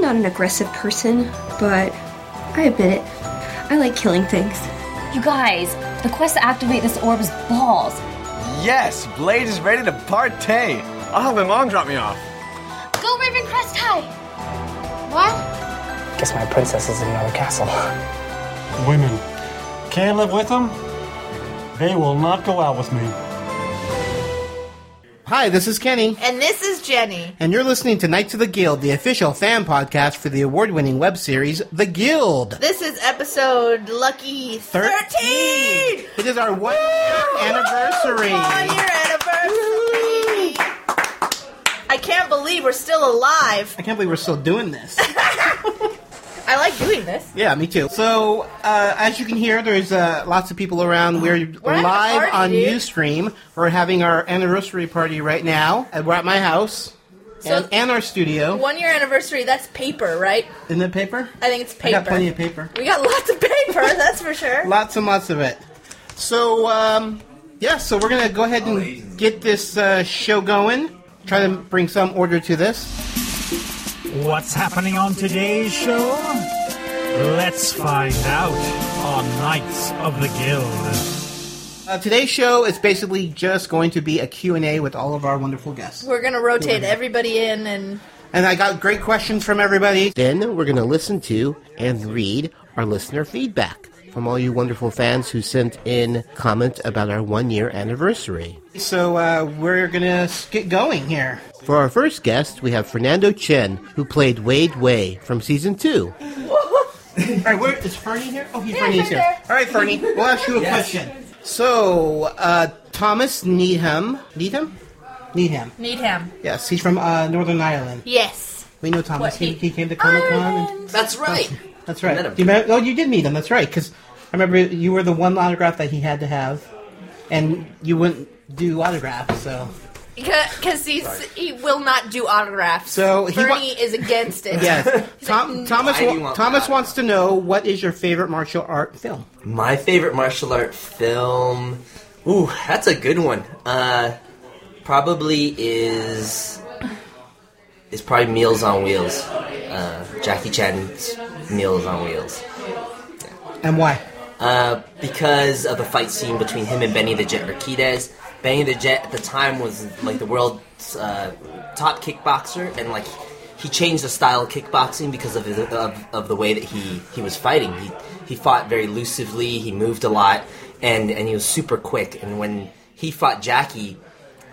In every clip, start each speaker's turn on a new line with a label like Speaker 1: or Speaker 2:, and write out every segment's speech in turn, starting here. Speaker 1: not an aggressive person, but I admit it. I like killing things.
Speaker 2: You guys, the quest to activate this orb is balls.
Speaker 3: Yes, Blade is ready to partay. I'll have him on drop me off.
Speaker 2: Go Ravencrest High! What?
Speaker 4: Guess my princess is in another castle.
Speaker 5: Women. Can't live with them? They will not go out with me.
Speaker 6: Hi, this is Kenny,
Speaker 7: And this is Jenny.
Speaker 6: and you're listening to Knights of the Guild, the official fan podcast for the award winning web series, The Guild.
Speaker 7: This is episode lucky 13!
Speaker 6: It is our one year anniversary.
Speaker 7: One year anniversary! I can't believe we're still alive.
Speaker 6: I can't believe we're still doing this.
Speaker 7: I like doing this.
Speaker 6: yeah, me too. So, uh, as you can hear, there's uh, lots of people around. We're,
Speaker 7: having a
Speaker 6: live
Speaker 7: party,
Speaker 6: on
Speaker 7: dude.
Speaker 6: Ustream. We're having our anniversary party right now. And we're at my house and, and our studio.
Speaker 7: One year anniversary, that's paper, right?
Speaker 6: Isn't it paper?
Speaker 7: I think it's
Speaker 6: I
Speaker 7: paper.
Speaker 6: got plenty of paper.
Speaker 7: we got lots of paper, that's for sure.
Speaker 6: Lots and lots of it. So, um, yeah, so we're going to go ahead and get this uh, show going. Try to bring some order to this.
Speaker 5: What's happening on today's show? Let's find out on Knights of the Guild.
Speaker 6: Uh, today's show is basically just going to be a Q&A with all of our wonderful guests.
Speaker 7: We're gonna rotate everybody in and
Speaker 6: And I got great questions from everybody.
Speaker 8: Then we're going to listen to and read our listener feedback from all you wonderful fans who sent in comments about our one year anniversary.
Speaker 6: So uh, we're going to get going here.
Speaker 8: For our first guest, we have Fernando Chen, who played Wade Way from season two.
Speaker 6: All right, where is Fernie here? Oh, he's
Speaker 7: Yeah,
Speaker 6: Fernie's
Speaker 7: he's
Speaker 6: here.
Speaker 7: right
Speaker 6: All right, Fernie, we'll ask you a question. So, uh, Thomas Needham. Needham? Needham.
Speaker 7: need him.
Speaker 6: Yes, he's from uh, Northern Ireland.
Speaker 7: Yes.
Speaker 6: We know Thomas.
Speaker 7: What,
Speaker 6: he,
Speaker 7: he-
Speaker 6: he came to Comic Con.
Speaker 9: That's right.
Speaker 6: That's right.
Speaker 9: met him.
Speaker 6: Do you remember, oh, you did meet him. That's right. Because I remember you were the one autograph that he had to have, and you wouldn't do autographs. So
Speaker 7: Because he's he will not do autographs.
Speaker 6: So he wa-
Speaker 7: Bernie is against it. "Mm,
Speaker 6: yes, Tom, Thomas.
Speaker 9: Why do you
Speaker 6: wa-
Speaker 9: want
Speaker 6: Thomas
Speaker 9: that?
Speaker 6: wants to know what is your favorite martial art film.
Speaker 9: My favorite martial art film. Ooh, that's a good one. Uh, probably is is probably Meals on Wheels. Uh, Jackie Chan's Meals on Wheels.
Speaker 6: And why?
Speaker 9: Uh, because of the fight scene between him and Benny the Jet Urquidez. Benny the Jet at the time was like the world's uh, top kickboxer, and like he changed the style of kickboxing because of, his, of of the way that he he was fighting. He he fought very elusively. He moved a lot, and and he was super quick. And when he fought Jackie,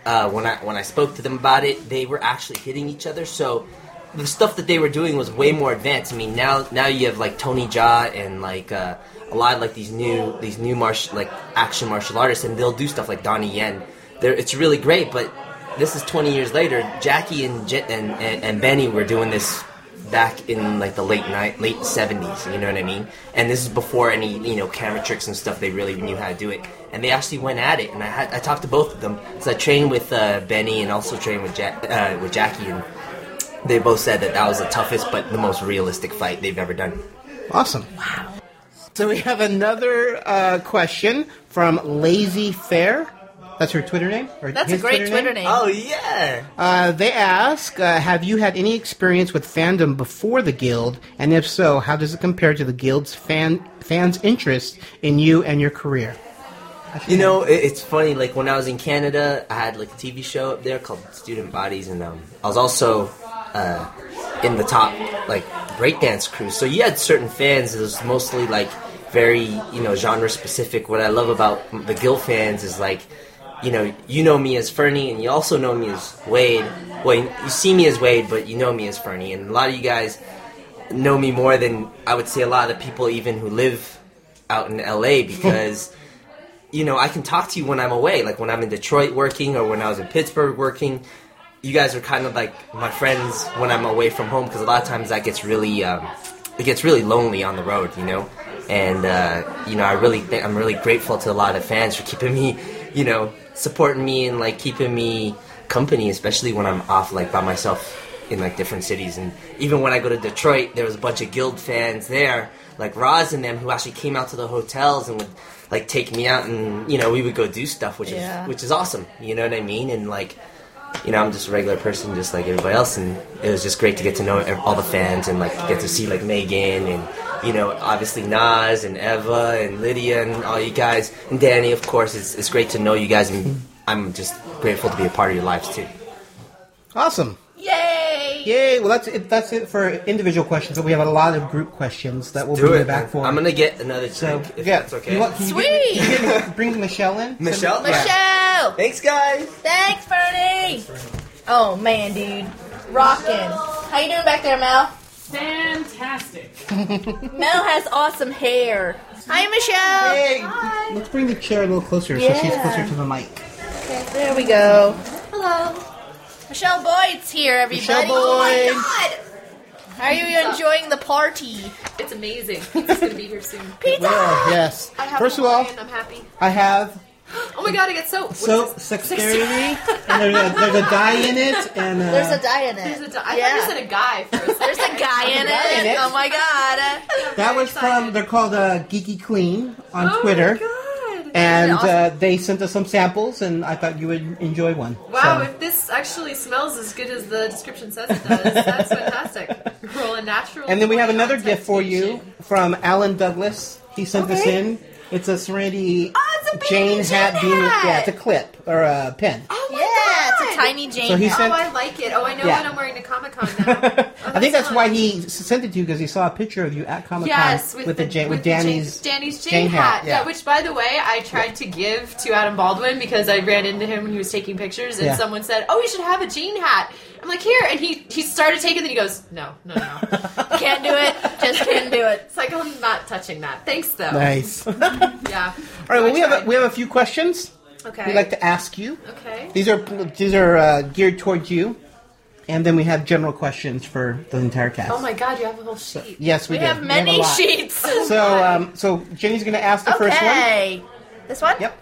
Speaker 9: uh, when I when I spoke to them about it, they were actually hitting each other. So the stuff that they were doing was way more advanced. I mean, now now you have like Tony Jaa and like uh, a lot of like these new these new martial like action martial artists, and they'll do stuff like Donnie Yen. They're, it's really great, but this is 20 years later. Jackie and, J- and and and Benny were doing this back in like the late night late 70s you know what i mean and this is before any you know camera tricks and stuff they really knew how to do it and they actually went at it and i had i talked to both of them so i trained with uh, benny and also trained with Jack, uh, with jackie and they both said that that was the toughest but the most realistic fight they've ever done
Speaker 6: Awesome. Wow. So we have another uh, question from Lazy Fair. That's her Twitter name. Or
Speaker 7: That's
Speaker 6: his
Speaker 7: a great Twitter, name.
Speaker 9: oh yeah
Speaker 6: Uh, they ask, uh, have you had any experience with fandom before the guild, and if so, how does it compare to the guild's fan fans' interest in you and your career?
Speaker 9: You know, it, it's funny. Like when I was in Canada, I had like a TV show up there called Student Bodies, and um, I was also uh, in the top like breakdance crew. So you had certain fans. It was mostly like very you know genre specific. What I love about the Guild fans is like. You know, you know me as Fernie, and you also know me as Wade. Well, you, you see me as Wade, but you know me as Fernie. And a lot of you guys know me more than I would say a lot of the people even who live out in LA because you know I can talk to you when I'm away, like when I'm in Detroit working or when I was in Pittsburgh working. You guys are kind of like my friends when I'm away from home because a lot of times that gets really um, it gets really lonely on the road, you know. And uh, you know, I really th- I'm really grateful to a lot of fans for keeping me, you know, supporting me and like keeping me company, especially when I'm off like by myself in like different cities. And even when I go to Detroit, there was a bunch of Guild fans there, like Roz and them, who actually came out to the hotels and would like take me out, and you know we would go do stuff, which
Speaker 7: Yeah.
Speaker 9: is which is awesome. You know what I mean? And like you know, I'm just a regular person, just like everybody else, and it was just great to get to know ev- all the fans and like get to see like Megan and you know, obviously Nas and Eva and Lydia and all you guys and Danny, of course. It's it's great to know you guys, and I'm just grateful to be a part of your lives too.
Speaker 6: Awesome.
Speaker 7: Yay!
Speaker 6: Yay! Well, that's it. That's it for individual questions, but we have a lot of group questions that we'll
Speaker 9: Do
Speaker 6: bring
Speaker 9: it.
Speaker 6: back for.
Speaker 9: I'm gonna get another
Speaker 6: So
Speaker 9: drink if
Speaker 6: yeah,
Speaker 9: that's okay.
Speaker 6: You want- can you get-
Speaker 7: Sweet.
Speaker 6: can you get- bring Michelle in.
Speaker 9: Michelle?
Speaker 6: Yeah.
Speaker 7: Michelle!
Speaker 9: Thanks, guys.
Speaker 7: Thanks, Bernie! Oh man, dude. Rockin'. How you doing back there, Mel?
Speaker 10: Fantastic.
Speaker 7: Mel has awesome hair. Hi, Michelle!
Speaker 6: Hey, let's bring the chair a little closer so she's
Speaker 7: Yeah.
Speaker 6: closer to the mic.
Speaker 7: There we go. Hello. Michelle Boyd's here, everybody.
Speaker 6: Michelle Boyd.
Speaker 7: Oh my god! How are you enjoying the party?
Speaker 10: It's amazing. It's gonna be here soon.
Speaker 7: Pizza!
Speaker 6: Well, yes.
Speaker 10: I have
Speaker 6: First of
Speaker 10: one
Speaker 6: all,
Speaker 10: and I'm happy.
Speaker 6: I have
Speaker 10: Oh my god, I get soap. What
Speaker 6: soap
Speaker 10: is this?
Speaker 6: dexterity, and there's a, there's a dye in it, and uh,
Speaker 7: There's a dye in it.
Speaker 10: There's a, di- I
Speaker 7: Yeah.
Speaker 10: thought you said a guy first.
Speaker 7: There's a guy in it.
Speaker 6: in it.
Speaker 7: Oh my god.
Speaker 6: that was from they're called uh, Geeky Clean on Twitter,
Speaker 10: Oh my god.
Speaker 6: and
Speaker 10: Isn't it
Speaker 6: uh, they sent us some samples, and I thought you would enjoy one.
Speaker 10: awesome? wow,
Speaker 6: So-
Speaker 10: if this actually smells as good as the description says it does, that's fantastic. Roll a natural.
Speaker 6: And then we have
Speaker 10: 20
Speaker 6: another
Speaker 10: on
Speaker 6: gift for you
Speaker 10: temptation.
Speaker 6: from Alan Douglas. He sent this in. It's a Serenity
Speaker 7: Oh, it's a baby
Speaker 6: Jane hat
Speaker 7: Jane
Speaker 6: beanie.
Speaker 7: hat!
Speaker 6: Yeah, it's a clip or a pin.
Speaker 10: Oh my
Speaker 7: Yeah,
Speaker 10: god.
Speaker 7: it's a tiny Jane.
Speaker 6: So he
Speaker 10: Oh,
Speaker 6: sent-
Speaker 10: I like it. Oh, I know
Speaker 6: Yeah.
Speaker 10: what I'm wearing to Comic Con now.
Speaker 6: I think that's why he s- sent it to you because he saw a picture of you at Comic Con
Speaker 10: Yes, with, the,
Speaker 6: Jane, with
Speaker 10: the Jane-
Speaker 6: Danny's
Speaker 10: Danny's Jane,
Speaker 6: Jane
Speaker 10: hat.
Speaker 6: hat,
Speaker 10: Yeah.
Speaker 6: yeah.
Speaker 10: which by the way, I tried to give to Adam Baldwin because I ran into him when he was taking pictures, and
Speaker 6: Yeah.
Speaker 10: someone said, "Oh, you should have a Jane hat." I'm like, "Here," and he he started taking, it and he goes, "No, no, no."
Speaker 7: Can't do it. Just can't do it.
Speaker 10: it's like I'm not touching that. Thanks though.
Speaker 6: Nice. All right,
Speaker 10: Yeah.
Speaker 6: well,
Speaker 10: I
Speaker 6: we have a,
Speaker 10: tried.
Speaker 6: we have a few questions
Speaker 10: Okay.
Speaker 6: we'd like to ask you.
Speaker 10: okay.
Speaker 6: These are these are uh, geared towards you, and then we have general questions for the entire cast.
Speaker 10: Oh my God, you have a whole sheet.
Speaker 6: Yes, we,
Speaker 7: We
Speaker 6: do.
Speaker 7: have
Speaker 6: We
Speaker 7: many
Speaker 6: a lot.
Speaker 7: sheets.
Speaker 10: Oh
Speaker 6: So, um, so Jenny's going to ask the first one.
Speaker 7: okay. This one?
Speaker 6: Yep.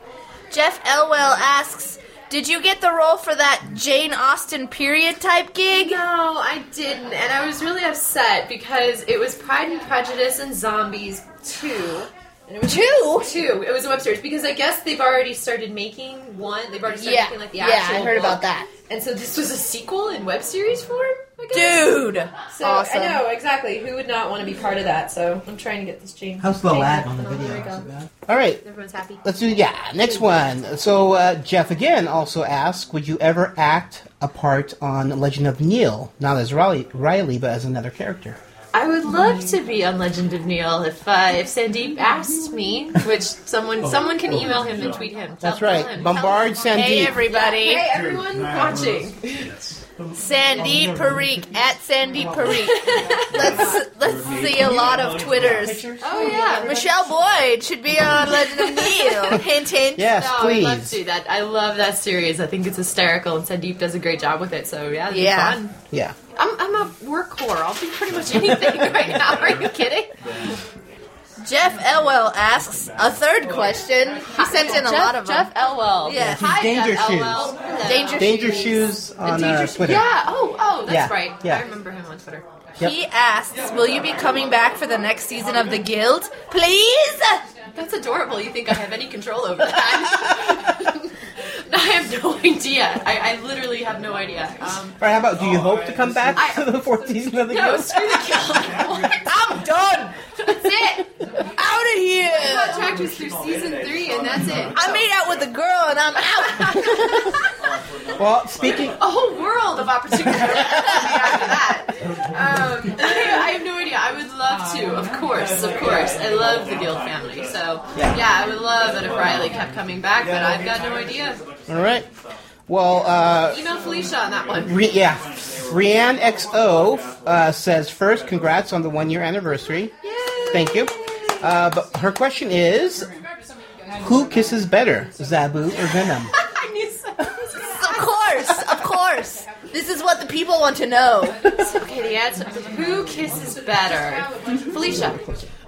Speaker 7: Jeff Elwell asks, did you get the role for that Jane Austen period type gig?
Speaker 10: No, I didn't, and I was really upset because it was Pride and Prejudice and Zombies two. And it was
Speaker 7: Two?
Speaker 10: two. It was a web series because I guess they've already started making one. They've already started
Speaker 7: Yeah,
Speaker 10: making like the
Speaker 7: yeah,
Speaker 10: actual.
Speaker 7: I heard
Speaker 10: book.
Speaker 7: about that.
Speaker 10: And so this was a sequel in web series form. I guess?
Speaker 7: Dude.
Speaker 10: so
Speaker 7: awesome.
Speaker 10: I know exactly who would not want to be part of that. So I'm trying to get this change.
Speaker 6: How's the
Speaker 10: change
Speaker 6: lag
Speaker 10: up
Speaker 6: on the
Speaker 10: and all.
Speaker 6: video?
Speaker 10: There we go.
Speaker 6: Is it bad? All right,
Speaker 10: Everyone's happy.
Speaker 6: let's do yeah. Next one. So uh, Jeff again also asked, would you ever act a part on Legend of Neil, not as Riley, Riley but as another character?
Speaker 10: I would love to be on Legend of Neil if uh, if Sandeep asked me, which someone someone can email him and tweet him.
Speaker 6: That's
Speaker 10: Tell- tell
Speaker 6: right.
Speaker 10: him.
Speaker 6: Bombard Sandeep.
Speaker 7: Hey everybody.
Speaker 10: Hey everyone watching.
Speaker 7: Sandeep Parikh at Sandeep Parikh. let's let's see a lot of Twitters.
Speaker 10: Oh yeah.
Speaker 7: Michelle Boyd should be on Legend of Neil. hint, hint.
Speaker 6: Yes,
Speaker 10: No, I love to
Speaker 6: please.
Speaker 10: do that. I love that series. I think it's hysterical, and Sandeep does a great job with it. So yeah, it'd be
Speaker 7: Yeah.
Speaker 10: fun.
Speaker 6: Yeah.
Speaker 10: I'm, I'm a work whore. I'll do pretty much anything right now. Are you kidding?
Speaker 7: Jeff Elwell asks a third question. He sent in a lot of
Speaker 10: Jeff
Speaker 7: them.
Speaker 10: Elwell.
Speaker 7: Yes.
Speaker 10: Hi,
Speaker 6: Danger
Speaker 10: Jeff
Speaker 6: Shoes.
Speaker 10: Elwell. Hello.
Speaker 7: Danger,
Speaker 6: Danger
Speaker 7: Shoes.
Speaker 6: Shoes on
Speaker 10: Danger
Speaker 6: uh,
Speaker 10: Shoes.
Speaker 6: Twitter.
Speaker 10: Yeah. Oh, oh, that's
Speaker 6: Yeah,
Speaker 10: right.
Speaker 6: yeah.
Speaker 10: I remember him on Twitter.
Speaker 6: Yep.
Speaker 7: He asks, "Will you be coming back for the next season of the Guild, please?"
Speaker 10: That's adorable. You think I have any control over that? I have no idea. I, I literally have no idea. Um,
Speaker 6: Oh, All right, how about do you hope to come back
Speaker 10: I-
Speaker 6: to the fourth season of the
Speaker 10: no,
Speaker 6: Guild?
Speaker 10: screw the kill.
Speaker 7: I'm done.
Speaker 10: That's it.
Speaker 7: Out of here.
Speaker 10: Contract was through season three, and that's it.
Speaker 7: I made out with a girl and I'm out.
Speaker 6: Well, speaking
Speaker 10: A whole world of opportunity after that. Um, I have no idea. I would love to, of course, of course. I love the Guild family, so yeah, I would love it if Riley kept coming back, but I've got no idea.
Speaker 6: All right. Well, uh,
Speaker 10: Email Felicia on that one.
Speaker 6: Re- yeah. Rianne XO uh, says first, congrats on the one year anniversary. Thank you. Uh, but her question is Who kisses better, Zabu or Venom?
Speaker 10: I knew so-
Speaker 7: Of course, of course. This is what the people want to know.
Speaker 10: Okay, the answer. Who kisses better? Felicia.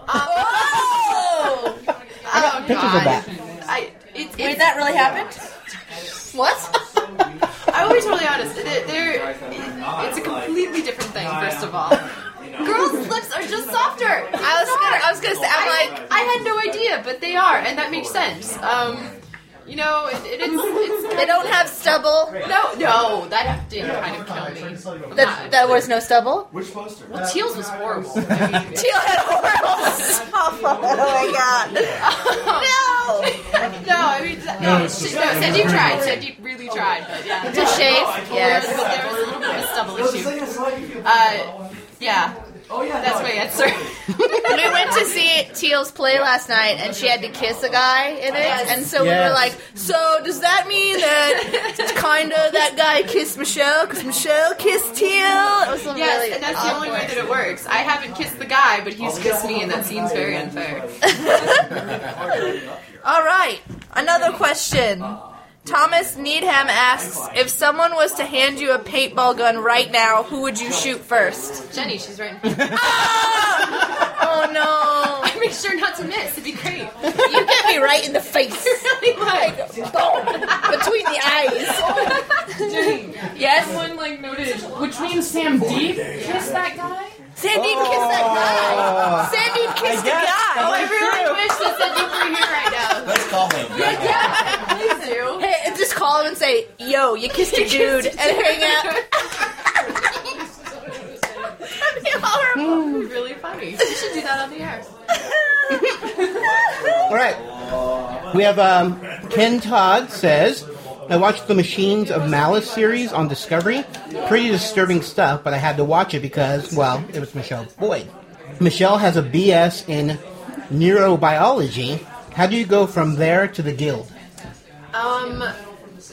Speaker 7: Oh!
Speaker 10: Oh,
Speaker 6: Pictures are back.
Speaker 10: I, it's,
Speaker 7: Wait,
Speaker 10: it's,
Speaker 7: that really happened? What?
Speaker 10: I will be totally honest. They're, they're, it's a completely different thing, first of all. Girls' lips are just softer.
Speaker 7: I was gonna, I was gonna say, I'm like,
Speaker 10: I had no idea, but they are, and that makes sense. Um, You know, it, it, it's, it's
Speaker 7: They don't have stubble.
Speaker 10: no, no, that did kind of kill me.
Speaker 7: That, that was no stubble.
Speaker 10: Well, Teals was horrible. I mean,
Speaker 7: Teal had horrible stubble. Oh my god.
Speaker 10: no, I mean, no, she, no, Sandy tried. Sandy really tried, but yeah.
Speaker 7: No. To shave?
Speaker 10: There
Speaker 7: Yes.
Speaker 10: was, there was a little bit of a stubble issue. Uh, yeah. Oh yeah. That's my answer.
Speaker 7: We went to see Teal's play last night, and she had to kiss a guy in it, and so we
Speaker 6: Yes.
Speaker 7: were like, "So does that mean that kinda that guy kissed Michelle because Michelle kissed Teal?" It
Speaker 10: Yes,
Speaker 7: was really
Speaker 10: and that's the only way that it works. I haven't kissed the guy, but he's kissed me, and that seems very unfair.
Speaker 7: All right, another question. Thomas Needham asks, "If someone was to hand you a paintball gun right now, who would you shoot first?
Speaker 10: Jenny, she's right. in front of me.
Speaker 7: Oh no!
Speaker 10: Make sure not to miss. It'd be great.
Speaker 7: You get me right in the face,
Speaker 10: like,
Speaker 7: between the eyes.
Speaker 11: Yes. One like noted, which means Sam D kissed that guy.
Speaker 7: Sandy
Speaker 6: Oh.
Speaker 7: kissed that guy. Sandy kissed the guy.
Speaker 10: I really wish that Cindy were here right now.
Speaker 12: Let's call him.
Speaker 10: Yeah, please do.
Speaker 7: Hey, and just call him and say, "Yo, you kissed a dude," and hang up. That'd be horrible.
Speaker 10: It'd be really funny. We should do that on the air.
Speaker 6: All right. We have um, Ken Todd says, I watched the Machines of Malice series on Discovery. Pretty disturbing stuff, but I had to watch it because, well, it was Michelle Boyd. Michelle has a BS in neurobiology. How do you go from there to the guild?
Speaker 10: Um,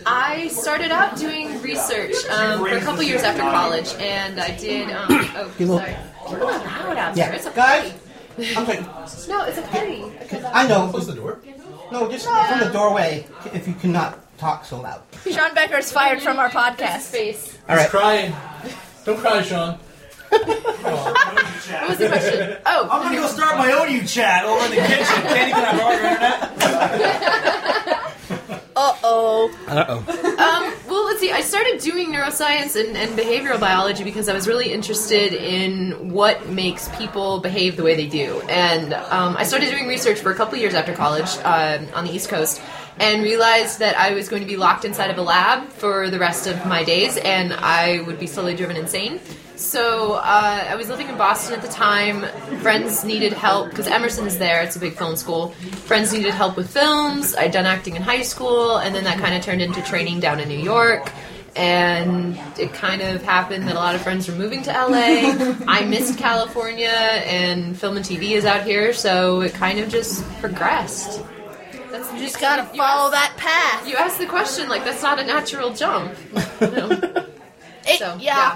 Speaker 10: I started out doing research um, for a couple years after college, and I did. Um, oh,
Speaker 6: will-
Speaker 10: sorry. People are loud out there.
Speaker 6: Yeah,
Speaker 10: It's a
Speaker 6: guys.
Speaker 10: party.
Speaker 6: I'm sorry.
Speaker 10: No, it's a party.
Speaker 6: I know. Close the door. No, just from the doorway. If you cannot talk so loud.
Speaker 7: Sean Becker's fired from our podcast.
Speaker 10: Space.
Speaker 6: All right.
Speaker 12: Crying. Don't cry, Sean.
Speaker 10: What was the question? Oh,
Speaker 12: I'm gonna go start my own U chat over in the kitchen. Candy, can I borrow your internet?
Speaker 7: Uh oh.
Speaker 10: Um, Well, let's see. I started doing neuroscience and, and behavioral biology because I was really interested in what makes people behave the way they do. And um, I started doing research for a couple years after college um, on the East Coast and realized that I was going to be locked inside of a lab for the rest of my days and I would be slowly driven insane. So uh, I was living in Boston at the time. Friends needed help because Emerson's there. It's a big film school. Friends needed help with films. I'd done acting in high school, and then that kind of turned into training down in New York. And it kind of happened that a lot of friends were moving to LA. I missed California, and film and TV is out here, so it kind of just progressed. That's
Speaker 7: You just gotta follow that path.
Speaker 10: You asked the question like that's not a natural jump.
Speaker 7: It-
Speaker 10: So,
Speaker 7: yeah.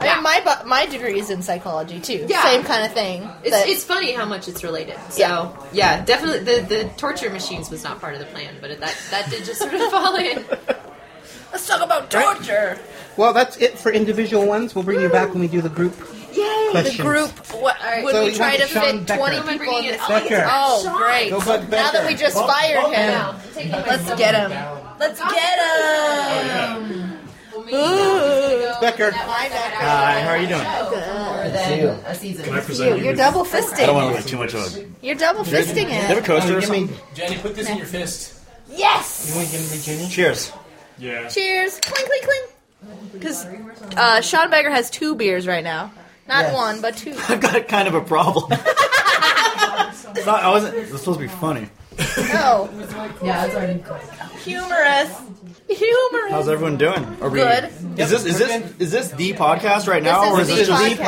Speaker 7: I
Speaker 10: Yeah.
Speaker 7: mean, my bu- my degree is in psychology too.
Speaker 10: Yeah.
Speaker 7: Same kind of thing.
Speaker 10: It's,
Speaker 7: but-
Speaker 10: it's funny how much it's related. So
Speaker 7: Yeah.
Speaker 10: yeah, definitely the, the torture machines was not part of the plan, but that that did just sort of fall in.
Speaker 7: let's talk about torture.
Speaker 6: Well, that's it for individual ones. We'll bring you back when we do the group.
Speaker 7: Yay! The
Speaker 6: Questions.
Speaker 7: group. What, would
Speaker 6: So
Speaker 7: we
Speaker 6: we
Speaker 7: try
Speaker 6: went
Speaker 7: to
Speaker 6: to Sean
Speaker 7: fit
Speaker 6: Becker.
Speaker 7: twenty
Speaker 10: Am I
Speaker 7: people in
Speaker 10: bringing
Speaker 7: this?
Speaker 10: it-
Speaker 6: Becker.
Speaker 7: Oh, great!
Speaker 6: Go Bud
Speaker 7: Now that
Speaker 6: Becker.
Speaker 7: we just fired him, let's get him. Let's get him. Ooh.
Speaker 6: Becker.
Speaker 10: Hi,
Speaker 6: how are you doing?
Speaker 13: Oh,
Speaker 10: A season.
Speaker 7: You, you're double fisting.
Speaker 12: want to look too much of a.
Speaker 7: You're double fisting it.
Speaker 6: Oh,
Speaker 3: coaster
Speaker 6: give me,
Speaker 12: Jenny, put this in your fist.
Speaker 7: Yes.
Speaker 6: you want to give me Jenny?
Speaker 3: Cheers.
Speaker 5: Yeah.
Speaker 7: Cheers. Clink, clink, clink. Because uh, Sean Becker has two beers right now. Not
Speaker 6: Yes.
Speaker 7: one, but two.
Speaker 3: I've got kind of a problem. it's not, I wasn't. It's supposed to be funny.
Speaker 7: No. Humorous. Humorous.
Speaker 3: How's everyone doing? Are we,
Speaker 7: Good.
Speaker 3: Is this is this is this the podcast right now,
Speaker 7: This
Speaker 3: or
Speaker 7: is
Speaker 3: is
Speaker 7: the
Speaker 3: this just
Speaker 6: Lead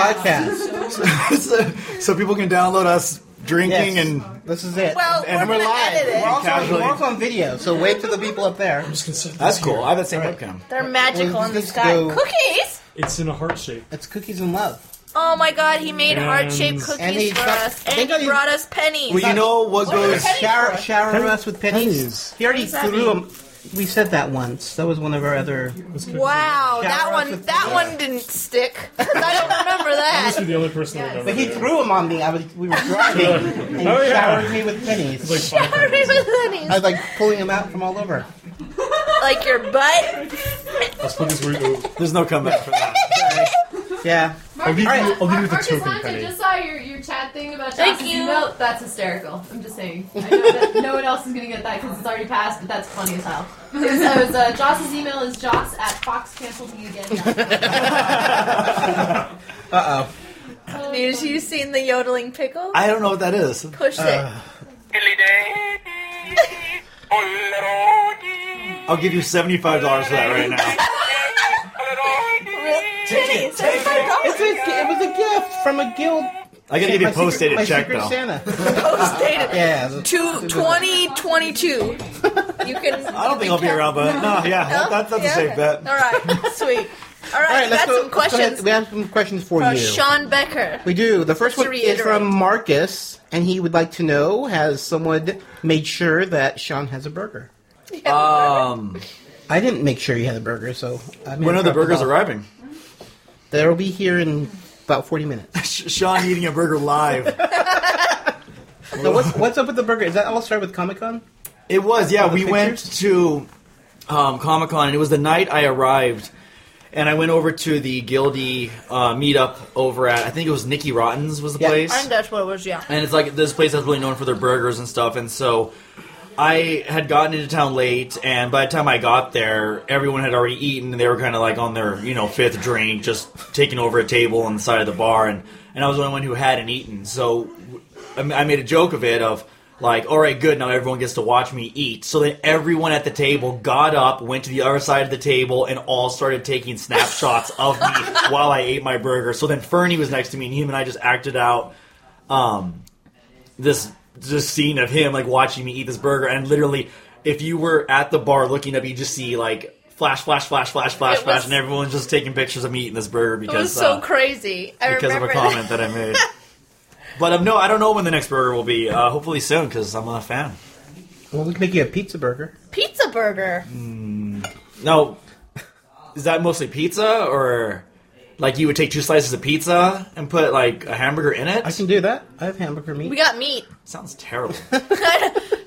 Speaker 6: podcast.
Speaker 3: so, so people can download us drinking
Speaker 6: Yes.
Speaker 3: and
Speaker 6: This is it.
Speaker 7: Well,
Speaker 3: And
Speaker 7: we're,
Speaker 3: we're
Speaker 7: gonna
Speaker 3: live.
Speaker 7: edit
Speaker 6: We're
Speaker 7: it.
Speaker 6: also, we're also on video, so wait till the people up there.
Speaker 3: that's cool. I have that same webcam.
Speaker 7: They're magical
Speaker 6: Well,
Speaker 7: in the
Speaker 6: let's
Speaker 7: sky.
Speaker 6: go-
Speaker 7: Cookies.
Speaker 11: It's in a heart shape.
Speaker 6: It's cookies and love.
Speaker 7: Oh my God! He made heart shaped
Speaker 11: And-
Speaker 7: cookies
Speaker 6: and he
Speaker 7: for
Speaker 6: got-
Speaker 7: us,
Speaker 6: they
Speaker 7: and
Speaker 6: got
Speaker 7: he
Speaker 6: you-
Speaker 7: brought us pennies.
Speaker 3: Well, you know what goes.
Speaker 6: Shower, shower us with pennies.
Speaker 11: pennies.
Speaker 6: He already
Speaker 7: does that
Speaker 6: threw them. We said that once. That was one of our other.
Speaker 7: wow, that
Speaker 6: Shower us
Speaker 7: one
Speaker 6: with-
Speaker 7: that one didn't stick. 'Cause I don't remember that.
Speaker 11: You're the only person that would
Speaker 6: But
Speaker 11: ever.
Speaker 6: he threw them on me. I was we were driving, and he
Speaker 11: Oh, yeah.
Speaker 6: showered me with pennies.
Speaker 11: Like
Speaker 7: I
Speaker 11: five
Speaker 7: don't
Speaker 11: times.
Speaker 7: remember
Speaker 6: I
Speaker 7: that.
Speaker 6: was like pulling them out from all over.
Speaker 7: Like your butt.
Speaker 11: Let's put this weird.
Speaker 3: There's no comeback from that.
Speaker 6: Yeah,
Speaker 11: I'll
Speaker 14: leave you- I'll leave you the
Speaker 11: Marcus
Speaker 14: token,
Speaker 11: Hunt, I
Speaker 14: Penny.
Speaker 11: just saw your, your chat thing about
Speaker 7: Thank
Speaker 11: Chastain's
Speaker 7: you.
Speaker 11: note. That's hysterical. I'm just saying. I know that no one else is going to get that because it's already passed, but that's funny as hell. It was, it was, uh, Joss's email is joss at E foxcancelmeagain.com.
Speaker 7: Uh oh. Have you seen the yodeling pickle?
Speaker 14: I don't know what that is.
Speaker 7: Push
Speaker 14: Uh. I'll give you seventy-five dollars for that right now.
Speaker 7: it.
Speaker 14: Take it, take it.
Speaker 6: It's a- it was a gift from a guild.
Speaker 14: I gotta give you
Speaker 6: My
Speaker 14: a post-dated
Speaker 6: secret- my
Speaker 14: check,
Speaker 6: secret
Speaker 14: though.
Speaker 6: Santa.
Speaker 7: Post-dated.
Speaker 6: Yeah.
Speaker 7: To 2022. You can.
Speaker 14: I don't think I'll be around, but no, yeah, that, that, that's a safe bet.
Speaker 7: All right, sweet. All right, we got some
Speaker 6: let's go ahead.
Speaker 7: questions
Speaker 6: we have some questions for
Speaker 7: from
Speaker 6: you.
Speaker 7: Sean Becker.
Speaker 6: We do. The first
Speaker 7: To
Speaker 6: one is from Marcus, and he would like to know: Has someone made sure that Sean has a burger?
Speaker 3: Uh,
Speaker 9: Um,
Speaker 6: I didn't make sure you had a burger, so I
Speaker 14: When are the burgers arriving?
Speaker 6: They'll be here in about forty minutes.
Speaker 14: Sean eating a burger live.
Speaker 6: now, what's what's up with the burger? Is that all started with Comic Con?
Speaker 14: It was, yeah.
Speaker 6: All the
Speaker 14: We went to um, Comic Con, and it was the night I arrived, and I went over to the Guildy uh, meetup over at I think it was Nicky Rotten's was the place.
Speaker 7: And that's what it was, yeah.
Speaker 14: And it's like this place that's really known for their burgers and stuff. And so I had gotten into town late, and by the time I got there, everyone had already eaten, and they were kind of like on their you know fifth drink, just taking over a table on the side of the bar, and and I was the only one who hadn't eaten. So I ma- I made a joke of it of. Like, all right, good. Now everyone gets to watch me eat. So then everyone at the table got up, went to the other side of the table, and all started taking snapshots of me while I ate my burger. So then Fernie was next to me, and him and I just acted out um, this this scene of him like watching me eat this burger, and literally, if you were at the bar looking up, you just see like flash, flash, flash, flash, flash,
Speaker 7: It
Speaker 14: flash,
Speaker 7: was-
Speaker 14: and everyone's just taking pictures of me eating this burger
Speaker 7: it
Speaker 14: because
Speaker 7: was so
Speaker 14: uh,
Speaker 7: crazy. I
Speaker 14: because of
Speaker 7: remember
Speaker 14: a comment that I made. But um, no, I don't know when the next burger will be. Uh, hopefully soon, because I'm a fan.
Speaker 6: Well, we can make you a pizza burger.
Speaker 7: Pizza burger.
Speaker 14: Hmm. No, is that mostly pizza or like you would take two slices of pizza and put like a hamburger in it? I
Speaker 6: can do that. I have hamburger meat.
Speaker 7: We got meat.
Speaker 14: Sounds terrible.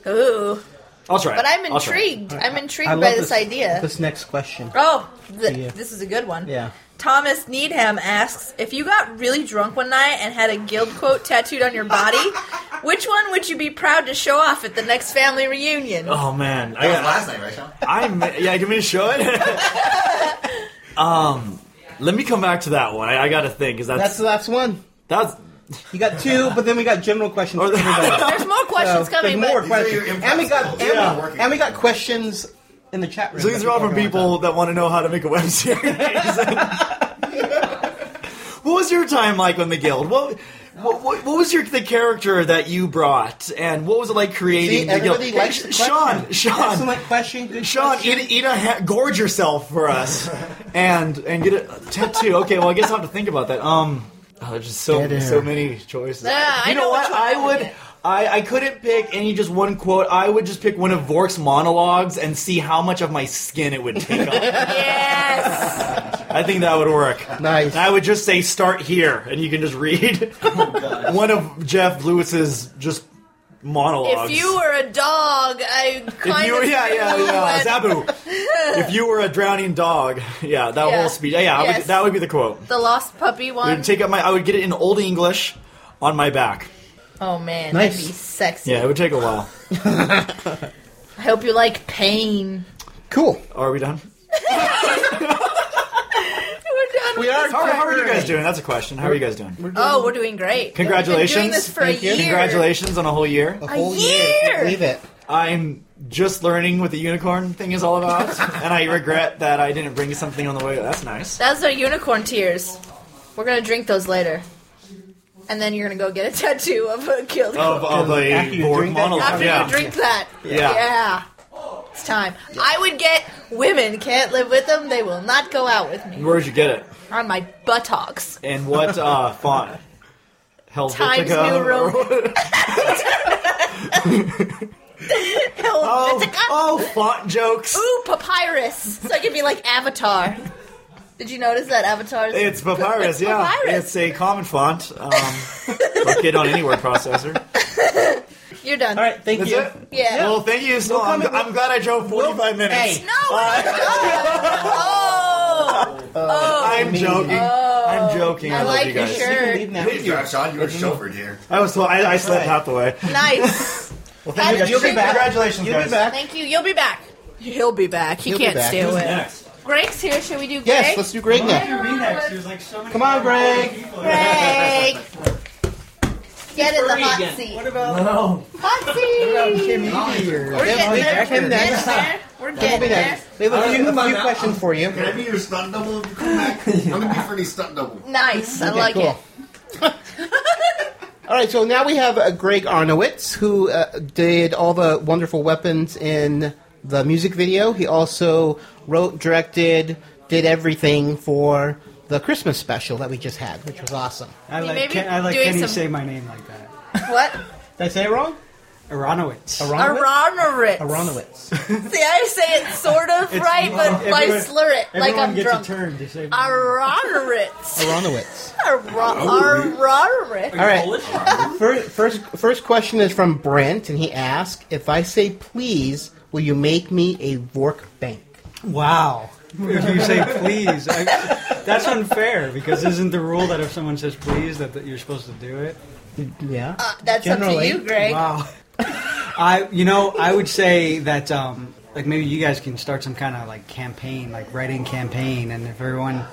Speaker 7: Ooh.
Speaker 14: I'll try. it.
Speaker 7: But I'm
Speaker 14: I'll try it.
Speaker 7: intrigued. I'm intrigued
Speaker 6: I
Speaker 7: by
Speaker 6: love
Speaker 7: this, idea.
Speaker 6: This next question.
Speaker 7: oh, th-
Speaker 6: Yeah.
Speaker 7: this is a good one.
Speaker 6: Yeah.
Speaker 7: Thomas Needham asks If you got really drunk one night and had a guild quote tattooed on your body, which one would you be proud to show off at the next family reunion?
Speaker 14: Oh man,
Speaker 12: That was last night, right, Sean?
Speaker 14: I'm yeah. Give me a show it. um, let me come back to that one. I, I got to think because
Speaker 6: That's,
Speaker 14: that's,
Speaker 6: the last one.
Speaker 14: That's
Speaker 6: you got two, but then we got general questions. for everybody.
Speaker 7: There's more questions
Speaker 6: So,
Speaker 7: coming.
Speaker 6: There's more
Speaker 7: but-
Speaker 6: questions, and we got and, we-
Speaker 14: Yeah.
Speaker 6: and we, got questions in the chat room.
Speaker 14: so these are all from people that want to know how to make a web series. what was your time like on the guild? What what, what what was your the character that you brought, and what was it like
Speaker 6: See,
Speaker 14: creating the guild?
Speaker 6: everybody likes the
Speaker 14: Hey, Sean,
Speaker 6: question.
Speaker 14: Sean,
Speaker 6: Excellent question. Good
Speaker 14: Sean,
Speaker 6: question.
Speaker 14: eat, eat a ha- gorge yourself for us, and and get a tattoo. Okay, well I guess I will have to think about that. Um, oh, there's just so
Speaker 6: Dead air.
Speaker 14: so many choices.
Speaker 7: Yeah, I
Speaker 14: you know,
Speaker 7: know
Speaker 14: what?
Speaker 7: what you
Speaker 14: I would. I, I couldn't pick any just one quote. I would just pick one of Vork's monologues and see how much of my skin it would take off. I think that would work.
Speaker 6: Nice.
Speaker 14: I would just say start here, and you can just read one of Jeff Lewis's just monologues.
Speaker 7: If you were a dog, I kind
Speaker 14: you were-
Speaker 7: of
Speaker 14: yeah, yeah, yeah, Zabu. if you were a drowning dog, yeah, that
Speaker 7: Yeah.
Speaker 14: whole speech. Yeah, yeah I would-
Speaker 7: Yes.
Speaker 14: that would be the quote.
Speaker 7: the lost puppy
Speaker 14: I
Speaker 7: one.
Speaker 14: would take up my. I would get it in Old English on my back.
Speaker 7: oh man,
Speaker 14: Nice.
Speaker 7: that'd be sexy.
Speaker 14: Yeah, it would take a while.
Speaker 7: I hope you like pain.
Speaker 6: Cool.
Speaker 14: Are we done?
Speaker 7: We're done. with this
Speaker 14: How, how are you
Speaker 7: program.
Speaker 14: guys doing? That's a question. How are you guys doing?
Speaker 7: Oh, we're doing great.
Speaker 14: Congratulations!
Speaker 7: We've been doing this for a year.
Speaker 14: Congratulations on a whole year.
Speaker 7: A whole year.
Speaker 6: Leave it.
Speaker 14: I'm just learning what the unicorn thing is all about, and I regret that I didn't bring something on the way. That's nice.
Speaker 7: That's our unicorn tears. We're gonna drink those later, and then you're gonna go get a tattoo of a killed.
Speaker 14: Of, of
Speaker 6: After
Speaker 14: a
Speaker 6: you
Speaker 14: board
Speaker 6: drink that-
Speaker 14: monologue.
Speaker 7: After
Speaker 14: yeah.
Speaker 7: you drink that,
Speaker 14: Yeah.
Speaker 7: Yeah. it's time. I would get women can't live with them. They will not go out with me
Speaker 14: Where'd you get it?
Speaker 7: on my buttocks.
Speaker 14: And what uh, font?
Speaker 7: Times
Speaker 14: Helvetica
Speaker 7: New
Speaker 14: or-
Speaker 7: Roman.
Speaker 14: Oh, oh, font jokes.
Speaker 7: Ooh, papyrus. So I could be like Avatar. Did you notice that Avatar's?
Speaker 14: It's papyrus,
Speaker 7: It's
Speaker 14: yeah.
Speaker 7: papyrus.
Speaker 14: It's a common font. Um, look it on any word processor.
Speaker 7: You're done.
Speaker 6: All right, thank
Speaker 14: That's
Speaker 6: you.
Speaker 14: it?
Speaker 7: Yeah.
Speaker 14: Well, thank you. So I'm, I'm glad I drove 45 minutes.
Speaker 6: Hey.
Speaker 7: No, we're not done. oh,
Speaker 14: Uh, I'm joking. I'm joking. I,
Speaker 7: I
Speaker 14: love
Speaker 7: like
Speaker 14: you
Speaker 7: your
Speaker 14: guys.
Speaker 7: shirt. You can leave now.
Speaker 14: Please,
Speaker 15: Josh, on you were chauffeured here.
Speaker 14: I was told I, I slept
Speaker 15: Right.
Speaker 14: half the way.
Speaker 7: Nice.
Speaker 14: Well, thank you guys.
Speaker 7: You'll be back.
Speaker 14: Congratulations, guys.
Speaker 7: Thank you. You'll be back. He'll be back. He
Speaker 14: He'll be
Speaker 7: can't
Speaker 14: back.
Speaker 7: stay
Speaker 14: Who's
Speaker 7: away.
Speaker 14: next?
Speaker 7: Greg's here. Should we do Greg?
Speaker 6: Yes, let's do Greg next. Come on, Greg.
Speaker 7: Greg. Get in the hot seat. What about
Speaker 6: No.
Speaker 7: hot seat? We're getting
Speaker 6: We'll
Speaker 7: there.
Speaker 6: get
Speaker 7: We're getting
Speaker 6: him next.
Speaker 7: there. We're
Speaker 6: We'll
Speaker 7: getting
Speaker 6: be
Speaker 7: there.
Speaker 6: next. We have a few, a few questions for you.
Speaker 15: Can I be your stunt double? Come back. I'm gonna be Fernie's stunt double.
Speaker 7: Nice. I
Speaker 6: Okay,
Speaker 7: like
Speaker 6: cool.
Speaker 7: it.
Speaker 6: All right, so now we have uh, Greg Arnowitz, who uh, did all the wonderful weapons in the music video. He also wrote, directed, did everything for the Christmas special that we just had, which was awesome.
Speaker 16: I
Speaker 7: mean,
Speaker 16: like,
Speaker 7: maybe
Speaker 16: Ken, I like
Speaker 7: doing
Speaker 16: Kenny
Speaker 7: some-
Speaker 16: say my name like that.
Speaker 7: What?
Speaker 6: Did I say it wrong?
Speaker 16: Aronowitz.
Speaker 7: Aronovitz.
Speaker 6: Aronowitz.
Speaker 7: See, I say it sort of
Speaker 16: It's-
Speaker 7: right, but
Speaker 16: everyone-
Speaker 7: I slur it like
Speaker 16: everyone
Speaker 7: I'm
Speaker 16: gets
Speaker 7: drunk.
Speaker 16: a turn to say.
Speaker 7: Aronovitz.
Speaker 6: Aronowitz.
Speaker 7: Aronovitz.
Speaker 6: All right. First, first, first question is from Brent, and he asked, "If I say please, will you make me a Vork bank?"
Speaker 16: Wow. If you say please, I, that's unfair because isn't the rule that if someone says please that, that you're supposed to do it?
Speaker 6: Yeah.
Speaker 7: Uh, that's up to you, Greg.
Speaker 16: Wow. I you know I would say that um, like maybe you guys can start some kind of like campaign like writing campaign and if everyone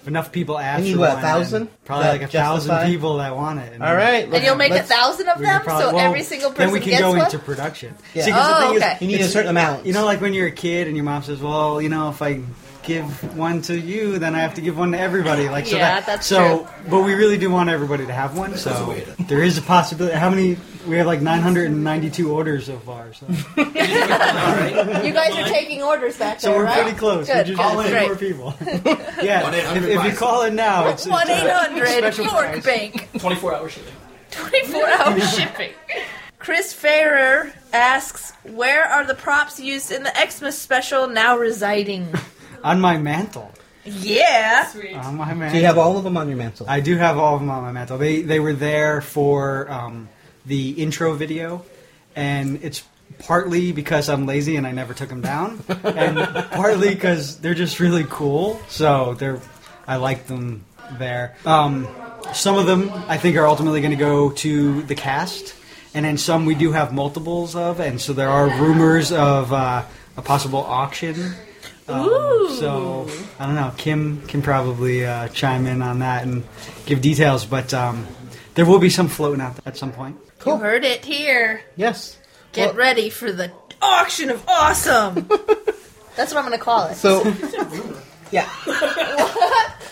Speaker 16: if enough people ask
Speaker 6: We need,
Speaker 16: for
Speaker 6: what, a
Speaker 16: one, then
Speaker 6: thousand?
Speaker 16: probably
Speaker 6: That
Speaker 16: like a thousand
Speaker 6: justify?
Speaker 16: people that want it
Speaker 6: All right,
Speaker 7: And you'll make a
Speaker 16: let's-
Speaker 7: thousand of
Speaker 16: we could
Speaker 7: them,
Speaker 16: probably-
Speaker 7: so
Speaker 16: well,
Speaker 7: every single person
Speaker 16: then we can
Speaker 7: gets
Speaker 16: go
Speaker 7: one.
Speaker 16: into production.
Speaker 7: Yeah.
Speaker 16: 'cause the
Speaker 7: Oh,
Speaker 16: thing is,
Speaker 7: okay. You need a
Speaker 16: it's-
Speaker 6: certain amount.
Speaker 16: You know, like when you're a kid and your mom says, "Well, you know, if I give one to you, then I have to give one to everybody." Like, so
Speaker 7: Yeah,
Speaker 16: that,
Speaker 7: that's
Speaker 16: so. But we really do want everybody to have one, so there is a possibility. How many? We have like 992 orders so far. So,
Speaker 7: You guys are taking orders back
Speaker 16: so
Speaker 7: there,
Speaker 16: we're
Speaker 7: right?
Speaker 16: pretty close.
Speaker 7: Good.
Speaker 16: We just got
Speaker 7: Great.
Speaker 16: more people. yeah, if, if you call it now, it's, it's uh,
Speaker 7: 1 800
Speaker 16: special
Speaker 7: York Bank.
Speaker 12: 24 hour shipping.
Speaker 7: 24 hour shipping. Chris Ferrer asks, Where are the props used in the Xmas special now residing?
Speaker 16: on my mantle.
Speaker 7: Yeah.
Speaker 16: On my mantle.
Speaker 6: Do you Um, have all of them on your mantle?
Speaker 16: I do have all of them on my mantle. They they were there for um, the intro video, and it's partly because I'm lazy and I never took them down, and partly because they're just really cool. So they're I like them there. Um, some of them I think are ultimately going to go to the cast, and then some we do have multiples of, and so there are rumors of uh, a possible auction. Um, So I don't know. Kim can probably uh, chime in on that and give details, but um, there will be some floating out at some point.
Speaker 7: You heard it here.
Speaker 6: Yes.
Speaker 7: Get
Speaker 6: Well-
Speaker 7: ready for the auction of awesome. That's what I'm going to call it.
Speaker 6: So, yeah.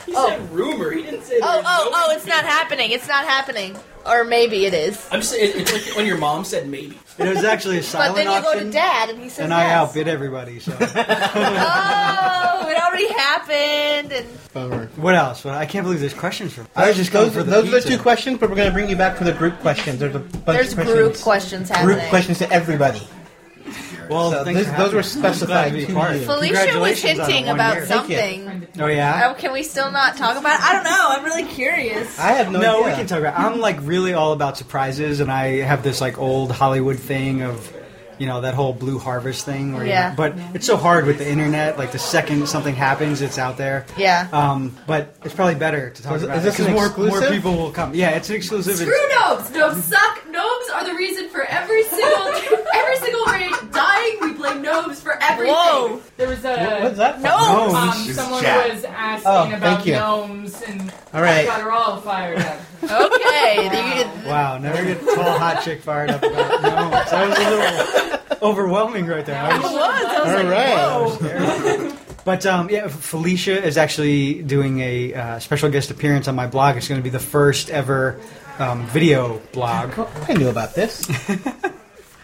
Speaker 12: He said rumor. He didn't say.
Speaker 7: Oh, oh, oh, it's not happening. It's not happening. Or maybe it is.
Speaker 12: I'm just. It, it's like when your mom said maybe.
Speaker 16: It was actually a
Speaker 7: But
Speaker 16: silent
Speaker 7: then you go
Speaker 16: auction,
Speaker 7: to dad and he says,
Speaker 16: and I
Speaker 7: yes.
Speaker 16: outbid everybody. So
Speaker 7: Oh, it already happened. And
Speaker 16: what else? Well, I can't believe there's questions from.
Speaker 6: I
Speaker 16: I
Speaker 6: was
Speaker 16: was just going
Speaker 6: those
Speaker 16: for the
Speaker 6: those are the
Speaker 16: pizza.
Speaker 6: two questions, but we're going to bring you back for the group questions. There's a bunch
Speaker 7: there's
Speaker 6: of
Speaker 7: group
Speaker 6: questions.
Speaker 7: questions happening.
Speaker 6: group questions to everybody.
Speaker 16: Well,
Speaker 6: So
Speaker 16: thanks
Speaker 6: this-
Speaker 16: for
Speaker 6: those
Speaker 16: having
Speaker 6: were
Speaker 16: me. I'm glad
Speaker 6: specified
Speaker 16: to be a
Speaker 6: to
Speaker 16: part.
Speaker 6: you.
Speaker 7: Felicia was
Speaker 16: Congratulations on
Speaker 7: hinting
Speaker 16: one
Speaker 7: about
Speaker 16: year.
Speaker 7: something.
Speaker 16: Oh yeah.
Speaker 7: Oh, can we still not talk about it? I don't know. I'm really curious.
Speaker 6: I have no
Speaker 16: No, we
Speaker 6: idea.
Speaker 16: can talk about. I'm like really all about surprises, and I have this like old Hollywood thing of, you know, that whole Blue Harvest thing. Where you-
Speaker 7: Yeah.
Speaker 16: but it's so hard with the internet. Like the second something happens, it's out there.
Speaker 7: Yeah.
Speaker 16: Um, but it's probably better to talk
Speaker 6: Is-
Speaker 16: about.
Speaker 6: is this
Speaker 16: because
Speaker 6: an
Speaker 16: more, more
Speaker 6: exclusive?
Speaker 16: people will come? Yeah, it's an exclusive.
Speaker 11: Screw
Speaker 16: It's-
Speaker 11: gnomes! Gnomes suck. Gnomes are the reason for every single every single raid dying. We blame gnomes for everything.
Speaker 7: Whoa.
Speaker 17: There was a
Speaker 6: What- what's that?
Speaker 17: no.
Speaker 6: Gnomes.
Speaker 17: Um,
Speaker 6: It's
Speaker 17: someone
Speaker 6: chat.
Speaker 17: was asking
Speaker 6: Oh,
Speaker 17: about
Speaker 6: thank you.
Speaker 17: gnomes and
Speaker 6: All right.
Speaker 17: got her all fired up.
Speaker 7: okay, you get
Speaker 16: Wow, never get a tall hot chick fired up about no. That was a little overwhelming right there. I
Speaker 7: It was. I was like, whoa.
Speaker 16: But um, yeah, Felicia is actually doing a uh, special guest appearance on my blog. It's going to be the first ever um, video blog.
Speaker 6: I knew about this.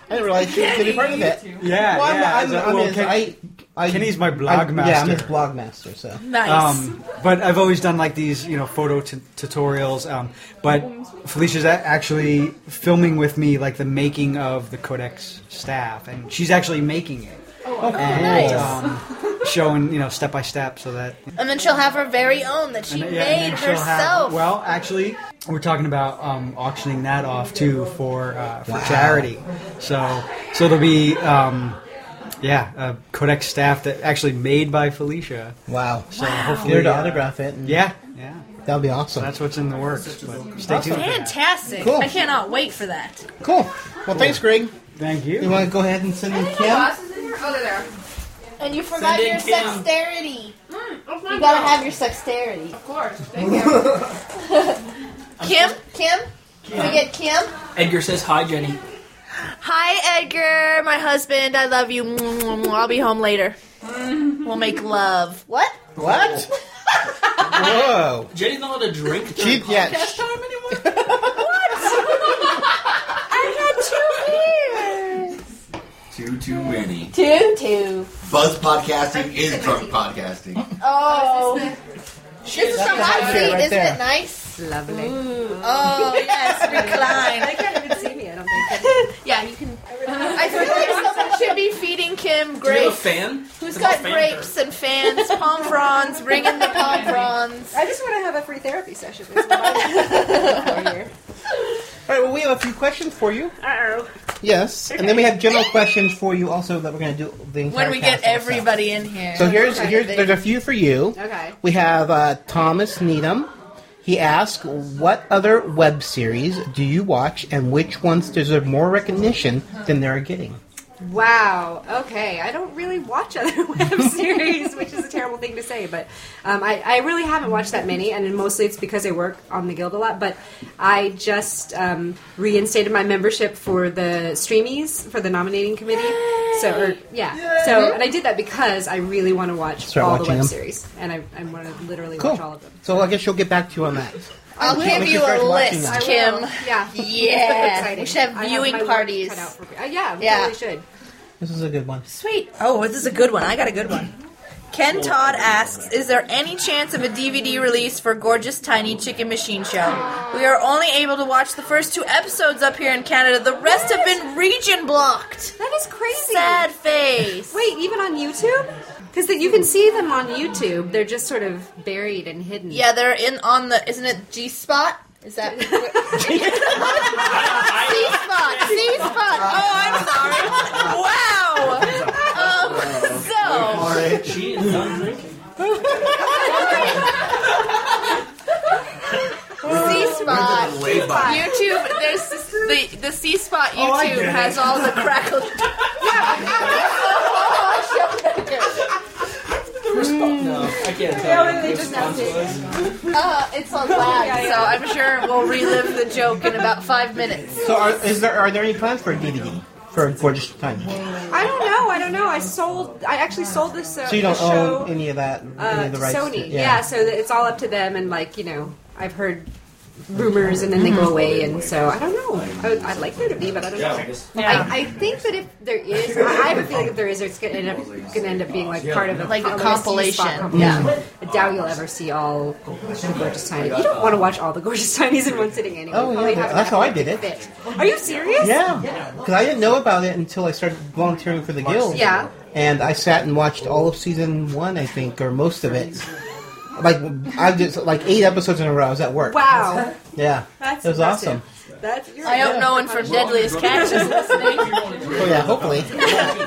Speaker 6: I didn't realize she was going to be part of it.
Speaker 16: Yeah,
Speaker 6: Well, I'm-
Speaker 16: yeah.
Speaker 6: I'm-
Speaker 16: so-
Speaker 6: I'm
Speaker 16: well,
Speaker 6: his-
Speaker 16: Ken-
Speaker 6: I- I-
Speaker 16: Kenny's my
Speaker 6: I-
Speaker 16: blog master.
Speaker 6: Yeah, I'm his blog master. So
Speaker 16: Um, but I've always done like these, you know, photo t- tutorials. Um, but Felicia's a- actually filming with me like the making of the Codex staff, and she's actually making it.
Speaker 7: Oh,
Speaker 16: and,
Speaker 7: nice.
Speaker 16: um, showing you know step by step so that
Speaker 7: And then she'll have her very own that she
Speaker 16: and, yeah, and
Speaker 7: made
Speaker 16: then she'll have-
Speaker 7: herself.
Speaker 16: well, actually, we're talking about um, auctioning that off too for uh, for
Speaker 6: Wow.
Speaker 16: charity. So so it'll be um, Yeah, uh, Codex staff that actually made by Felicia.
Speaker 6: Wow.
Speaker 16: So
Speaker 6: Wow.
Speaker 16: hopefully
Speaker 6: Here to
Speaker 16: uh,
Speaker 6: autograph it and-
Speaker 16: yeah, yeah.
Speaker 6: That'll be awesome.
Speaker 16: that's what's in the works. But stay tuned.
Speaker 7: Fantastic.
Speaker 6: Cool.
Speaker 7: I cannot wait for that.
Speaker 6: Cool. Well, thanks, Greg.
Speaker 16: Thank you.
Speaker 6: You want to go ahead and send in Kim?
Speaker 11: Oh, And you
Speaker 7: forgot
Speaker 11: your
Speaker 7: sexterity.
Speaker 11: You gotta have your sexterity. Of course.
Speaker 7: Kim? Kim?
Speaker 11: Can we get
Speaker 7: Kim?
Speaker 18: Edgar says hi, Jenny.
Speaker 7: Hi, Edgar, my husband. I love you. I'll be home later. We'll make love. What?
Speaker 6: What? Whoa.
Speaker 18: Jenny's not allowed to drink.
Speaker 6: She, yeah,
Speaker 18: podcast time
Speaker 7: I had two beers.
Speaker 15: Too, too many.
Speaker 11: Two, two.
Speaker 15: Buzz podcasting is drunk podcasting.
Speaker 11: Oh.
Speaker 7: This is from
Speaker 11: That's
Speaker 7: my
Speaker 11: right
Speaker 7: feet.
Speaker 11: there.
Speaker 7: Isn't it nice?
Speaker 11: Lovely.
Speaker 7: Oh, yes, recline.
Speaker 11: I
Speaker 7: can't even see me, I don't think. yeah, you can. I feel like someone should be feeding Kim
Speaker 18: Do you have a
Speaker 7: grapes.
Speaker 18: fan?
Speaker 7: Who's
Speaker 18: It's a
Speaker 7: got
Speaker 18: fan
Speaker 7: grapes and fans, palm fronds, bring in the palm fronds.
Speaker 13: I just want to have a free therapy session.
Speaker 6: All right, well, we have a few questions for you.
Speaker 7: Uh-oh.
Speaker 6: Yes, and then we have general questions for you also that we're going to do the entire
Speaker 7: When we get
Speaker 6: cast also.
Speaker 7: everybody in here.
Speaker 6: So here's here's there's a few for you.
Speaker 7: Okay.
Speaker 6: We have uh, Thomas Needham. He asks, "What other web series do you watch, and which ones deserve more recognition than they're getting?"
Speaker 13: Wow. Okay. I don't really watch other web series, which is a terrible thing to say, but um, I, I really haven't watched that many, and mostly it's because I work on the guild a lot. But I just um, reinstated my membership for the Streamies for the nominating committee. So, or, yeah. So, and I did that because I really want to watch
Speaker 6: Start
Speaker 13: all the
Speaker 6: watching
Speaker 13: web
Speaker 6: them.
Speaker 13: series, and I, I want to literally
Speaker 6: Cool.
Speaker 13: watch all of them.
Speaker 6: So I guess you'll get back to you on that.
Speaker 7: I'll
Speaker 6: Once you-
Speaker 7: give
Speaker 6: once
Speaker 7: you
Speaker 6: start
Speaker 7: a
Speaker 6: watching
Speaker 7: list,
Speaker 6: them.
Speaker 7: Kim.
Speaker 13: Yeah.
Speaker 7: Yeah.
Speaker 13: Exciting.
Speaker 7: We should have
Speaker 13: I my
Speaker 7: viewing
Speaker 13: work
Speaker 7: parties.
Speaker 13: cut out for me. Uh, yeah, we
Speaker 7: Yeah.
Speaker 13: totally should.
Speaker 6: This is a good one.
Speaker 7: Sweet. Oh, this is a good one. I got a good one. Ken Todd asks, "Is there any chance of a DVD release for Gorgeous Tiny Chicken Machine Show? We are only able to watch the first two episodes up here in Canada. The rest have been region blocked."
Speaker 13: That is crazy.
Speaker 7: Sad face.
Speaker 13: Wait, even on YouTube? Because you can see them on YouTube. They're just sort of buried and hidden.
Speaker 7: Yeah, they're in on the. Isn't it G Spot? Is that C Spot? C Spot. Oh, I'm sorry. Wow. Um, so.
Speaker 18: She is done drinking.
Speaker 7: C spot.
Speaker 18: We're doing way back.
Speaker 7: YouTube. There's this- the the C spot
Speaker 18: Oh, I
Speaker 7: YouTube
Speaker 18: get it.
Speaker 7: has all the crackle.
Speaker 18: No, I
Speaker 7: Yeah,
Speaker 18: can't tell. you
Speaker 7: they
Speaker 18: what
Speaker 7: just
Speaker 18: the response was.
Speaker 7: uh, it's on lag,
Speaker 18: Yeah, yeah.
Speaker 7: so I'm sure we'll relive the joke in about five minutes.
Speaker 6: So are, is there are there any plans for a DVD for Gorgeous Time?
Speaker 13: I don't know. I don't know. I sold. I actually sold this. Uh,
Speaker 6: So you don't
Speaker 13: this show,
Speaker 6: own any of that, any
Speaker 13: uh,
Speaker 6: of
Speaker 13: to
Speaker 6: the rights?
Speaker 13: Sony.
Speaker 6: to-
Speaker 13: yeah. so that it's all up to them. And like you know, I've heard rumors, and then they
Speaker 6: Mhm.
Speaker 13: go away. And so I don't know. I would, I'd like there to be, but I don't know.
Speaker 7: Yeah.
Speaker 13: I, I think that if there is, I I have a feeling if there is, it's going to end up, going to end up being like part of a,
Speaker 7: Like a
Speaker 13: a
Speaker 7: compilation.
Speaker 19: Mm-hmm.
Speaker 13: Yeah. I doubt you'll ever see all the gorgeous tiny. You don't want to watch all the gorgeous tinies in one sitting anyway.
Speaker 6: Oh,
Speaker 13: Probably
Speaker 6: yeah,
Speaker 13: have
Speaker 6: that's
Speaker 13: that
Speaker 6: how I
Speaker 13: one
Speaker 6: did it.
Speaker 13: fit. Are you serious?
Speaker 6: Yeah, because I didn't know about it until I started volunteering for the guild.
Speaker 13: Yeah.
Speaker 6: and I sat and watched all of season one, I think, or most of it. Like I just like eight episodes in a row. I was at work.
Speaker 13: Wow.
Speaker 6: Yeah,
Speaker 13: That's
Speaker 6: it was
Speaker 13: impressive.
Speaker 6: awesome.
Speaker 13: That's,
Speaker 7: I hope no one from Deadliest Catch is listening.
Speaker 6: Oh yeah, hopefully.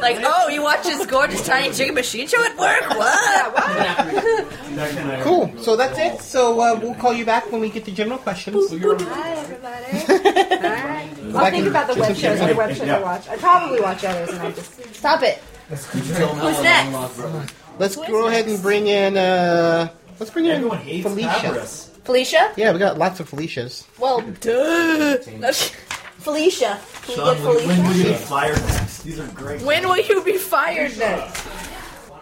Speaker 7: like, oh, you watch this gorgeous tiny chicken machine show at work? What?
Speaker 6: Cool. So that's it. So uh, we'll call you back when we get to general questions.
Speaker 13: Hi, everybody. All right. I'll think about the web shows. What web shows I watch? I probably watch others, and I just
Speaker 7: stop it.
Speaker 6: Who's
Speaker 7: next?
Speaker 6: Let's go ahead and bring in. Uh, let's bring in Felicia.
Speaker 7: Felicia?
Speaker 6: Yeah, we got lots of Felicias.
Speaker 7: Well, duh. Felicia. Can you get Felicia?
Speaker 6: will you be
Speaker 12: fired next? These are great.
Speaker 7: When will you be fired next?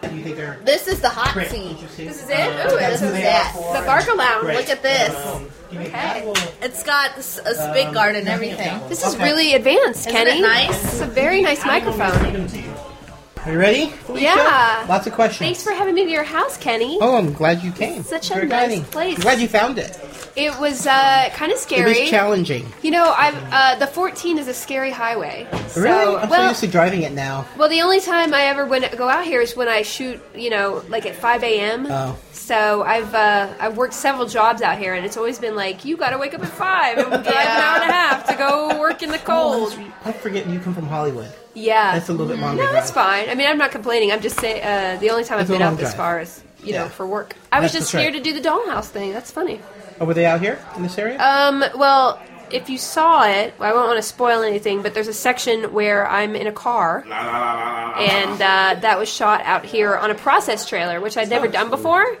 Speaker 7: This is the hot
Speaker 6: Great.
Speaker 7: seat. This is it?
Speaker 6: Uh,
Speaker 7: Ooh, this
Speaker 6: that's who
Speaker 7: is
Speaker 6: they
Speaker 7: that.
Speaker 6: are for.
Speaker 7: The Barker Lounge.
Speaker 6: Great. Um,
Speaker 7: Look at this. Okay. It's got s- a spit guard and everything.
Speaker 13: This is really advanced,
Speaker 7: Isn't
Speaker 13: Kenny.
Speaker 7: it nice?
Speaker 13: It's a very nice microphone.
Speaker 6: Are you ready? Felicia?
Speaker 13: Yeah.
Speaker 6: Lots of questions.
Speaker 13: Thanks for having me to your house, Kenny.
Speaker 6: Oh, I'm glad you came.
Speaker 13: Such a
Speaker 6: Very
Speaker 13: nice
Speaker 6: exciting.
Speaker 13: place.
Speaker 6: I'm glad you found it.
Speaker 19: It was uh, kind of
Speaker 6: It
Speaker 19: scary.
Speaker 6: was challenging.
Speaker 19: You know, I've uh, the 14 is a scary highway. So,
Speaker 6: really? I'm so
Speaker 19: well,
Speaker 6: used to driving it now.
Speaker 19: well, the only time I ever when go out here is when I shoot. You know, like at 5 a.m.
Speaker 6: Oh.
Speaker 19: So I've uh, I've worked several jobs out here, and it's always been like you got to wake up at five and drive an hour and a half to go work in the cold.
Speaker 6: I forget you come from Hollywood.
Speaker 19: Yeah, Mm-hmm.
Speaker 6: That's a little bit longer
Speaker 19: No,
Speaker 6: drive.
Speaker 19: that's fine. I mean, I'm not complaining. I'm just saying uh, the only time
Speaker 6: It's a
Speaker 19: I've been
Speaker 6: long
Speaker 19: out this
Speaker 6: drive.
Speaker 19: far is you know
Speaker 6: Yeah.
Speaker 19: for work. I was
Speaker 6: That's-
Speaker 19: just
Speaker 6: that's
Speaker 19: here
Speaker 6: right.
Speaker 19: to do the dollhouse thing. That's funny.
Speaker 6: Oh, were they out here in this area?
Speaker 19: Um, well, if you saw it, I won't want to spoil anything, but there's a section where I'm in a car, and uh, that was shot out here on a process trailer, which I'd never done before.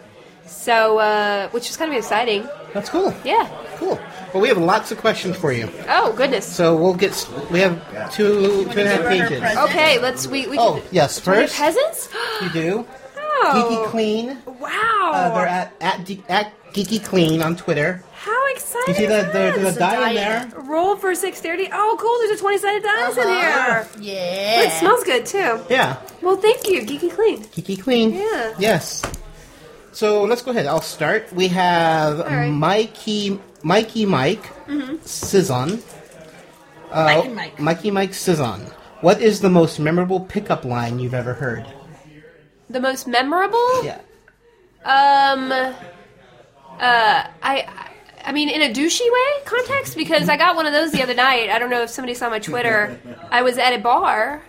Speaker 19: So, uh, which was kind of exciting.
Speaker 6: That's cool.
Speaker 19: Yeah.
Speaker 6: Cool. Well, we have lots of questions for you.
Speaker 19: Oh goodness.
Speaker 6: So we'll get. s- We have two two and a half pages.
Speaker 19: Okay, let's we we.
Speaker 6: Oh
Speaker 19: can,
Speaker 6: yes,
Speaker 19: Do we have
Speaker 6: first
Speaker 19: peasants.
Speaker 6: you do.
Speaker 19: Oh.
Speaker 6: Geeky Clean.
Speaker 19: Wow.
Speaker 6: Uh, they're at at, Ge- at Geeky Clean on Twitter.
Speaker 19: How exciting!
Speaker 6: You see that there- there's a
Speaker 19: is
Speaker 6: die in
Speaker 19: that? Roll for six thirty. Oh, cool! There's a twenty-sided dice in here. Yeah. it smells good too.
Speaker 6: Yeah,
Speaker 19: Well, thank you, Geeky Clean.
Speaker 6: Geeky Clean.
Speaker 19: Yeah.
Speaker 6: Yes. So let's go ahead. I'll start. We have
Speaker 19: right.
Speaker 6: Mikey Mikey Mike
Speaker 19: Mhm.
Speaker 6: Sison. Uh,
Speaker 7: Mike and Mike.
Speaker 6: Mikey Mike Sison. What is the most memorable pickup line you've ever heard?
Speaker 19: The most memorable?
Speaker 6: Yeah.
Speaker 19: Um. Uh, I. I mean, in a douchey way context, because I got one of those the other night. I don't know if somebody saw my Twitter. I was at a bar,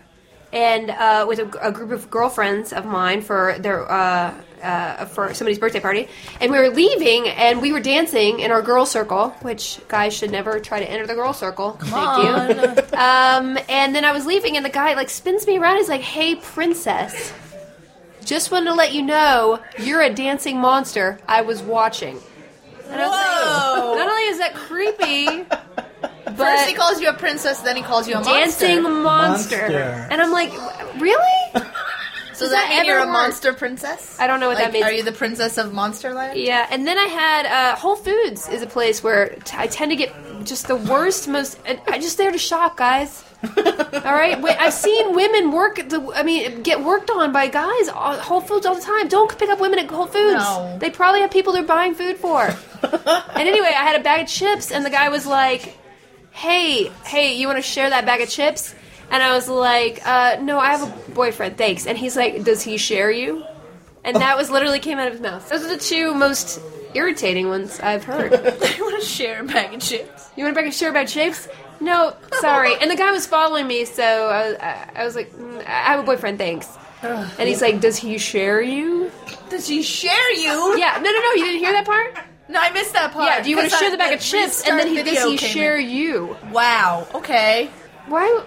Speaker 19: and uh, with a, a group of girlfriends of mine for their uh, uh, for somebody's birthday party, and we were leaving, and we were dancing in our girl circle, which guys should never try to enter the girl circle. Come Thank you. Um, and then I was leaving, and the guy like spins me around. He's like, "Hey, princess." Just wanted to let you know you're a dancing monster. I was watching. And I was
Speaker 7: Whoa.
Speaker 19: like, not only is that creepy, but
Speaker 7: First he calls you a princess, then he calls you a
Speaker 19: dancing monster.
Speaker 7: monster.
Speaker 19: And I'm like, "W- really?
Speaker 7: So
Speaker 19: Does
Speaker 7: does that,
Speaker 19: that
Speaker 7: mean you're a
Speaker 19: ever work?
Speaker 7: monster princess?
Speaker 19: I don't know what that
Speaker 7: Like,
Speaker 19: means.
Speaker 7: Are you the princess of Monsterland?
Speaker 19: Yeah. And then I had uh, Whole Foods is a place where t- I tend to get just the worst, most. And I just there to shop, guys. all right. Wait, I've seen women work. at The I mean, get worked on by guys. All, Whole Foods all the time. Don't pick up women at Whole Foods.
Speaker 7: No.
Speaker 19: They probably have people they're buying food for. and anyway, I had a bag of chips, and the guy was like, "Hey, hey, you want to share that bag of chips?" And I was like, uh, "No, I have a boyfriend, thanks." And he's like, "Does he share you?" And that was literally came out of his mouth. Those are the two most irritating ones I've heard.
Speaker 7: I want to share a bag of chips.
Speaker 19: you want to bag of share bag of chips? No, sorry. And the guy was following me, so I was, I, I was like, "Mm, "I have a boyfriend, thanks." And he's like, "Does he share you?"
Speaker 7: Does he share you?
Speaker 19: Yeah. No, no, no. You didn't hear that part.
Speaker 7: No, I missed that part.
Speaker 19: Yeah, do you want to
Speaker 7: 'Cause
Speaker 19: share
Speaker 7: I-
Speaker 19: the bag of chips? And then he
Speaker 7: restart
Speaker 19: does he
Speaker 7: video came
Speaker 19: share
Speaker 7: in.
Speaker 19: you?
Speaker 7: Wow. Okay.
Speaker 19: Why?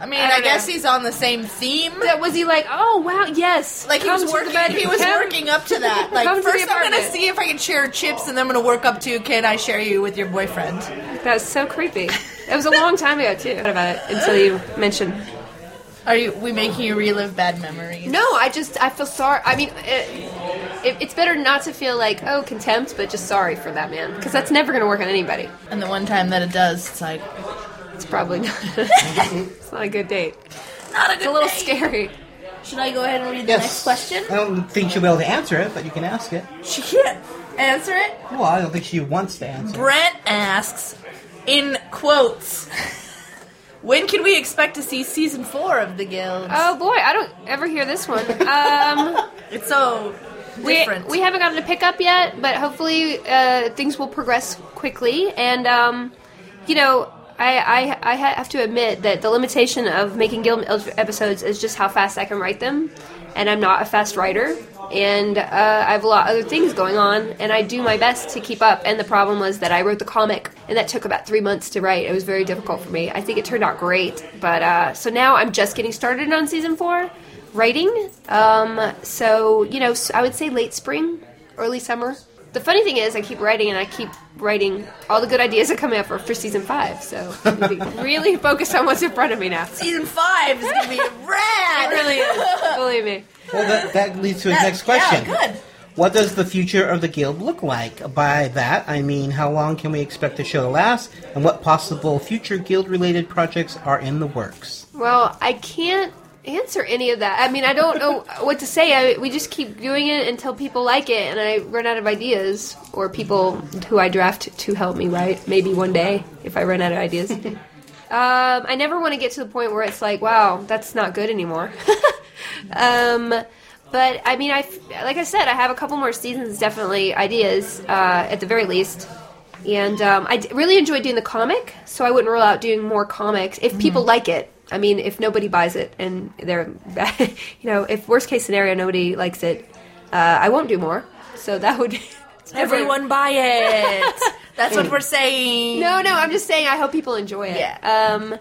Speaker 7: I mean,
Speaker 19: I
Speaker 7: I,
Speaker 19: don't
Speaker 7: guess
Speaker 19: know.
Speaker 7: he's on the same theme.
Speaker 19: That was he like? Oh wow, yes.
Speaker 7: Like he
Speaker 19: Come
Speaker 7: was
Speaker 19: to the
Speaker 7: working.
Speaker 19: bed-
Speaker 7: he was
Speaker 19: come-
Speaker 7: working up to that. Like
Speaker 19: come to the
Speaker 7: first, I'm gonna
Speaker 19: apartment.
Speaker 7: see if I can share chips, and then I'm gonna work up to can I share you with your boyfriend?
Speaker 19: That was so creepy. It was a long time ago too. What about it until you mentioned?
Speaker 7: Are you? We making you relive bad memories?
Speaker 19: No, I just I feel sorry. I mean, it, it, it's better not to feel like oh contempt, but just sorry for that man because that's never going to work on anybody.
Speaker 7: And the one time that it does, it's like
Speaker 19: it's probably not. it's not a good date.
Speaker 7: Not a
Speaker 19: it's a little scary.
Speaker 7: Should I go ahead and read
Speaker 6: Yes. I don't think she'll be able to answer it, but you can ask it.
Speaker 7: She can't answer it.
Speaker 6: Well, I don't think she wants to answer.
Speaker 7: Brent asks, in quotes, when can we expect to see season four of the Guild?
Speaker 19: Oh boy, I don't ever hear this one. Um,
Speaker 7: it's so
Speaker 19: we,
Speaker 7: different.
Speaker 19: we haven't gotten a pickup yet, but hopefully uh, things will progress quickly. And um, you know, I, I I ha- have to admit that the limitation of making Guild episodes is just how fast I can write them, and I'm not a fast writer. And uh, I have a lot of other things going on, and I do my best to keep up. And the problem was that I wrote the comic, and that took about three months to write. It was very difficult for me. I think it turned out great, but uh, so now I'm just getting started on season four writing. Um, so you know, s- I would say late spring, early summer. The funny thing is, I keep writing and I keep writing. All the good ideas are coming up for, for season five, so I'm gonna be really focused on what's in front of me now.
Speaker 7: season five is gonna be rad.
Speaker 19: It really is. Believe me.
Speaker 6: Well, that, that leads to his next question. What does the future of the guild look like? By that, I mean how long can we expect the show to last, and what possible future guild-related projects are in the works?
Speaker 19: Well, I can't answer any of that. I mean, I don't know what to say. I, we just keep doing it until people like it, and I run out of ideas or people who I draft to help me write. Maybe one day if I run out of ideas. um, I never want to get to the point where it's like, wow, that's not good anymore. um, but I mean, I like I said, I have a couple more seasons, definitely ideas uh, at the very least. And um, I d- really enjoy doing the comic, so I wouldn't rule out doing more comics if people like it. I mean, if nobody buys it and they're, you know, if worst case scenario nobody likes it, uh, I won't do more. So that would
Speaker 7: Everyone buy it. That's what we're saying.
Speaker 19: No, no, I'm just saying I hope people enjoy it. Yeah. Um, uh,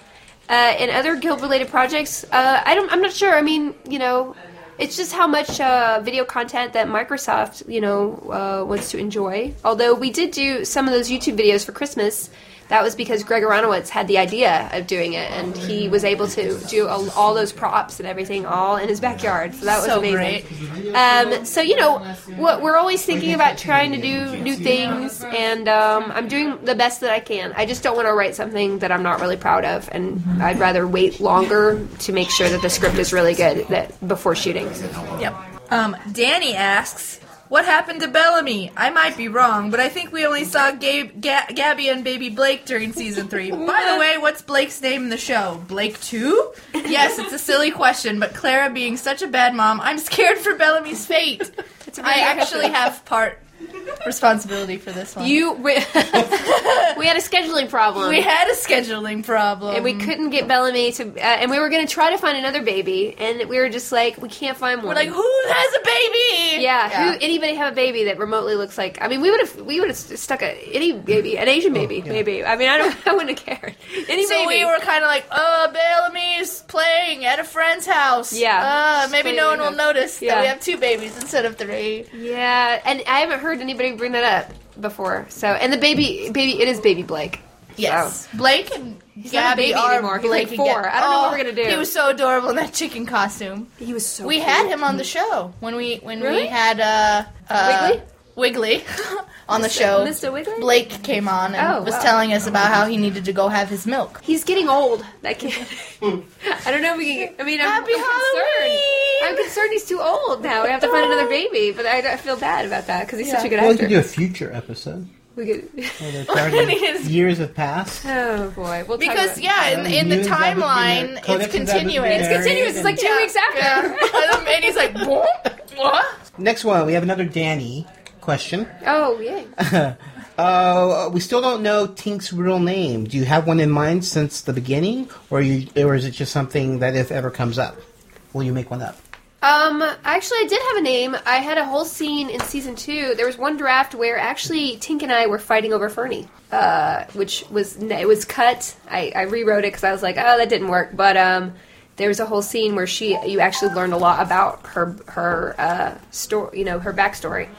Speaker 19: and other guild related projects, uh, I don't. I'm not sure. I mean, you know, it's just how much uh, video content that Microsoft, you know, uh, wants to enjoy. Although we did do some of those YouTube videos for Christmas. That was because Greg Aronowitz had the idea of doing it, and he was able to do all, all those props and everything all in his backyard. So that was
Speaker 7: So
Speaker 19: amazing. Um, so you know, what we're always thinking about trying to do new things, and um, I'm doing the best that I can. I just don't want to write something that I'm not really proud of, and I'd rather wait longer to make sure that the script is really good that before shooting.
Speaker 7: Yep. Um, Danny asks, "What happened to Bellamy? I might be wrong, but I think we only saw Gabe, Ga- Gabby and baby Blake during season three. By the way, what's Blake's name in the show? Blake two? Yes, it's a silly question, but Clara being such a bad mom, I'm scared for Bellamy's fate.
Speaker 19: really
Speaker 7: I
Speaker 19: good
Speaker 7: actually
Speaker 19: question.
Speaker 7: have part responsibility for this one.
Speaker 19: You, we, we had a scheduling problem.
Speaker 7: We had a scheduling problem,
Speaker 19: and we couldn't get Bellamy to. Uh, and we were going to try to find another baby, and we were just like, we can't find one.
Speaker 7: We're like, who has a baby?
Speaker 19: Yeah,
Speaker 7: Yeah.
Speaker 19: who anybody have a baby that remotely looks like? I mean, we would have we would have stuck a any baby, an Asian baby, maybe. I mean, I don't, I wouldn't have cared. Any
Speaker 7: so
Speaker 19: baby.
Speaker 7: we were kind of like, uh, Bellamy's playing at a friend's house.
Speaker 19: Yeah.
Speaker 7: Uh, maybe
Speaker 19: Just
Speaker 7: no one
Speaker 19: playing
Speaker 7: will
Speaker 19: at-
Speaker 7: notice that
Speaker 19: Yeah.
Speaker 7: we have two babies instead of three.
Speaker 19: Yeah, and I haven't heard anybody bring that up before. So, and the baby, baby, it is baby Blake.
Speaker 7: Yes. Blake and
Speaker 19: He's not a
Speaker 7: Gabby
Speaker 19: baby
Speaker 7: are
Speaker 19: anymore. He's like
Speaker 7: Blake and
Speaker 19: four.
Speaker 7: Gab-
Speaker 19: I don't know what
Speaker 7: Oh,
Speaker 19: we're gonna do.
Speaker 7: He was so adorable in that chicken costume.
Speaker 19: He was so.
Speaker 7: we
Speaker 19: cute.
Speaker 7: had him on the show when we when we
Speaker 19: Really?
Speaker 7: had uh, uh Wiggly on the
Speaker 19: Mr.
Speaker 7: show.
Speaker 19: Mr. Wiggly?
Speaker 7: Blake came on and
Speaker 19: Oh,
Speaker 7: was
Speaker 19: wow.
Speaker 7: telling us about how he needed to go have his milk.
Speaker 19: He's getting old. That kid. I don't know if we can. I mean, I'm,
Speaker 7: Happy
Speaker 19: I'm concerned. I'm concerned he's too old now. We have to find another baby, but I, I feel bad about that because he's such a good
Speaker 6: Well, we
Speaker 19: actor.
Speaker 6: could do a future episode.
Speaker 19: We could.
Speaker 6: where they're
Speaker 7: When
Speaker 6: charging-
Speaker 7: his-
Speaker 6: years have passed.
Speaker 19: Oh boy! We'll talk
Speaker 7: Because
Speaker 19: about-
Speaker 7: yeah, in, in the
Speaker 6: You and Zabu's been
Speaker 7: timeline,
Speaker 6: married. Codex
Speaker 7: it's
Speaker 6: and Zabu's been
Speaker 7: continuous.
Speaker 6: married. It's continuous.
Speaker 19: It's like two weeks after.
Speaker 7: Yeah. and he's like, "What? what?
Speaker 6: Next one, we have another Danny question.
Speaker 19: Oh yeah.
Speaker 6: Uh, we still don't know Tink's real name. Do you have one in mind since the beginning, or you, or is it just something that if ever comes up, will you make one up?
Speaker 19: Um, actually, I did have a name. I had a whole scene in season two. There was one draft where actually Tink and I were fighting over Fernie, uh, which was it was cut. I, I rewrote it because I was like, oh, that didn't work. But um, there was a whole scene where she you actually learned a lot about her her uh, story, you know, her backstory.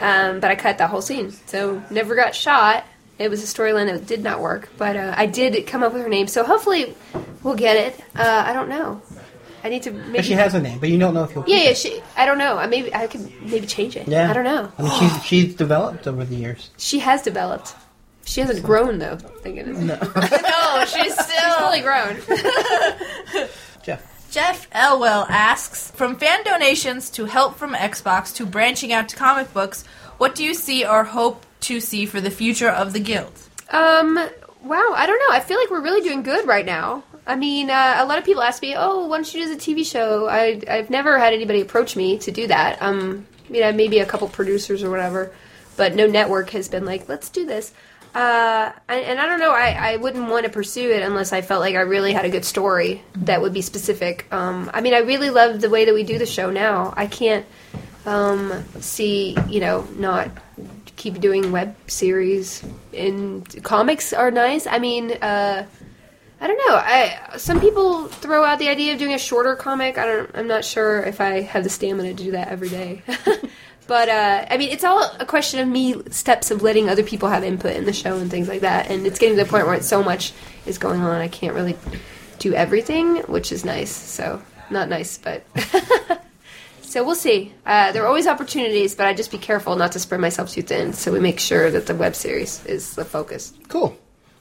Speaker 19: Um, but I cut that whole scene, so never got shot. It was a storyline that did not work, but uh, I did come up with her name. So hopefully, we'll get it. Uh, I don't know. I need to. Maybe
Speaker 6: But she has a name, but you don't know if you'll.
Speaker 19: yeah, yeah. She, I don't know. I maybe I could maybe change it.
Speaker 6: Yeah.
Speaker 19: I don't know.
Speaker 6: I mean, she's she's developed over the years.
Speaker 19: She has developed. She hasn't grown though. Thank goodness. No.
Speaker 7: No, she's still
Speaker 19: fully grown.
Speaker 7: Jeff Elwell asks From fan donations to help from Xbox to branching out to comic books, what do you see or hope to see for the future of the Guild?
Speaker 19: Um. Wow. I don't know. I feel like we're really doing good right now. I mean, uh, a lot of people ask me, "Oh, why don't you do the TV show?" I I've never had anybody approach me to do that. Um. You know, maybe a couple producers or whatever, but no network has been like, "Let's do this." Uh, and, and I don't know. I, I wouldn't want to pursue it unless I felt like I really had a good story that would be specific. Um, I mean, I really love the way that we do the show now. I can't um, see, you know, not keep doing web series and comics are nice. I mean, uh, I don't know. I some people throw out the idea of doing a shorter comic. I don't. I'm not sure if I have the stamina to do that every day. but uh, I mean, it's all a question of me steps of letting other people have input in the show and things like that. And it's getting to the point where it's so much is going on. I can't really do everything, which is nice. So not nice, but. So we'll see. Uh, there are always opportunities, but I just be careful not to spread myself too thin. So we make sure that the web series is the focus.
Speaker 6: Cool.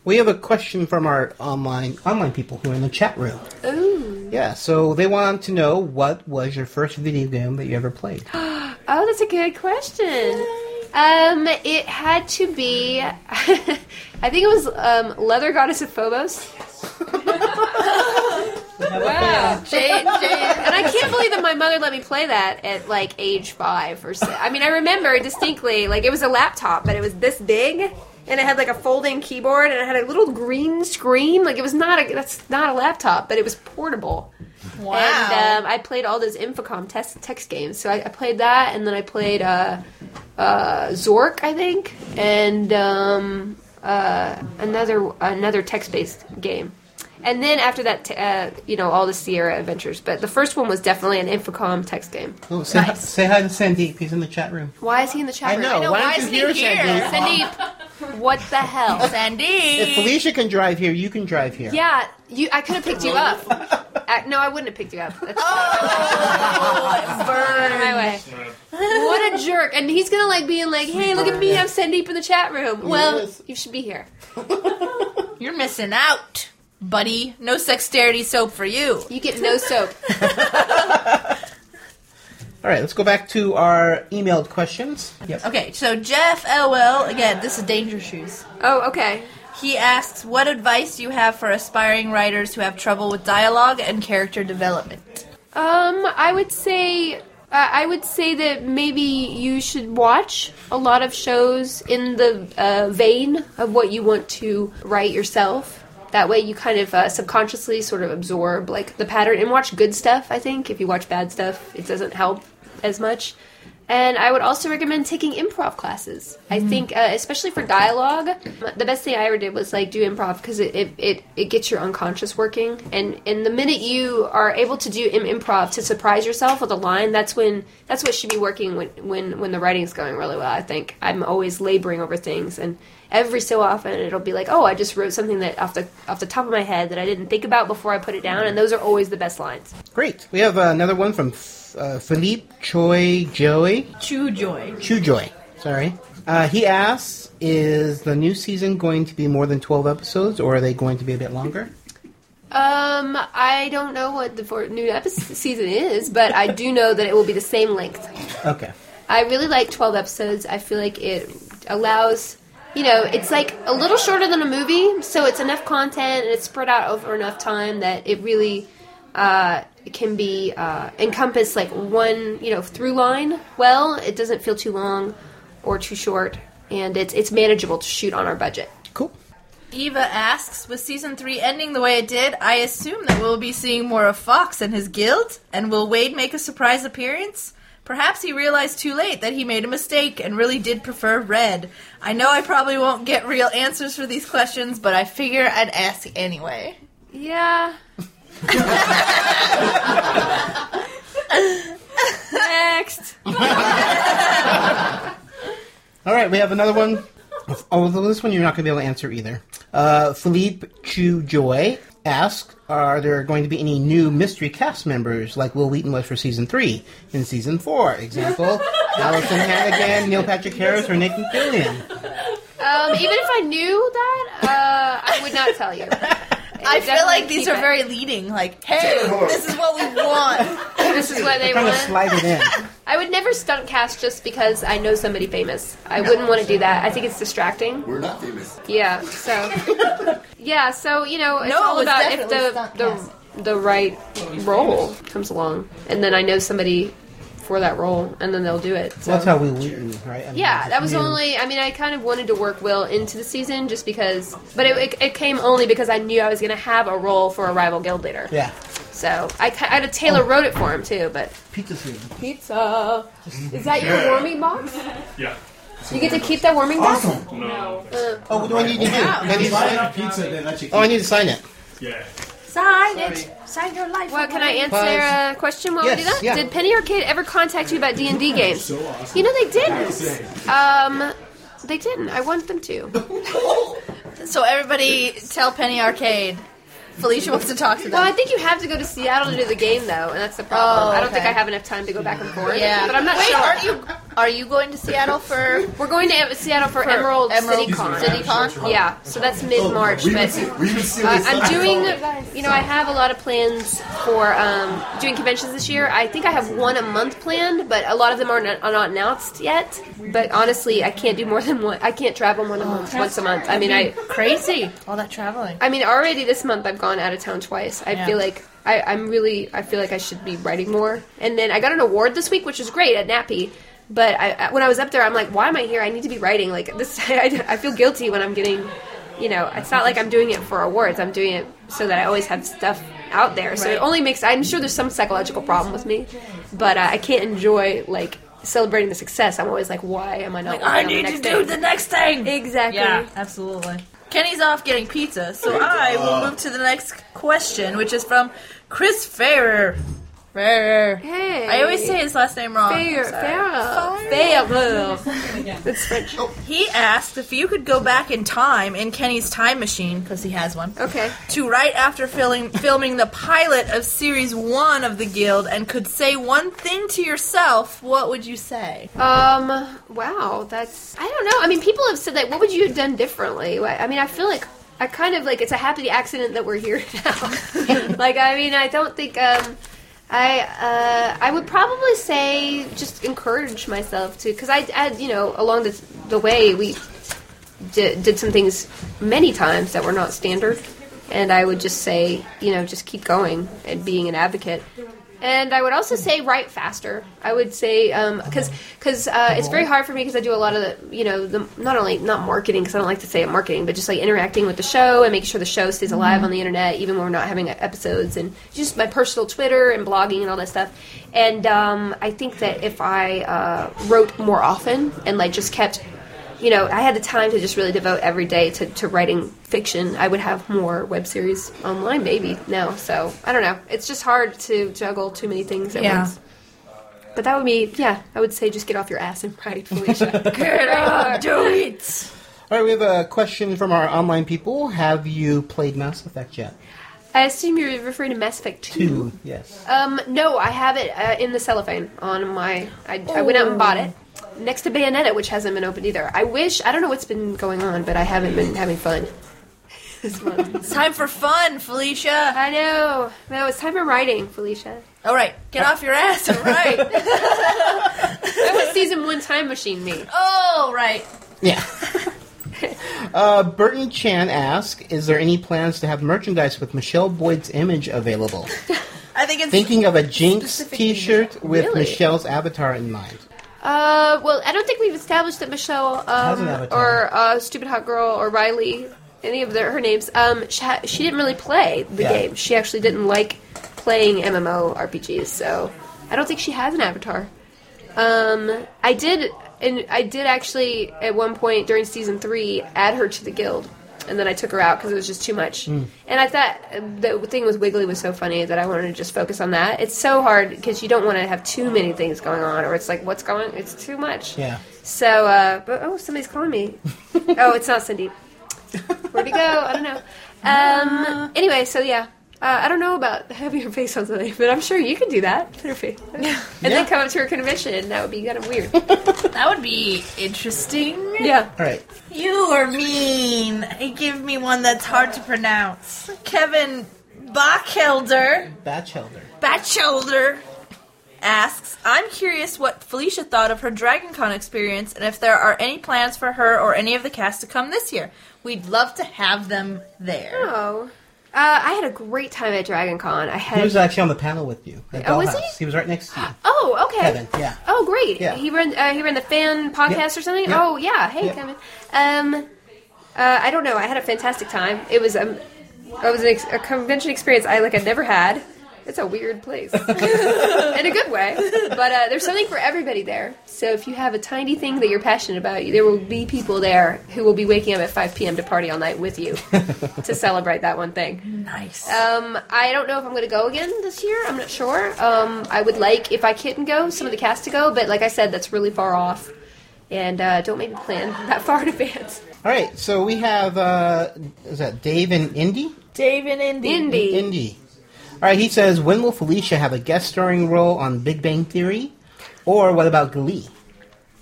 Speaker 6: We have a question from our online online people who are in the chat room.
Speaker 19: Ooh.
Speaker 6: Yeah, so they want to know what was your first video game that you ever played?
Speaker 19: Oh, that's a good question. Um, it had to be. I think it was um, Leather Goddess of Phobos. wow, Jade, Jade. and I can't believe that my mother let me play that at like age five or six. I mean, I remember distinctly. Like it was a laptop, but it was this big, and it had like a folding keyboard, and it had a little green screen. Like it was not a that's not a laptop, but it was portable.
Speaker 7: Wow.
Speaker 13: uh,
Speaker 19: And um, I played all those Infocom test, text games. So I, I played that, and then I played uh, uh, Zork, I think, and um, uh, another another text based game. And then after that, t- uh, you know, all the Sierra adventures. But the first one was definitely an Infocom text game.
Speaker 6: Oh, say, hi, say hi to Sandeep. He's in the chat room.
Speaker 19: Why is he in the chat
Speaker 6: I
Speaker 19: room?
Speaker 6: know, why don't you hear
Speaker 19: Sandeep,
Speaker 6: Sandeep?
Speaker 19: what the hell?
Speaker 6: If
Speaker 19: Sandeep!
Speaker 6: Felicia can drive here, you can drive here.
Speaker 19: Yeah, you. I could have picked you up. Uh, no, I wouldn't have picked you up. That's oh, my way. What a jerk! And he's gonna like being like, "Hey, look at me! I'm Sandeep in the chat room." Well, you should be here.
Speaker 7: You're missing out, buddy. No sexterity soap for you.
Speaker 19: You get no soap.
Speaker 6: All right, let's go back to our emailed questions. Yep.
Speaker 7: Okay, so Jeff LL, again, this is Danger Shoes.
Speaker 19: Oh, okay.
Speaker 7: He asks, what advice do you have for aspiring writers who have trouble with dialogue and character development?
Speaker 19: Um, I would say uh, I would say that maybe you should watch a lot of shows in the uh, vein of what you want to write yourself. That way, you kind of uh, subconsciously sort of absorb like the pattern and watch good stuff. I think if you watch bad stuff, it doesn't help as much. And I would also recommend taking improv classes. I
Speaker 2: Mhm.
Speaker 19: think, uh, especially for dialogue, the best thing I ever did was like do improv because it, it, it, it gets your unconscious working. And and the minute you are able to do im- improv to surprise yourself with a line, that's when that's what should be working when when when the writing's going really well. I think I'm always laboring over things, and every so often it'll be like, oh, I just wrote something that off the off the top of my head that I didn't think about before I put it down, and those are always the best lines.
Speaker 6: Great. We have another one from uh, Philippe Choi Joey.
Speaker 7: Chew Joy.
Speaker 6: Chew Joy. Sorry. Uh, he asks, is the new season going to be more than 12 episodes, or are they going to be a bit longer?
Speaker 19: Um, I don't know what the for- new episode season is, but I do know that it will be the same length.
Speaker 6: Okay.
Speaker 19: I really like 12 episodes. I feel like it allows, you know, it's like a little shorter than a movie, so it's enough content and it's spread out over enough time that it really uh, can be uh, encompass like one, you know, through line well. It doesn't feel too long or too short, and it's it's manageable to shoot on our budget.
Speaker 7: Eva asks, with season three ending the way it did, I assume that we'll be seeing more of Fox and his guild, and will Wade make a surprise appearance? Perhaps he realized too late that he made a mistake and really did prefer red. I know I probably won't get real answers for these questions, but I figure I'd ask anyway.
Speaker 19: Yeah. Next.
Speaker 6: All right, we have another one. Although this one you're not going to be able to answer either. Uh, Philippe Chu Joy asks, are there going to be any new mystery cast members like Will Wheaton was for season three in season four? Example, Allison Hannigan, Neil Patrick Harris, or Nick McFillion.
Speaker 19: Um, even if I knew that, uh, I would not tell you.
Speaker 7: I feel like these
Speaker 19: keep
Speaker 7: are
Speaker 19: it.
Speaker 7: very leading. Like, hey, this is what we want.
Speaker 19: this is what they
Speaker 6: Kind of
Speaker 19: want.
Speaker 6: slide it in.
Speaker 19: I would never stunt cast just because I know somebody famous. I wouldn't want to do that. I think it's distracting.
Speaker 15: We're not famous.
Speaker 19: Yeah. So. yeah. So you know, it's
Speaker 7: No,
Speaker 19: all
Speaker 7: it's
Speaker 19: about if
Speaker 7: definitely
Speaker 19: the
Speaker 7: stunt
Speaker 19: the the right role comes along, and then I know somebody for that role, and then they'll do it. So.
Speaker 6: That's how Will Wheaton, right? I mean,
Speaker 19: Yeah, that was
Speaker 6: you-
Speaker 19: only. I mean, I kind of wanted to work Will into the season just because, but it, it, it came only because I knew I was going to have a role for a rival guild leader.
Speaker 6: Yeah.
Speaker 19: So I kind of Taylor wrote it for him too, but
Speaker 6: Pizza's here.
Speaker 19: pizza. Is that your
Speaker 6: Yeah.
Speaker 19: warming box?
Speaker 6: Yeah.
Speaker 19: You get to keep that warming box.
Speaker 6: Awesome.
Speaker 19: No.
Speaker 6: Oh, what do I need to do? I need to sign it. Oh, I need to sign it. Yeah.
Speaker 19: Sign
Speaker 7: it. Sign your life.
Speaker 19: Well, can I
Speaker 7: away.
Speaker 19: answer
Speaker 6: Pause.
Speaker 19: a question while we do
Speaker 6: Yes,
Speaker 19: that?
Speaker 6: yeah.
Speaker 19: Did Penny Arcade ever contact you about D and D games?
Speaker 6: So awesome.
Speaker 19: You know they
Speaker 6: Yes.
Speaker 19: didn't. Um, they didn't. I want them to.
Speaker 7: So everybody, tell Penny Arcade. Felicia wants to talk to them.
Speaker 19: Well, I think you have to go to Seattle to do the game, though, and that's the problem.
Speaker 7: Oh,
Speaker 19: I don't think
Speaker 7: okay.
Speaker 19: I have enough time to go back and forth.
Speaker 7: Yeah.
Speaker 19: but I'm not
Speaker 7: Wait,
Speaker 19: sure.
Speaker 7: aren't
Speaker 19: you?
Speaker 7: Are you going to Seattle for?
Speaker 19: We're going to Em- Seattle for, Emerald, City Con.
Speaker 7: City Con?
Speaker 19: Yeah, so that's mid March.
Speaker 15: we would
Speaker 19: but
Speaker 15: see- we would see
Speaker 19: uh,
Speaker 15: this
Speaker 19: I'm
Speaker 15: summer.
Speaker 19: doing, you know, I have a lot of plans for um, doing conventions this year. I think I have one a month planned, but a lot of them are not, are not announced yet. But honestly, I can't do more than one. I can't travel one a month, once a month. I mean, I
Speaker 7: Oh, crazy all that traveling.
Speaker 19: I mean, already this month I've gone out of town twice. I
Speaker 7: Yeah.
Speaker 19: feel like I, I'm really. I feel like I should be writing more. And then I got an award this week, which is great at Nappy. But I, I- when I was up there, I'm like, why am I here? I need to be writing. Like this, I, I feel guilty when I'm getting. You know, it's not like I'm doing it for awards. I'm doing it so that I always have stuff out there. So it
Speaker 7: Right.
Speaker 19: only makes. I'm sure there's some psychological problem with me, but uh, I can't enjoy like celebrating the success. I'm always like, why am I not?
Speaker 7: Like,
Speaker 19: working
Speaker 7: I
Speaker 19: on the
Speaker 7: need
Speaker 19: next
Speaker 7: to do
Speaker 19: thing?
Speaker 7: the next thing.
Speaker 19: Exactly.
Speaker 7: Yeah, absolutely. Kenny's off getting pizza, so I will move to the next question, which is from Chris Ferrer. Ferrer.
Speaker 19: Hey.
Speaker 7: I always say his last name wrong.
Speaker 19: Ferrer,
Speaker 7: I'm sorry.
Speaker 19: Ferrer. It's French.
Speaker 7: He asked if you could go back in time in Kenny's time machine because he has one.
Speaker 19: Okay.
Speaker 7: To right after filming filming the pilot of series one of the Guild and could say one thing to yourself, what would you say?
Speaker 19: Um. Wow. That's. I don't know. I mean, people have said like, "What would you have done differently?" Wh- I mean, I feel like I kind of like it's a happy accident that we're here now. like, I mean, I don't think. Um. I uh, I would probably say just encourage myself to because I, I you know along the the way we did, did some things many times that were not standard, and I would just say, you know, just keep going and being an advocate. And I would also say write faster. I would say because because uh, it's very hard for me because I do a lot of the, you know the, not only not marketing because I don't like to say it marketing but just like interacting with the show and making sure the show stays alive on the internet even when we're not having episodes and just my personal Twitter and blogging and all that stuff. And um, I think that if I uh, wrote more often and like just kept you know, I had the time to just really devote every day to, to writing fiction. I would have more web series online, maybe now. So I don't know. It's just hard to juggle too many things at
Speaker 7: Yeah.
Speaker 19: once. But that would be, yeah, I would say just get off your ass and write, Felicia.
Speaker 7: Get up, do it.
Speaker 6: All right, we have a question from our online people. Have you played Mass Effect yet?
Speaker 19: I assume you're referring to Mass Effect 2.
Speaker 6: Two, yes.
Speaker 19: Um, no, I have it uh, in the cellophane on my. I, I went out and bought it next to Bayonetta, which hasn't been opened either. I wish I don't know what's been going on, but I haven't been having fun.
Speaker 7: It's time for fun, Felicia.
Speaker 19: I know. No, it's time for writing, Felicia.
Speaker 7: All right, get off your ass and write.
Speaker 19: That was season one time machine me.
Speaker 7: oh, right.
Speaker 6: Yeah. uh, Burton Chan asks, "Is there any plans to have merchandise with Michelle Boyd's image available?
Speaker 7: I think it's
Speaker 6: Thinking of a Jinx T-shirt with
Speaker 19: Really?
Speaker 6: Michelle's avatar in mind."
Speaker 19: Uh, well, I don't think we've established that Michelle
Speaker 6: Has an
Speaker 19: um,
Speaker 6: avatar.
Speaker 19: or uh, Stupid Hot Girl or Riley, any of their, her names, um, she, ha- she didn't really play the
Speaker 6: Yeah.
Speaker 19: game. She actually didn't like playing MMO RPGs, so I don't think she has an avatar. Um, I did, and I did actually at one point during season three add her to the guild, and then I took her out because it was just too much. And I thought uh, the thing with Wiggly was so funny that I wanted to just focus on that. It's so hard because you don't want to have too many things going on, or it's like, what's going? It's too much.
Speaker 6: Yeah.
Speaker 19: So, uh, but oh, somebody's calling me. oh, it's not Cindy. Where'd he go? I don't know. Um. Anyway, so yeah. Uh, I don't know about having her face on something, but I'm sure you could do that. Put her face, and then come up to her convention, and that would be kind of weird.
Speaker 7: That would be interesting.
Speaker 19: Yeah.
Speaker 6: All right.
Speaker 7: You are mean. Hey, Give me one that's hard to pronounce. Kevin Bachelder.
Speaker 6: Batchelder.
Speaker 7: Batchelder asks, I'm curious what Felicia thought of her DragonCon experience and if there are any plans for her or any of the cast to come this year. We'd love to have them there.
Speaker 19: Oh. Uh, I had a great time at Dragon Con. I
Speaker 6: He
Speaker 19: had.
Speaker 6: was actually on the panel with you. at
Speaker 19: Oh, was
Speaker 6: Dollhouse. he? was right next to you.
Speaker 19: oh, okay.
Speaker 6: Kevin. Yeah.
Speaker 19: Oh, great.
Speaker 6: Yeah.
Speaker 19: He ran. Uh, he ran the fan podcast
Speaker 6: Yep.
Speaker 19: or something.
Speaker 6: Yep.
Speaker 19: Oh, yeah. Hey,
Speaker 6: Yep.
Speaker 19: Kevin. Um, uh, I don't know. I had a fantastic time. It was um, it was an ex- a convention experience I like had never had. It's a weird place in a good way, but uh, there's something for everybody there. So if you have a tiny thing that you're passionate about, there will be people there who will be waking up at 5 p.m. to party all night with you to celebrate that one thing.
Speaker 7: Nice.
Speaker 19: Um, I don't know if I'm going to go again this year. I'm not sure. Um, I would like, if I couldn't go, some of the cast to go, but like I said, that's really far off. And uh, don't make me plan that far in advance.
Speaker 6: All right, so we have uh, is that Dave and Indy?
Speaker 7: Dave and Indy.
Speaker 19: Indy.
Speaker 6: Indy. All right, he says, when will Felicia have a guest starring role on Big Bang Theory, or what about Glee?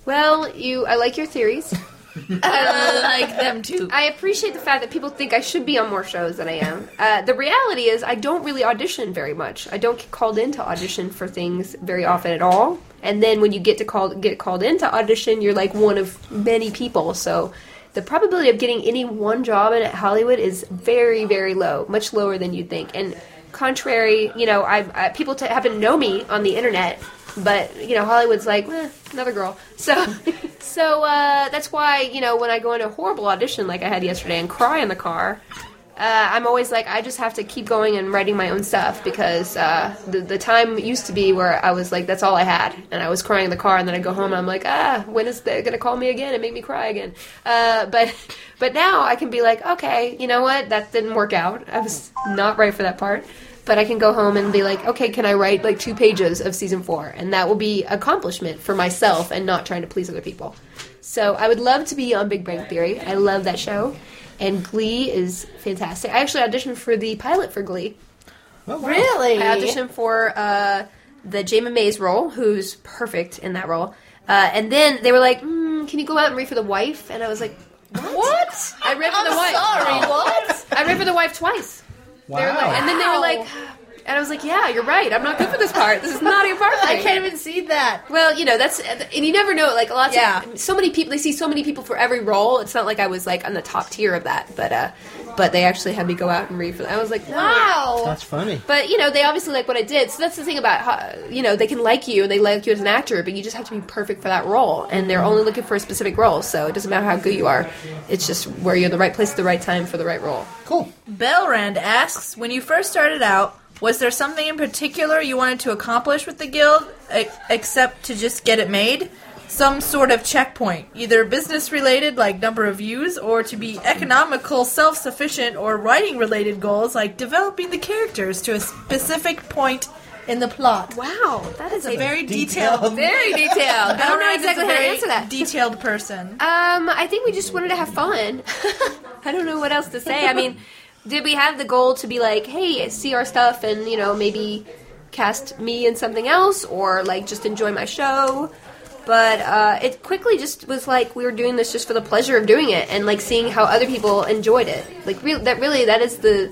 Speaker 19: Well, you, I like your theories.
Speaker 7: I like them too.
Speaker 19: I appreciate the fact that people think I should be on more shows than I am. Uh, the reality is, I don't really audition very much. I don't get called in to audition for things very often at all. And then when you get to call get called in to audition, you're like one of many people. So the probability of getting any one job in at Hollywood is very, very low, much lower than you'd think. And contrary, you know, I, I people t- happen to know me on the internet, but you know, Hollywood's like eh, another girl. So, so uh, that's why you know when I go into a horrible audition like I had yesterday and cry in the car. Uh, I'm always like I just have to keep going and writing my own stuff because uh, the the time used to be where I was like that's all I had and I was crying in the car and then I go home and I'm like ah when is they gonna call me again and make me cry again uh, but but now I can be like okay you know what that didn't work out I was not right for that part but I can go home and be like okay can I write like two pages of season four and that will be accomplishment for myself and not trying to please other people so I would love to be on Big Bang Theory I love that show and Glee is fantastic. I actually auditioned for the pilot for Glee.
Speaker 7: Really?
Speaker 19: I auditioned for uh, the Jamin Mays role, who's perfect in that role. Uh, and then they were like, mm, "Can you go out and read for the wife?" And I was like, "What? I read for
Speaker 7: I'm
Speaker 19: the wife.
Speaker 7: sorry, what?
Speaker 19: I read for the wife twice. They were
Speaker 7: Wow.
Speaker 19: like, and then they were like." And I was like, "Yeah, you're right. I'm not good for this part. This is not your part.
Speaker 7: I can't
Speaker 19: even see that." Well, you know, that's and you never know. Like lots
Speaker 7: Yeah.
Speaker 19: of so many people, they see so many people for every role. It's not like I was like on the top tier of that, but uh, but they actually had me go out and read for. I was like, "Wow,
Speaker 6: That's funny.
Speaker 19: but you know, they obviously like what I did. So that's the thing about how, you know they can like you and they like you as an actor, but you just have to be perfect for that role. And they're only looking for a specific role, so it doesn't matter how good you are. It's just where you're in the right place at the right time for the right role.
Speaker 6: Cool.
Speaker 7: Belrand asks, when you first started out, was there something in particular you wanted to accomplish with the guild, e- except to just get it made? Some sort of checkpoint, either business related, like number of views, or to be economical, self sufficient, or writing related goals, like developing the characters to a specific point in the plot.
Speaker 19: Wow, that is
Speaker 7: a very
Speaker 19: detailed-
Speaker 7: detailed,
Speaker 19: Very detailed. I don't know
Speaker 7: Belrand is
Speaker 19: exactly
Speaker 7: a
Speaker 19: how to
Speaker 7: very
Speaker 19: answer that.
Speaker 7: Detailed person.
Speaker 19: Um, I think we just wanted to have fun. I don't know what else to say. I mean, did we have the goal to be like, hey, see our stuff and, you know, maybe cast me in something else or, like, just enjoy my show? But uh, it quickly just was like we were doing this just for the pleasure of doing it and, like, seeing how other people enjoyed it. Like, re- that really, that is the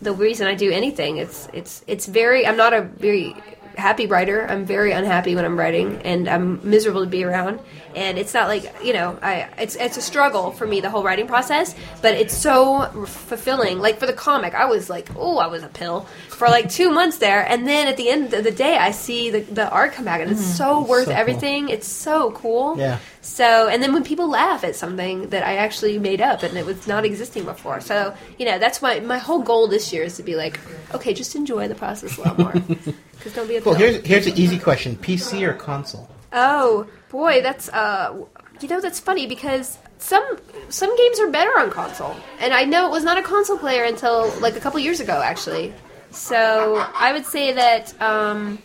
Speaker 19: the reason I do anything. It's it's it's very. I'm not a very happy writer. I'm very unhappy when I'm writing, and I'm miserable to be around. And it's not like you know, I it's it's a struggle for me the whole writing process, but it's so fulfilling. Like for the comic, I was like, oh, I was a pill for like two months there, and then at the end of the day, I see the the art come back, and it's
Speaker 7: Mm.
Speaker 19: so worth
Speaker 7: So cool.
Speaker 19: everything. It's so cool.
Speaker 7: Yeah.
Speaker 19: So, and then when people laugh at something that I actually made up and it was not existing before. So, you know, that's my my whole goal this year is to be like, okay, just enjoy the process a lot more. Because don't be a
Speaker 6: Cool.
Speaker 19: pill.
Speaker 6: Here's here's an easy question: PC or console?
Speaker 19: Oh boy, that's uh, you know that's funny because some some games are better on console, and I know it was not a console player until like a couple years ago actually. So I would say that um,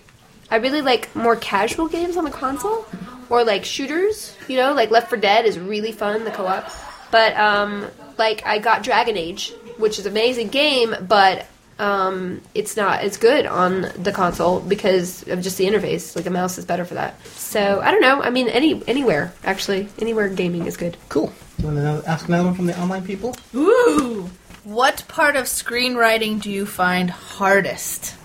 Speaker 19: I really like more casual games on the console, or like shooters. You know, like Left 4 Dead is really fun, the co-op. But um, like I got Dragon Age, which is an amazing game, but um, it's not as good on the console because of just the interface. Like a mouse is better for that. So I don't know. I mean, any anywhere actually, anywhere gaming is good.
Speaker 6: Cool. You want to ask another one from the online people?
Speaker 7: Ooh. What part of screenwriting do you find hardest?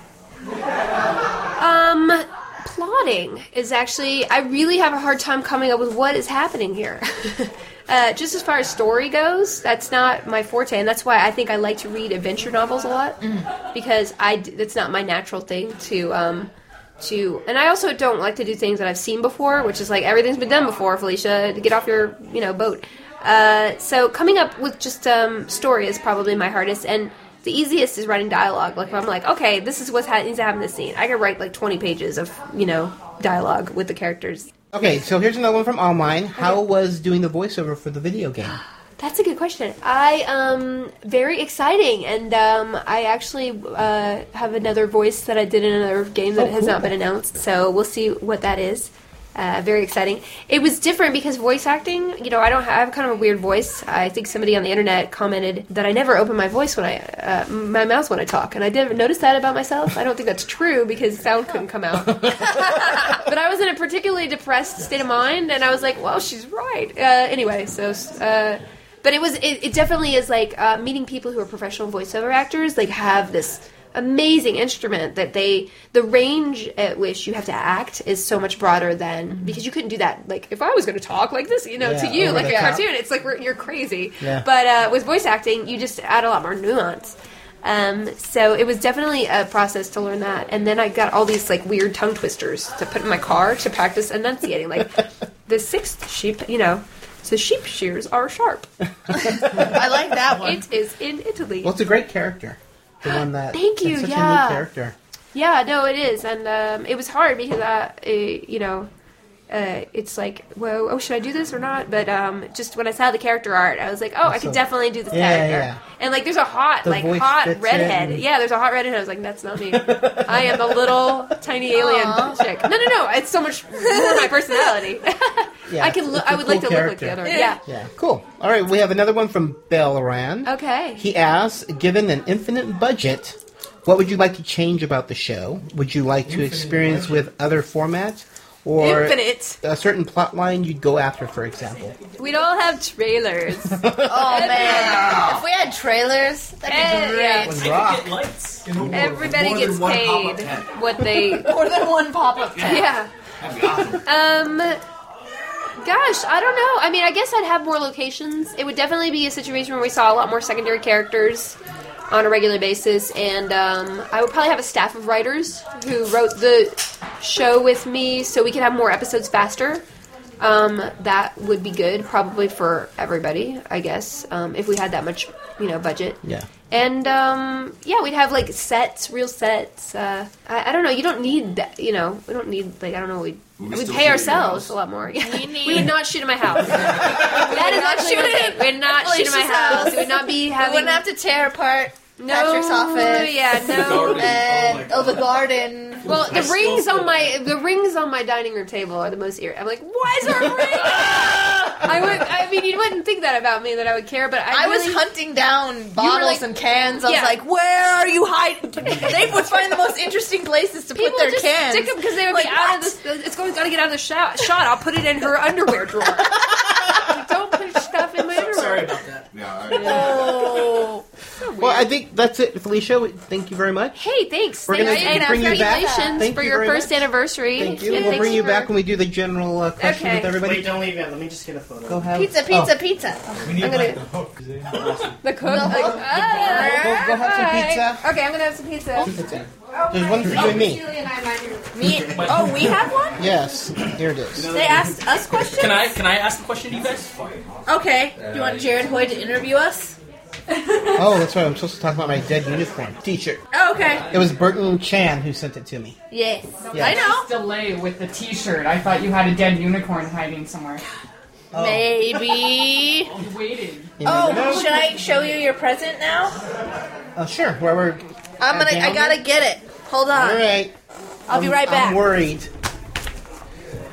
Speaker 19: Um, plotting is actually I really have a hard time coming up with what is happening here. uh, just as far as story goes, that's not my forte, and that's why I think I like to read adventure novels a lot
Speaker 2: Mm.
Speaker 19: because I d- that's not my natural thing to um to and I also don't like to do things that I've seen before, which is like everything's been done before, Felicia. Get off your you know boat. Uh, so coming up with just um, story is probably my hardest and. The easiest is writing dialogue. Like if I'm like, okay, this is what ha- needs to happen in this scene. I could write like 20 pages of you know dialogue with the characters.
Speaker 6: Okay, so here's another one from online. How was doing the voiceover for the video game?
Speaker 19: That's a good question. I um very exciting, and um, I actually uh, have another voice that I did in another game that
Speaker 6: Oh,
Speaker 19: has not
Speaker 6: cool.
Speaker 19: been announced. So we'll see what that is. Uh, very exciting. It was different because voice acting. You know, I don't. Have, I have kind of a weird voice. I think somebody on the internet commented that I never open my voice when I, uh, my mouth when I talk, and I didn't notice that about myself. I don't think that's true because sound couldn't come out. but I was in a particularly depressed state of mind, and I was like, "Well, she's right." Uh, anyway, so. Uh, but it was. It, it definitely is like uh, meeting people who are professional voiceover actors. Like have this amazing instrument that they the range at which you have to act is so much broader than because you couldn't do that like if i was going to talk like this you know
Speaker 13: Yeah,
Speaker 19: to you
Speaker 13: over
Speaker 19: like
Speaker 13: the
Speaker 19: a
Speaker 13: top.
Speaker 19: cartoon it's like we're, you're crazy
Speaker 13: Yeah.
Speaker 19: but uh, with voice acting you just add a lot more nuance um, so it was definitely a process to learn that and then i got all these like weird tongue twisters to put in my car to practice enunciating like the sixth sheep you know so sheep shears are sharp i
Speaker 7: like that one
Speaker 19: it is in italy
Speaker 6: Well, it's a great character. The one that
Speaker 19: Thank you,
Speaker 6: It's such a
Speaker 19: yeah.
Speaker 6: neat character.
Speaker 19: Yeah, no, it is, and um, it was hard because I, uh, you know, uh, it's like, whoa, oh, should I do this or not? But um, just when I saw the character art, I was like, oh, I could
Speaker 13: Awesome.
Speaker 19: definitely do this
Speaker 13: Yeah,
Speaker 19: character.
Speaker 13: yeah.
Speaker 19: And like, there's a hot,
Speaker 13: The
Speaker 19: like,
Speaker 13: voice
Speaker 19: hot
Speaker 13: fits
Speaker 19: redhead.
Speaker 13: in.
Speaker 19: Yeah, there's a hot redhead. I was like, that's not me. I am the little tiny alien chick. No, no, no. It's so much more my personality.
Speaker 6: Yeah,
Speaker 19: I can. Look,
Speaker 6: it's a
Speaker 19: I would
Speaker 6: cool
Speaker 19: like to look like the
Speaker 6: character.
Speaker 19: other. Yeah.
Speaker 6: Yeah, cool. All right, we have another one from Belran.
Speaker 19: Okay.
Speaker 6: He asks, given an infinite budget, what would you like to change about the show? Would you like to experience with other formats? Or
Speaker 19: Infinite.
Speaker 6: a certain plot line you'd go after, for example.
Speaker 19: We'd all have trailers.
Speaker 7: Oh man! If we had trailers, that'd be great.
Speaker 19: Eh, yeah.
Speaker 6: Would rock.
Speaker 19: Everybody
Speaker 7: More than
Speaker 19: gets
Speaker 7: one
Speaker 19: paid what they
Speaker 7: More than one pop-up tent.
Speaker 19: Yeah. Um. Gosh, I don't know. I mean, I guess I'd have more locations. It would definitely be a situation where we saw a lot more secondary characters on a regular basis, and um, I would probably have a staff of writers who wrote the show with me, so we could have more episodes faster. Um, that would be good, probably for everybody, I guess, um, if we had that much, you know, budget.
Speaker 6: Yeah.
Speaker 19: And um, yeah, we'd have like sets, real sets. Uh, I, I don't know. You don't need that. You know, we don't need like I don't know. We
Speaker 13: We
Speaker 19: we
Speaker 13: still
Speaker 19: pay
Speaker 13: shoot
Speaker 19: ourselves
Speaker 13: in
Speaker 19: a lot more. Yeah. We,
Speaker 7: need-
Speaker 19: would not shoot in my house. that is
Speaker 7: not
Speaker 19: actually
Speaker 7: shoot
Speaker 19: one
Speaker 7: in
Speaker 19: thing. We're not shoot in my
Speaker 7: Felicia's
Speaker 19: house.
Speaker 7: house.
Speaker 19: We would not be
Speaker 7: We
Speaker 19: having.
Speaker 7: wouldn't have to tear apart
Speaker 19: no,
Speaker 7: Patrick's office.
Speaker 19: Yeah, no.
Speaker 7: And oh, the garden.
Speaker 19: Well, the rings on my the rings on my dining room table are the most ir. I'm like, why is there a ring? I would. I mean, you wouldn't think that about me that I would care, but I,
Speaker 7: I was
Speaker 19: really-
Speaker 7: hunting down
Speaker 19: were
Speaker 7: bottles
Speaker 19: like-
Speaker 7: and cans. I
Speaker 19: Yeah.
Speaker 7: was like, "Where are you hiding?" they would find the most interesting places to put
Speaker 19: People
Speaker 7: their
Speaker 19: just
Speaker 7: cans.
Speaker 19: stick them because they would be out of the. It's going. Got to get out of the shot. Shot. I'll put it in her underwear drawer. Like, Don't put stuff in my underwear. Sorry about that.
Speaker 7: No.
Speaker 6: Well, I think that's it, Felicia. Thank you very much.
Speaker 19: Hey, thanks.
Speaker 6: We're
Speaker 19: thanks.
Speaker 6: gonna
Speaker 19: and
Speaker 6: bring you back.
Speaker 19: congratulations
Speaker 6: Thank
Speaker 19: for
Speaker 6: you
Speaker 19: your
Speaker 6: very
Speaker 19: first
Speaker 6: much.
Speaker 19: anniversary.
Speaker 6: Thank you.
Speaker 19: And
Speaker 6: We'll
Speaker 19: thanks
Speaker 6: bring you
Speaker 19: for-
Speaker 6: back when we do the general uh, question
Speaker 19: Okay.
Speaker 6: with everybody.
Speaker 19: Wait,
Speaker 18: don't leave yet. Let me just get a photo.
Speaker 6: Go have
Speaker 7: Pizza,
Speaker 6: oh.
Speaker 7: pizza, pizza.
Speaker 19: I'm gonna the cook.
Speaker 7: The
Speaker 19: like,
Speaker 7: hook.
Speaker 19: oh,
Speaker 7: Go- go have some
Speaker 19: hi.
Speaker 7: pizza. Oh,
Speaker 19: Okay, I'm gonna have some pizza.
Speaker 6: There's one for you and me.
Speaker 7: Me? Oh, we have one.
Speaker 6: Yes, here it is.
Speaker 7: They asked us questions.
Speaker 12: Can I can I ask a question to you guys?
Speaker 7: Okay. Do you want Jared Hoy to interview us?
Speaker 6: Oh, that's right. I'm supposed to talk about my dead unicorn T-shirt.
Speaker 7: Oh, okay.
Speaker 6: It was Burton Chan who sent it to me.
Speaker 7: Yes.
Speaker 6: I
Speaker 7: know.
Speaker 17: Delay with the T-shirt. I thought you had a dead unicorn hiding somewhere.
Speaker 7: Maybe.
Speaker 17: Waiting.
Speaker 7: Oh, should I show you your present now?
Speaker 6: Uh, sure. Where we're.
Speaker 7: I'm gonna. I gotta get it. Hold on.
Speaker 6: All right.
Speaker 7: I'll be right back.
Speaker 6: I'm worried.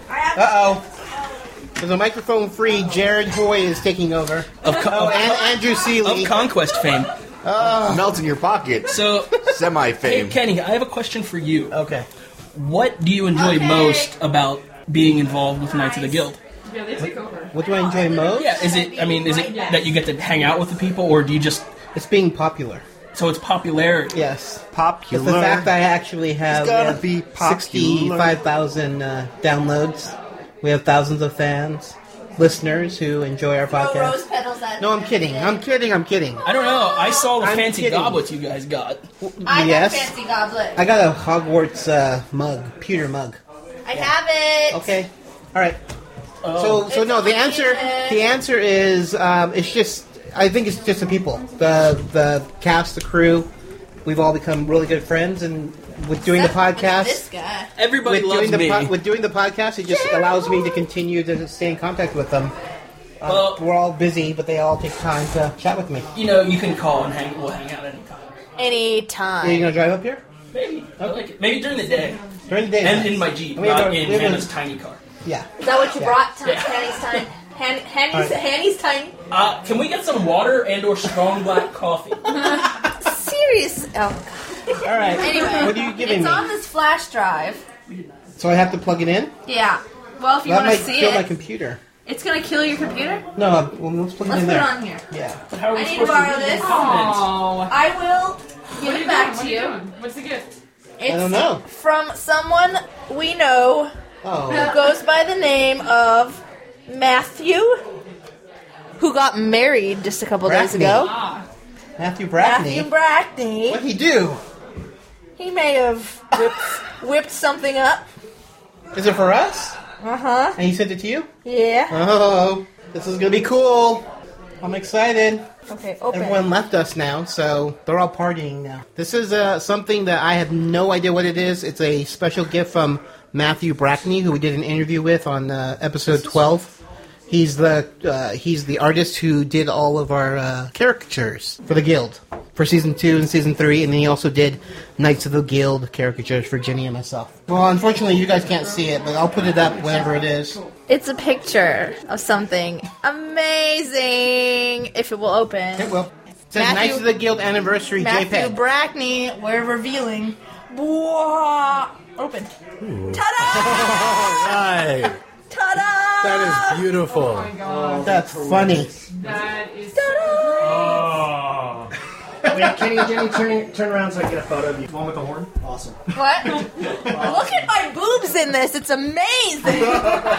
Speaker 6: Uh oh. There's a microphone free. Jared Hoy is taking over.
Speaker 12: Of co-
Speaker 6: oh, and Andrew Oh. Seeley.
Speaker 12: Of conquest fame.
Speaker 20: Melts in your pocket.
Speaker 12: So
Speaker 20: semi
Speaker 12: Hey,
Speaker 20: fame.
Speaker 12: Kenny, I have a question for you.
Speaker 6: Okay.
Speaker 12: What do you enjoy most about being involved with Knights of the Guild?
Speaker 17: Yeah, they took over.
Speaker 6: What do I enjoy most?
Speaker 12: Yeah, is it? I mean, is it that you get to hang out with the people, or do you just?
Speaker 6: It's being popular.
Speaker 12: So it's popularity.
Speaker 6: Yes,
Speaker 12: popular.
Speaker 6: It's the fact that I actually have,
Speaker 12: It's gotta
Speaker 6: uh,
Speaker 12: be popular.
Speaker 6: 65,000 uh, downloads. We have thousands of fans, listeners who enjoy our podcast.
Speaker 7: petals at
Speaker 6: No, I'm kidding. I'm kidding. I'm kidding.
Speaker 12: I don't know. I saw the
Speaker 6: I'm
Speaker 12: fancy
Speaker 6: kidding.
Speaker 12: goblets you guys got.
Speaker 7: I
Speaker 6: yes.
Speaker 7: have fancy goblet.
Speaker 6: I got a Hogwarts uh, mug, pewter mug.
Speaker 7: I have it.
Speaker 6: Okay. All right.
Speaker 12: Oh.
Speaker 6: So, so no. The answer, the answer is, um, it's just. I think it's just the people, the the cast, the crew. We've all become really good friends, and with doing the podcast,
Speaker 7: guy.
Speaker 12: Everybody
Speaker 6: with
Speaker 12: loves
Speaker 6: doing the
Speaker 12: me.
Speaker 6: po- with doing the podcast, it just allows me to continue to stay in contact with them. Um, we're all busy, but they all take time to chat with me.
Speaker 12: you know, you can call and hang. We'll hang out anytime.
Speaker 6: Are you
Speaker 7: Anytime.
Speaker 6: gonna drive up here?
Speaker 12: Maybe. I like it. Maybe during the day.
Speaker 6: During the day.
Speaker 12: And in my Jeep,
Speaker 6: We have
Speaker 12: not
Speaker 6: a-
Speaker 12: in
Speaker 6: we have a-
Speaker 12: Hannah's tiny car.
Speaker 6: Yeah.
Speaker 7: Is that what you
Speaker 6: Yeah.
Speaker 7: brought to
Speaker 6: Yeah.
Speaker 7: Hanny's time? Han- Hanny's,
Speaker 6: Alright.
Speaker 7: Hanny's time?
Speaker 19: Uh, can we get some water and or strong black coffee?
Speaker 7: Serious. Oh, God.
Speaker 6: All right.
Speaker 7: Anyway,
Speaker 6: What are you giving
Speaker 7: it's
Speaker 6: me?
Speaker 7: on this flash drive.
Speaker 6: So I have to plug it in.
Speaker 7: Yeah. Well, if you
Speaker 6: that
Speaker 7: want
Speaker 6: might
Speaker 7: to see
Speaker 6: kill
Speaker 7: it,
Speaker 6: my computer.
Speaker 7: it's gonna kill your computer.
Speaker 6: No, uh, well, let's plug
Speaker 7: Let's
Speaker 6: it
Speaker 7: put
Speaker 6: in there.
Speaker 7: it on here.
Speaker 6: Yeah.
Speaker 19: But how are we
Speaker 7: I need to
Speaker 19: supposed
Speaker 7: borrow
Speaker 19: to
Speaker 7: this.
Speaker 19: comment?
Speaker 7: I will
Speaker 10: are
Speaker 7: give it
Speaker 10: you doing? What
Speaker 7: back to
Speaker 10: are you
Speaker 7: you.
Speaker 10: doing? What's the gift?
Speaker 7: It's
Speaker 6: don't know.
Speaker 7: from someone we know
Speaker 6: Oh.
Speaker 7: who goes by the name of Matthew, who got married just a couple days
Speaker 6: Brackney. Ah.
Speaker 7: ago.
Speaker 6: Matthew Brackney.
Speaker 7: Matthew Brackney. What
Speaker 6: he do?
Speaker 7: He may have whipped, whipped something up.
Speaker 6: Is it for us?
Speaker 7: Uh huh.
Speaker 6: And he sent it to you?
Speaker 7: Yeah.
Speaker 6: Oh, this is gonna be cool. I'm excited.
Speaker 7: Okay. Open.
Speaker 6: Everyone left us now, so they're all partying now. This is uh, something that I have no idea what it is. It's a special gift from Matthew Brackney, who we did an interview with on uh, episode 12. He's the uh, he's the artist who did all of our uh, caricatures for the guild for season two and season three, and then he also did Knights of the Guild caricatures for Jenny and myself. Well, unfortunately, you guys can't see it, but I'll put it up whenever it is.
Speaker 7: It's a picture of something amazing. If it will open, it
Speaker 6: will. It says Knights of the Guild anniversary E
Speaker 7: Matthew
Speaker 6: JPEG.
Speaker 7: Brackney, we're revealing. Bwah! Open. Ta-da!
Speaker 21: Hi.
Speaker 7: Ta-da!
Speaker 21: That is beautiful.
Speaker 6: That's funny.
Speaker 10: Oh That is
Speaker 8: Oh. Wait, Jenny, Jenny, turn, turn around so I can get a photo of you. One with the horn? Awesome.
Speaker 7: What? Look at my boobs in this. It's amazing.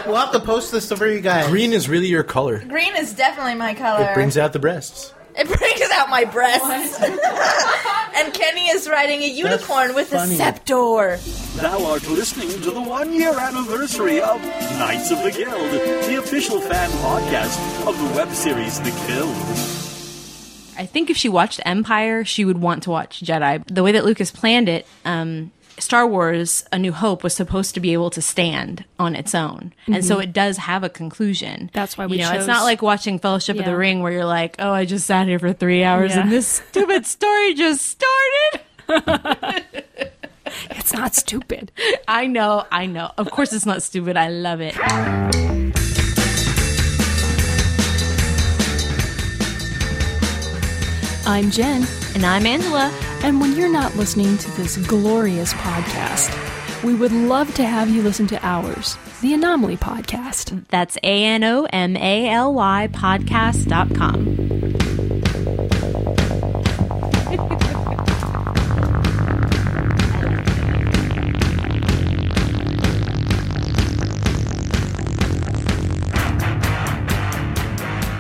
Speaker 6: We'll have to post this for you guys.
Speaker 21: Green is really your color.
Speaker 7: Green is definitely my color.
Speaker 21: It brings out the breasts.
Speaker 7: It brings out my breasts. and Kenny is riding a unicorn with a scepter.
Speaker 20: Thou art listening to the one year anniversary of Knights of the Guild, the official fan podcast of the web series The Guild.
Speaker 22: I think if she watched Empire, she would want to watch Jedi. The way that Lucas planned it, um, Star Wars: A New Hope was supposed to be able to stand on its own, and so
Speaker 23: Mhm.
Speaker 22: it does have a conclusion. That's
Speaker 23: why
Speaker 22: you
Speaker 23: we
Speaker 22: know it's
Speaker 23: chose-
Speaker 22: not like watching Fellowship of
Speaker 23: Yeah.
Speaker 22: the Ring where you're like, oh, I just sat here for three hours and
Speaker 23: Yeah.
Speaker 22: this stupid story just started.
Speaker 23: It's not stupid.
Speaker 22: I know, I know. Of course, it's not stupid. I love it.
Speaker 23: I'm Jen. And I'm Angela. And when you're not listening to this glorious podcast, we would love to have you listen to ours, the Anomaly Podcast.
Speaker 22: That's A N O M A L Y podcast.com.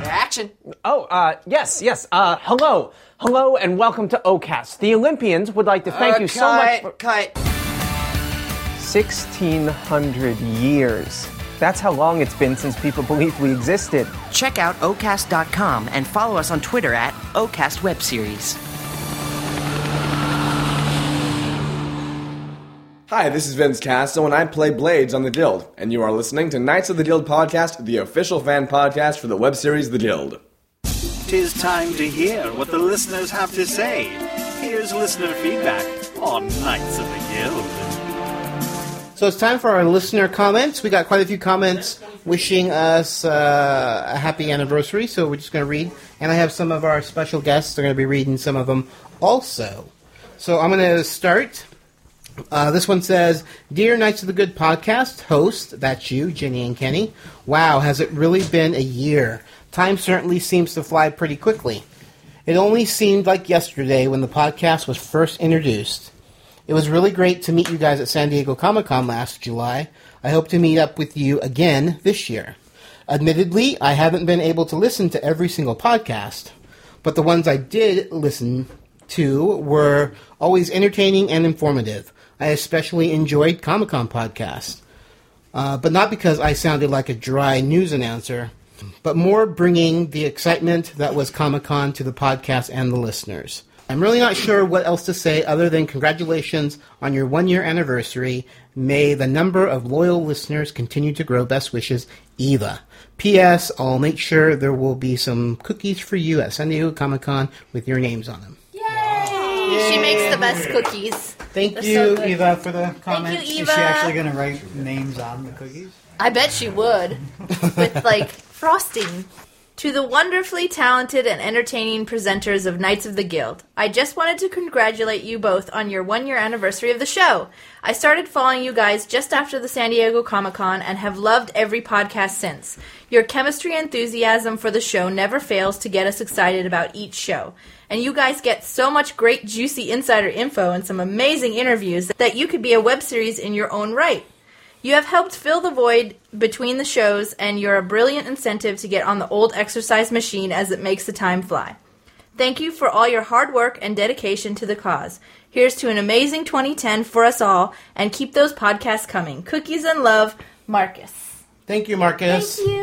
Speaker 24: Action.
Speaker 9: Oh, uh, yes, yes. Uh, hello. Hello and welcome to OCAST. The Olympians would like to thank you
Speaker 7: Uh,
Speaker 9: so much for 1,600 years. That's how long it's been since people believed we existed.
Speaker 25: Check out ocast.com and follow us on Twitter at ocast web series.
Speaker 14: Hi, this is Vince Castle, and I play Blades on The Guild, and you are listening to Knights of the Guild podcast, the official fan podcast for the web series The Guild.
Speaker 20: Tis time to hear what the listeners have to say. Here's listener feedback on Knights of the Guild.
Speaker 6: So it's time for our listener comments. We got quite a few comments wishing us uh, a happy anniversary, so we're just going to read. And I have some of our special guests are going to be reading some of them also. So I'm going to start. Uh, this one says, "Dear Knights of the Good podcast host, that's you, Jenny and Kenny. Wow, has it really been a year? Time certainly seems to fly pretty quickly. It only seemed like yesterday when the podcast was first introduced." It was really great to meet you guys at San Diego Comic Con last July. I hope to meet up with you again this year. Admittedly, I haven't been able to listen to every single podcast, but the ones I did listen to were always entertaining and informative. I especially enjoyed Comic Con podcast, uh, but not because I sounded like a dry news announcer, but more bringing the excitement that was Comic Con to the podcast and the listeners. I'm really not sure what else to say other than congratulations on your one year anniversary. May the number of loyal listeners continue to grow. Best wishes, Eva. P.S. I'll make sure there will be some cookies for you at San Diego Comic Con with your names on them.
Speaker 7: She makes the best cookies.
Speaker 6: Thank
Speaker 7: They're so
Speaker 6: you,
Speaker 7: good.
Speaker 6: Eva, for the comments.
Speaker 7: you,
Speaker 16: Is
Speaker 7: Eva.
Speaker 16: she actually going to write names on the cookies?
Speaker 7: I bet she would. With like frosting. To the wonderfully talented and entertaining presenters of Knights of the Guild, I just wanted to congratulate you both on your one year anniversary of the show. I started following you guys just after the San Diego Comic Con and have loved every podcast since. Your chemistry and enthusiasm for the show never fails to get us excited about each show. And you guys get so much great, juicy insider info and some amazing interviews that you could be a web series in your own right. You have helped fill the void between the shows, and you're a brilliant incentive to get on the old exercise machine as it makes the time fly. Thank you for all your hard work and dedication to the cause. Here's to an amazing 2010 for us all, and keep those podcasts coming. Cookies and love, Marcus.
Speaker 6: Thank you, Marcus.
Speaker 7: Thank you.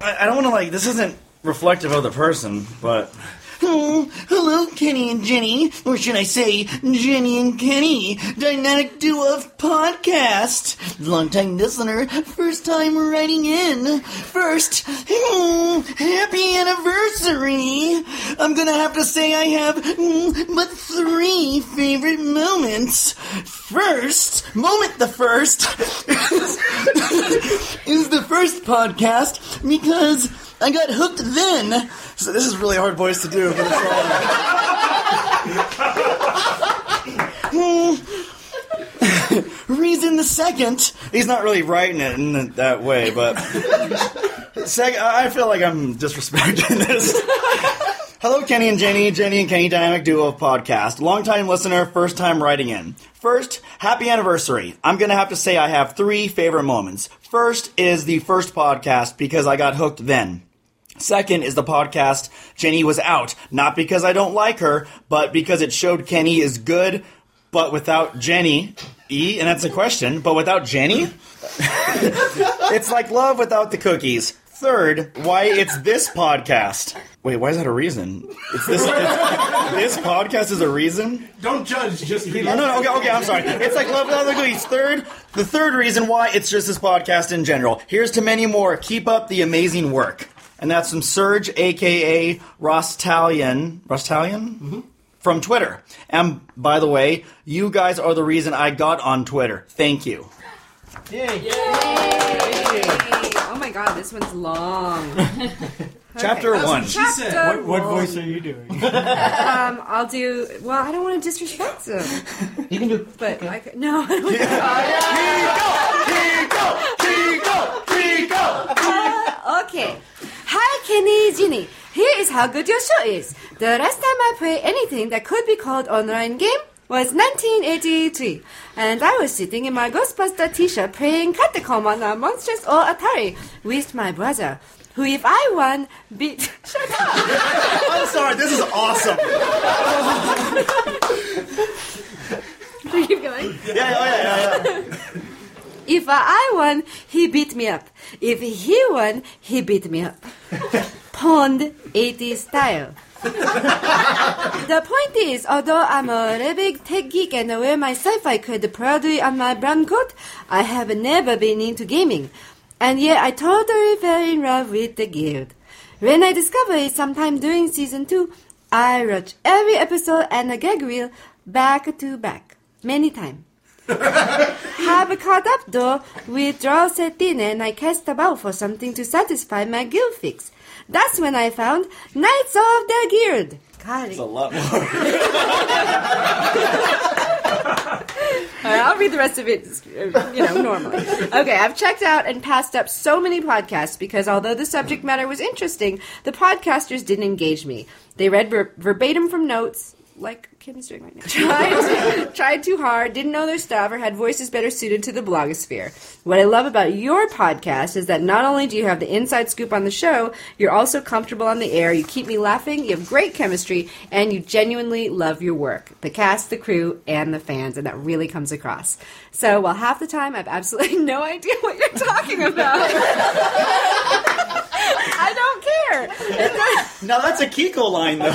Speaker 14: I, I don't want to like. This isn't reflective of the person, but
Speaker 1: Oh, hello, Kenny and Jenny, or should I say, Jenny and Kenny, dynamic duo of podcast. Longtime listener, first time writing in. First, hmm, happy anniversary. I'm gonna have to say I have hmm, but three favorite moments. First, moment the first. is the first podcast because I got hooked then. So this is really hard voice to do for this song. Hmm. Reason the second.
Speaker 14: he's not really writing it in th- that way. But Sec- I I feel like I'm disrespecting this. Hello, Kenny and Jenny, Jenny and Kenny Dynamic Duo of Podcast. Longtime listener, first time writing in. First, happy anniversary. I'm going to have to say I have three favorite moments. First is the first podcast because I got hooked then. Second is the podcast Jenny was out, not because I don't like her, but because it showed Kenny is good, but without Jenny. E, and that's a question, but without Jenny? it's like love without the cookies. Third, why it's this podcast. Wait, why is that a reason? It's this, it's- this podcast is a reason?
Speaker 26: Don't judge, just
Speaker 14: No, no, no, okay, okay, I'm sorry. It's like love without the cookies. Third, the third reason why it's just this podcast in general. Here's to many more. Keep up the amazing work. And that's from Serge, aka Rostalian. Rostalian? Mm-hmm. From Twitter. And by the way, you guys are the reason I got on Twitter. Thank you.
Speaker 13: Oh my god, this one's long.
Speaker 14: Chapter
Speaker 13: Okay.
Speaker 14: one.
Speaker 13: Chapter
Speaker 16: What, what
Speaker 13: one.
Speaker 16: voice are you doing?
Speaker 13: um, I'll do. Well, I don't want to disrespect him.
Speaker 6: You can do.
Speaker 13: But I could, no. Uh, okay. Hi, Kenny, Ginny. Here is how good your show is. The last time I played anything that could be called online game was 1983, and I was sitting in my Ghostbuster t-shirt playing Catacomb on a Monsters or Atari with my brother, who, if I won, beat. Shut up.
Speaker 14: I'm sorry, this is awesome.
Speaker 13: Keep going.
Speaker 14: Yeah, yeah, yeah, yeah.
Speaker 13: If I won, he beat me up. If he won, he beat me up. Pond 80 style. the point is, although I'm a really big tech geek and aware myself I could proudly on my brown coat, I have never been into gaming. And yet I totally fell in love with the guild. When I discovered it sometime during season 2, I watched every episode and a gag reel back to back, many times have caught up though with draw set in and I cast about for something to satisfy my guild fix. That's when I found Knights of the Guild. God,
Speaker 14: It's a lot more.
Speaker 13: All right, I'll read the rest of it, uh, you know, normally. Okay, I've checked out and passed up so many podcasts because although the subject matter was interesting, the podcasters didn't engage me. They read ver- verbatim from notes, like Kim's doing right now. Tried, tried too hard, didn't know their stuff, or had voices better suited to the blogosphere. What I love about your podcast is that not only do you have the inside scoop on the show, you're also comfortable on the air, you keep me laughing, you have great chemistry, and you genuinely love your work. The cast, the crew, and the fans, and that really comes across. So while half the time I've absolutely no idea what you're talking about. I don't care. It does-
Speaker 14: Now that's a Kiko line, though.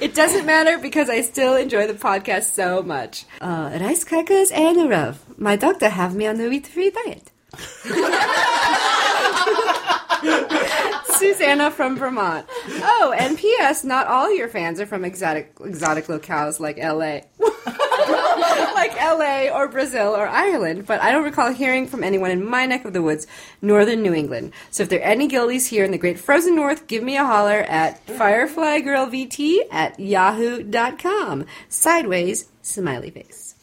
Speaker 13: It doesn't matter because I still enjoy the podcast so much. Uh, rice crackers and a rub. My doctor have me on a wheat-free diet. Susanna from Vermont. Oh, and P.S. Not all your fans are from exotic exotic locales like L.A. like L.A. or Brazil or Ireland, but I don't recall hearing from anyone in my neck of the woods, northern New England. So if there are any Gildies here in the great frozen north, give me a holler at fireflygirlvt at yahoo.com. Sideways, smiley face.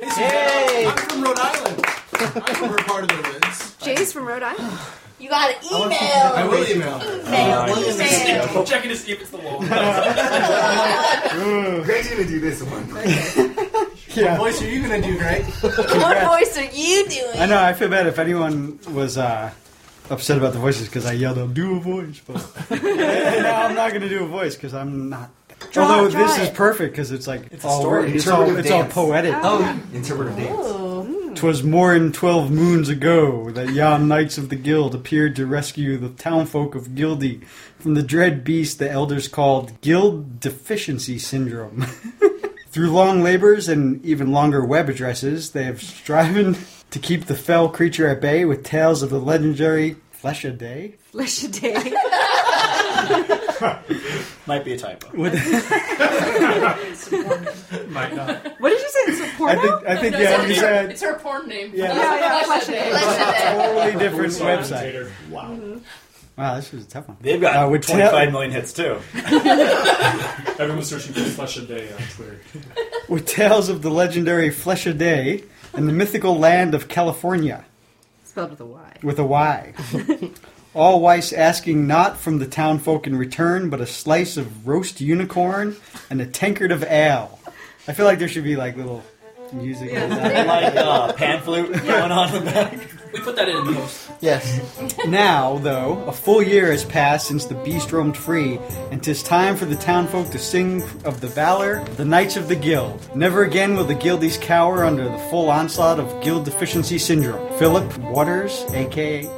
Speaker 15: Hey! I'm from Rhode Island. I'm from her part of the woods.
Speaker 13: Jay's from Rhode Island.
Speaker 7: You got an email.
Speaker 15: I will email.
Speaker 7: Email.
Speaker 18: Checking to see if it's the wall.
Speaker 15: Greg's gonna do this one. What voice are you gonna do, Greg?
Speaker 7: What voice are you doing?
Speaker 16: I know. I feel bad if anyone was uh, upset about the voices because I yelled, out, "Do a voice," but and now I'm not going to do a voice because I'm not.
Speaker 13: Draw-
Speaker 16: Although
Speaker 13: draw
Speaker 16: this is
Speaker 13: it.
Speaker 16: perfect because it's like
Speaker 13: It's
Speaker 15: a
Speaker 16: all
Speaker 15: story,
Speaker 16: written. It's all,
Speaker 15: interpretive
Speaker 16: it's all
Speaker 15: dance.
Speaker 16: poetic.
Speaker 15: Oh, interpretive dance.
Speaker 16: Twas more than twelve moons ago that yon knights of the guild appeared to rescue the townfolk of Gildy from the dread beast the elders called Guild Deficiency Syndrome. Through long labors and even longer web addresses, they have striven to keep the fell creature at bay with tales of the legendary Flesh a Day.
Speaker 13: Flesh a day.
Speaker 16: Might be a typo. With,
Speaker 18: Might not.
Speaker 13: What did you say? It's a porno?
Speaker 16: I think- I think, No, no, yeah, it's you her- said-
Speaker 17: it's her porn name.
Speaker 13: Yeah, yeah, yeah, flesh it Mm-hmm. in.
Speaker 16: totally
Speaker 14: Who's
Speaker 16: different
Speaker 14: on
Speaker 16: website.
Speaker 14: Wow.
Speaker 16: Wow, this was a tough one.
Speaker 14: They've got
Speaker 16: Uh, with
Speaker 14: 25
Speaker 16: tail-
Speaker 14: million hits too.
Speaker 18: Everyone's searching for Flesh a Day on Twitter.
Speaker 16: with tales of the legendary Flesh a Day and the mythical land of California
Speaker 13: Spelled with a Y.
Speaker 16: with a Y. All Weiss asking not from the townfolk in return, but a slice of roast unicorn and a tankard of ale. I feel like there should be like little music.
Speaker 14: Yeah. Like, uh, pan flute going on in the back.
Speaker 18: We put that in the post.
Speaker 16: Yes. now, though, a full year has passed since the beast roamed free, and 'tis time for the townfolk to sing of the valor of the knights of the guild. Never again will the guildies cower under the full onslaught of guild deficiency syndrome. Philip Waters, aka.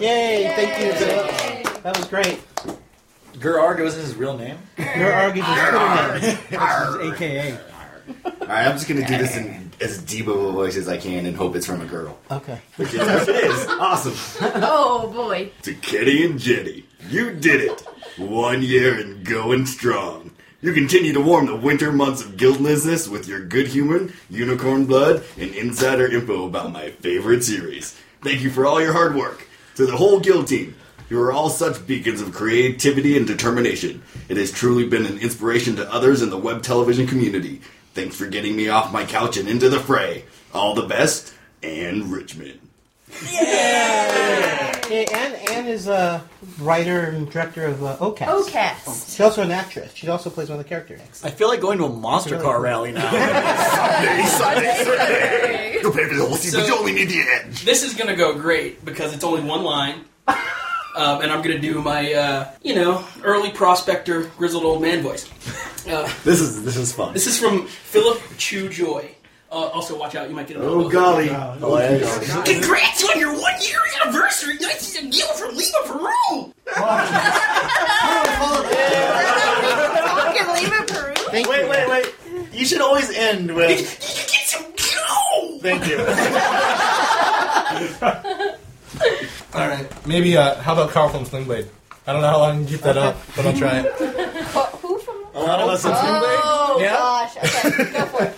Speaker 6: Yay! Thank you, Philip. That was great.
Speaker 14: Gerarg was his real name.
Speaker 6: Your argument is pretty good.
Speaker 16: AKA.
Speaker 15: All right, I'm just gonna do this in as deep of a voice as I can and hope it's from a girl.
Speaker 6: Okay.
Speaker 15: Which is, it is awesome.
Speaker 7: Oh boy.
Speaker 15: To Kenny and Jenny, you did it. One year and going strong. You continue to warm the winter months of guiltlessness with your good humor, unicorn blood, and insider info about my favorite series. Thank you for all your hard work. To the whole guild team, you are all such beacons of creativity and determination. It has truly been an inspiration to others in the web television community. Thanks for getting me off my couch and into the fray. All the best, Anne Richmond.
Speaker 6: Yeah, Anne, Anne is a writer and director of uh, OCAST.
Speaker 7: OCAST.
Speaker 6: She's also an actress. She also plays one of the characters.
Speaker 14: I feel like going to a monster car rally now.
Speaker 15: Sunday, Sunday,
Speaker 18: Sunday.
Speaker 15: You'll pay for the whole seat, but you only need the end.
Speaker 18: This is gonna go great because it's only one line. Um, and I'm gonna do my, uh, you know, early prospector, grizzled old man voice. Uh,
Speaker 15: This is this is fun.
Speaker 18: this is from Philip Chew Joy. Uh, also, watch out, you might get a
Speaker 15: Oh golly! Oh, yeah, golly.
Speaker 18: Congrats on your one year anniversary! Nice to meet you from Lima, Peru!
Speaker 7: Fucking leave it, Peru.
Speaker 14: wait, wait, wait. You should always end with.
Speaker 18: You get some go!
Speaker 14: Thank you.
Speaker 3: All right, maybe uh, how about Carl from Slingblade? I don't know how long I can keep that up, but I'll try it.
Speaker 14: A lot of us in
Speaker 7: Oh
Speaker 3: Yeah.
Speaker 7: gosh. Okay. Go for it.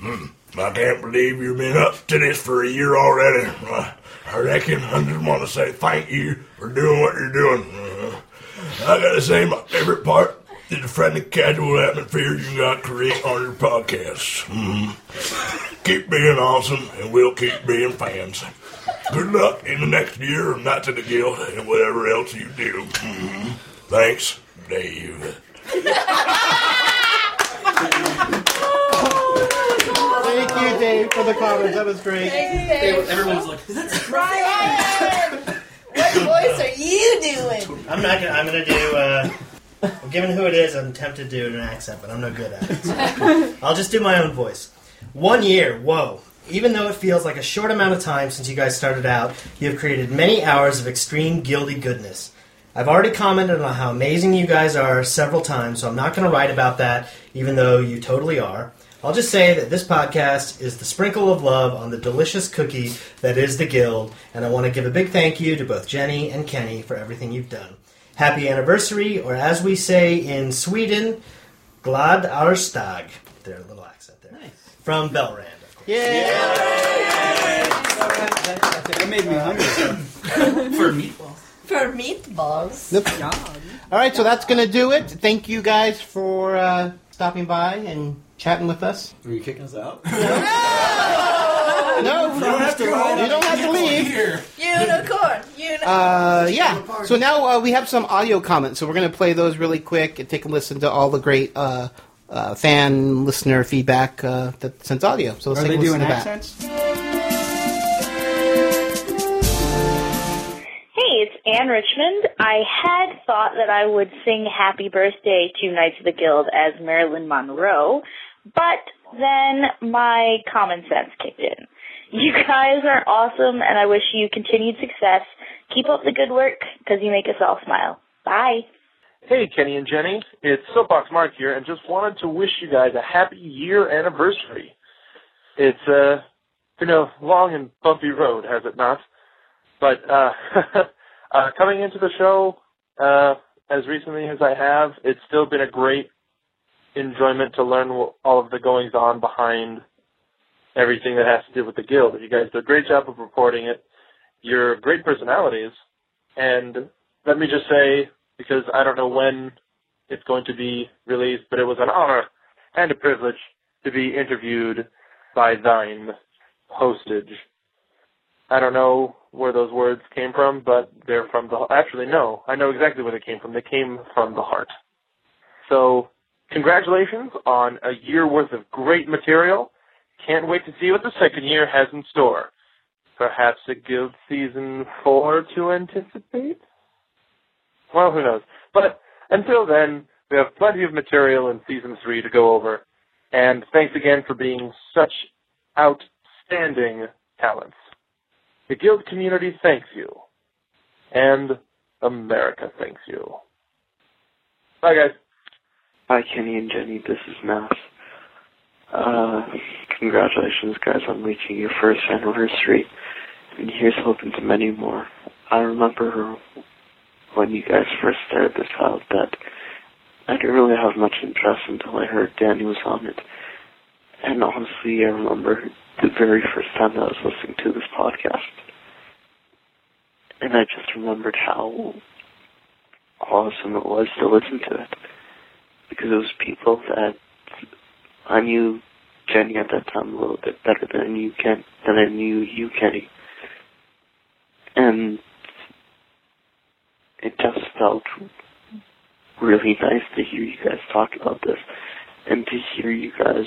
Speaker 4: Hmm, I can't believe you've been up to this for a year already. Uh, I reckon I just want to say thank you for doing what you're doing. Uh, I gotta say, my favorite part is the friendly, casual atmosphere you got create on your podcast. Mhm. Keep being awesome, and we'll keep being fans. Good luck in the next year of Knights of the Guild and whatever else you do. Mhm. Thanks, Dave.
Speaker 6: Thank you, Dave, for the comments. That was great.
Speaker 18: Everyone's like, is that
Speaker 7: Brian, what voice are you doing?
Speaker 8: I'm not gonna. I'm gonna do. Uh, well, given who it is, I'm tempted to do an accent, but I'm no good at it. I'll just do my own voice. One year, whoa. Even though it feels like a short amount of time since you guys started out, you have created many hours of extreme guilty goodness. I've already commented on how amazing you guys are several times, so I'm not going to write about that, even though you totally are. I'll just say that this podcast is the sprinkle of love on the delicious cookie that is the Guild, and I want to give a big thank you to both Jenny and Kenny for everything you've done. Happy anniversary, or as we say in Sweden, glad arstag. There, a little accent there. From Belran.
Speaker 16: It made me hungry.
Speaker 8: For meatballs.
Speaker 7: For meatballs.
Speaker 6: Nope. All right, so that's going to do it. Thank you guys for uh, stopping by and chatting with us.
Speaker 14: Are you kicking us out?
Speaker 6: No, you don't have to, you don't have to leave.
Speaker 7: Unicorn. Unicorn.
Speaker 6: Uh, yeah. So now uh, we have some audio comments. So we're going to play those really quick and take a listen to all the great uh, uh, fan listener feedback uh, that sends audio. So let's
Speaker 16: Are
Speaker 6: take
Speaker 16: they
Speaker 6: a listen
Speaker 16: doing
Speaker 6: to that.
Speaker 16: accents?
Speaker 2: Hey, it's Anne Richmond. I had thought that I would sing Happy Birthday to Knights of the Guild as Marilyn Monroe, but then my common sense kicked in. You guys are awesome, and I wish you continued success. Keep up the good work, because you make us all smile. Bye.
Speaker 27: Hey, Kenny and Jenny. It's Soapbox Mark here, and just wanted to wish you guys a happy year anniversary. It's uh, been a long and bumpy road, has it not? But uh, uh, coming into the show uh, as recently as I have, it's still been a great enjoyment to learn wh- all of the goings on behind everything that has to do with the guild. You guys do a great job of reporting it. You're great personalities, and let me just say because I don't know when it's going to be released, but it was an honor and a privilege to be interviewed by thine hostage. I don't know where those words came from, but they're from the. Actually, no, I know exactly where they came from. They came from the heart. So, congratulations on a year worth of great material. Can't wait to see what the second year has in store. Perhaps a Guild Season 4 to anticipate? Well, who knows? But until then, we have plenty of material in season three to go over. And thanks again for being such outstanding talents. The guild community thanks you. And America thanks you. Bye, guys.
Speaker 18: Hi, Kenny and Jenny. This is Mass. Uh, congratulations, guys, on reaching your first anniversary. And here's hoping to many more. I remember when you guys first started this out that I didn't really have much interest until I heard Danny was on it. And honestly, I remember the very first time that I was listening to this podcast. And I just remembered how awesome it was to listen to it because it was people that I knew Jenny at that time a little bit better than you Ken than I knew you Kenny. And it just felt really nice to hear you guys talk about this and to hear you guys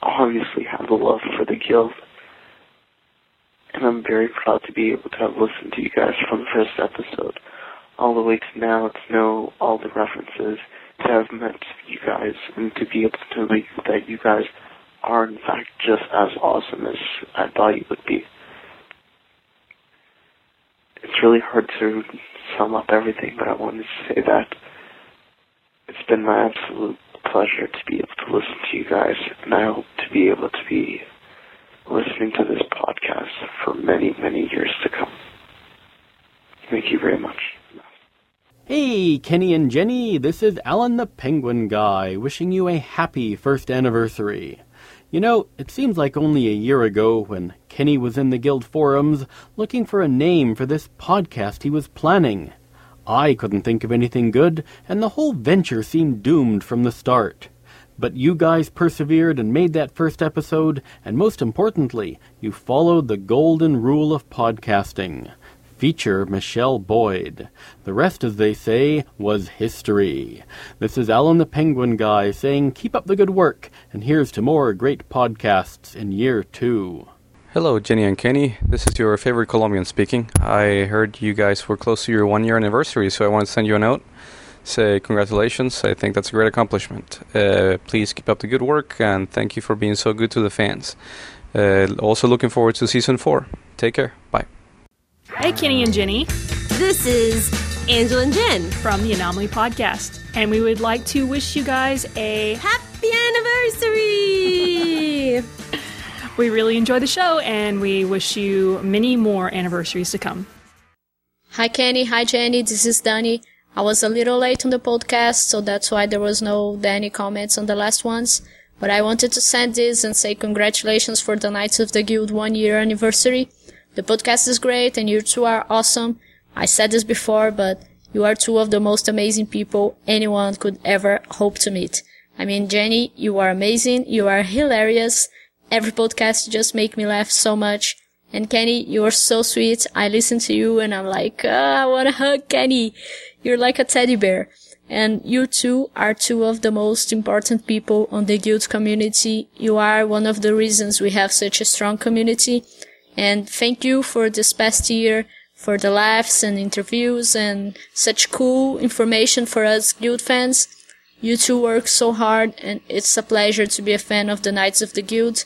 Speaker 18: obviously have a love for the guild. And I'm very proud to be able to have listened to you guys from the first episode all the way to now to know all the references to have met you guys and to be able to make that you guys are in fact just as awesome as I thought you would be. It's really hard to sum up everything, but I wanted to say that it's been my absolute pleasure to be able to listen to you guys, and I hope to be able to be listening to this podcast for many, many years to come. Thank you very much.
Speaker 11: Hey, Kenny and Jenny, this is Alan the Penguin Guy wishing you a happy first anniversary. You know, it seems like only a year ago when Kenny was in the guild forums looking for a name for this podcast he was planning. I couldn't think of anything good, and the whole venture seemed doomed from the start. But you guys persevered and made that first episode, and most importantly, you followed the golden rule of podcasting feature Michelle Boyd. The rest, as they say, was history. This is Alan the Penguin Guy saying, keep up the good work, and here's to more great podcasts in year two.
Speaker 28: Hello, Jenny and Kenny. This is your favorite Colombian speaking. I heard you guys were close to your one year anniversary, so I wanted to send you a note. Say congratulations. I think that's a great accomplishment. Uh, please keep up the good work, and thank you for being so good to the fans. Uh, also, looking forward to season four. Take care. Bye.
Speaker 23: Hey, Kenny and Jenny. This is
Speaker 29: Angela and Jen
Speaker 23: from the Anomaly Podcast. And we would like to wish you guys a
Speaker 29: happy anniversary.
Speaker 23: we really enjoy the show and we wish you many more anniversaries to come.
Speaker 12: Hi, Kenny. Hi, Jenny. This is Danny. I was a little late on the podcast, so that's why there was no Danny comments on the last ones. But I wanted to send this and say congratulations for the Knights of the Guild one year anniversary. The podcast is great and you two are awesome. I said this before, but you are two of the most amazing people anyone could ever hope to meet. I mean, Jenny, you are amazing. You are hilarious. Every podcast just make me laugh so much. And Kenny, you're so sweet. I listen to you and I'm like, ah, I wanna hug Kenny. You're like a teddy bear. And you two are two of the most important people on the guild community. You are one of the reasons we have such a strong community. And thank you for this past year, for the laughs and interviews and such cool information for us guild fans. You two work so hard and it's a pleasure to be a fan of the Knights of the Guild.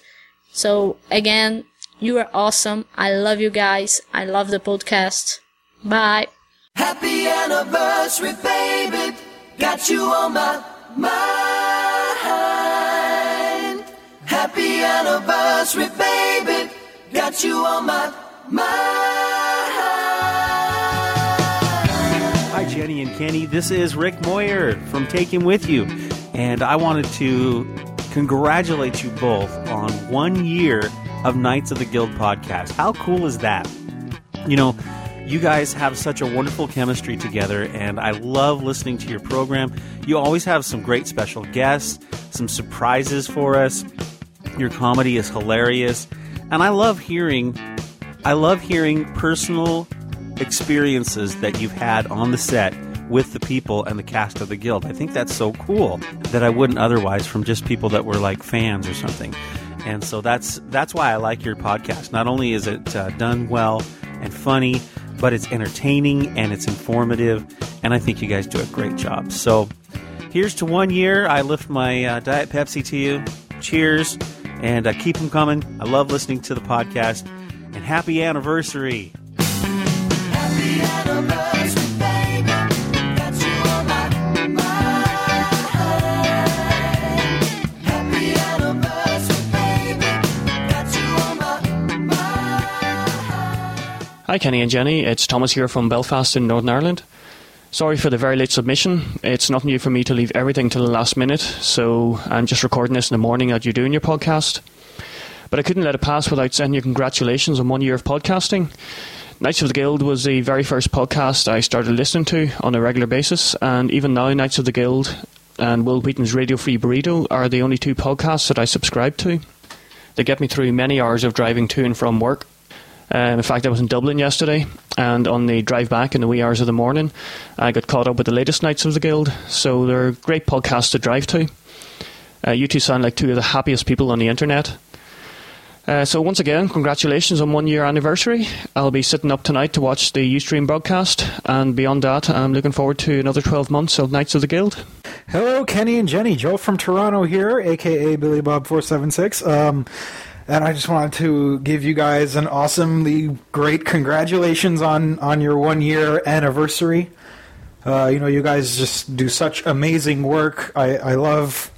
Speaker 12: So again, you are awesome. I love you guys. I love the podcast. Bye.
Speaker 10: Happy anniversary, baby. Got you on my mind. Happy anniversary, baby. Got you on my
Speaker 30: Hi, Jenny and Kenny. This is Rick Moyer from Take Him With You. And I wanted to congratulate you both on one year of Knights of the Guild podcast. How cool is that? You know, you guys have such a wonderful chemistry together, and I love listening to your program. You always have some great special guests, some surprises for us. Your comedy is hilarious. And I love hearing I love hearing personal experiences that you've had on the set with the people and the cast of the guild. I think that's so cool that I wouldn't otherwise from just people that were like fans or something. And so that's that's why I like your podcast. Not only is it uh, done well and funny, but it's entertaining and it's informative. And I think you guys do a great job. So here's to one year. I lift my uh, Diet Pepsi to you. Cheers, and uh, keep them coming. I love listening to the podcast. And happy anniversary.
Speaker 31: Hi, Kenny and Jenny. It's Thomas here from Belfast in Northern Ireland. Sorry for the very late submission. It's not new for me to leave everything till the last minute, so I'm just recording this in the morning that you do in your podcast. But I couldn't let it pass without sending you congratulations on one year of podcasting. Knights of the Guild was the very first podcast I started listening to on a regular basis, and even now, Knights of the Guild and Will Wheaton's Radio Free Burrito are the only two podcasts that I subscribe to. They get me through many hours of driving to and from work, um, in fact, I was in Dublin yesterday, and on the drive back in the wee hours of the morning, I got caught up with the latest Knights of the Guild. So they're great podcasts to drive to. Uh, you two sound like two of the happiest people on the internet. Uh, so once again, congratulations on one year anniversary. I'll be sitting up tonight to watch the Ustream broadcast, and beyond that, I'm looking forward to another 12 months of Knights of the Guild.
Speaker 32: Hello, Kenny and Jenny. Joe from Toronto here, aka Billy Bob four seven six. Um, and I just wanted to give you guys an awesomely great congratulations on on your one year anniversary. Uh, you know, you guys just do such amazing work. I, I love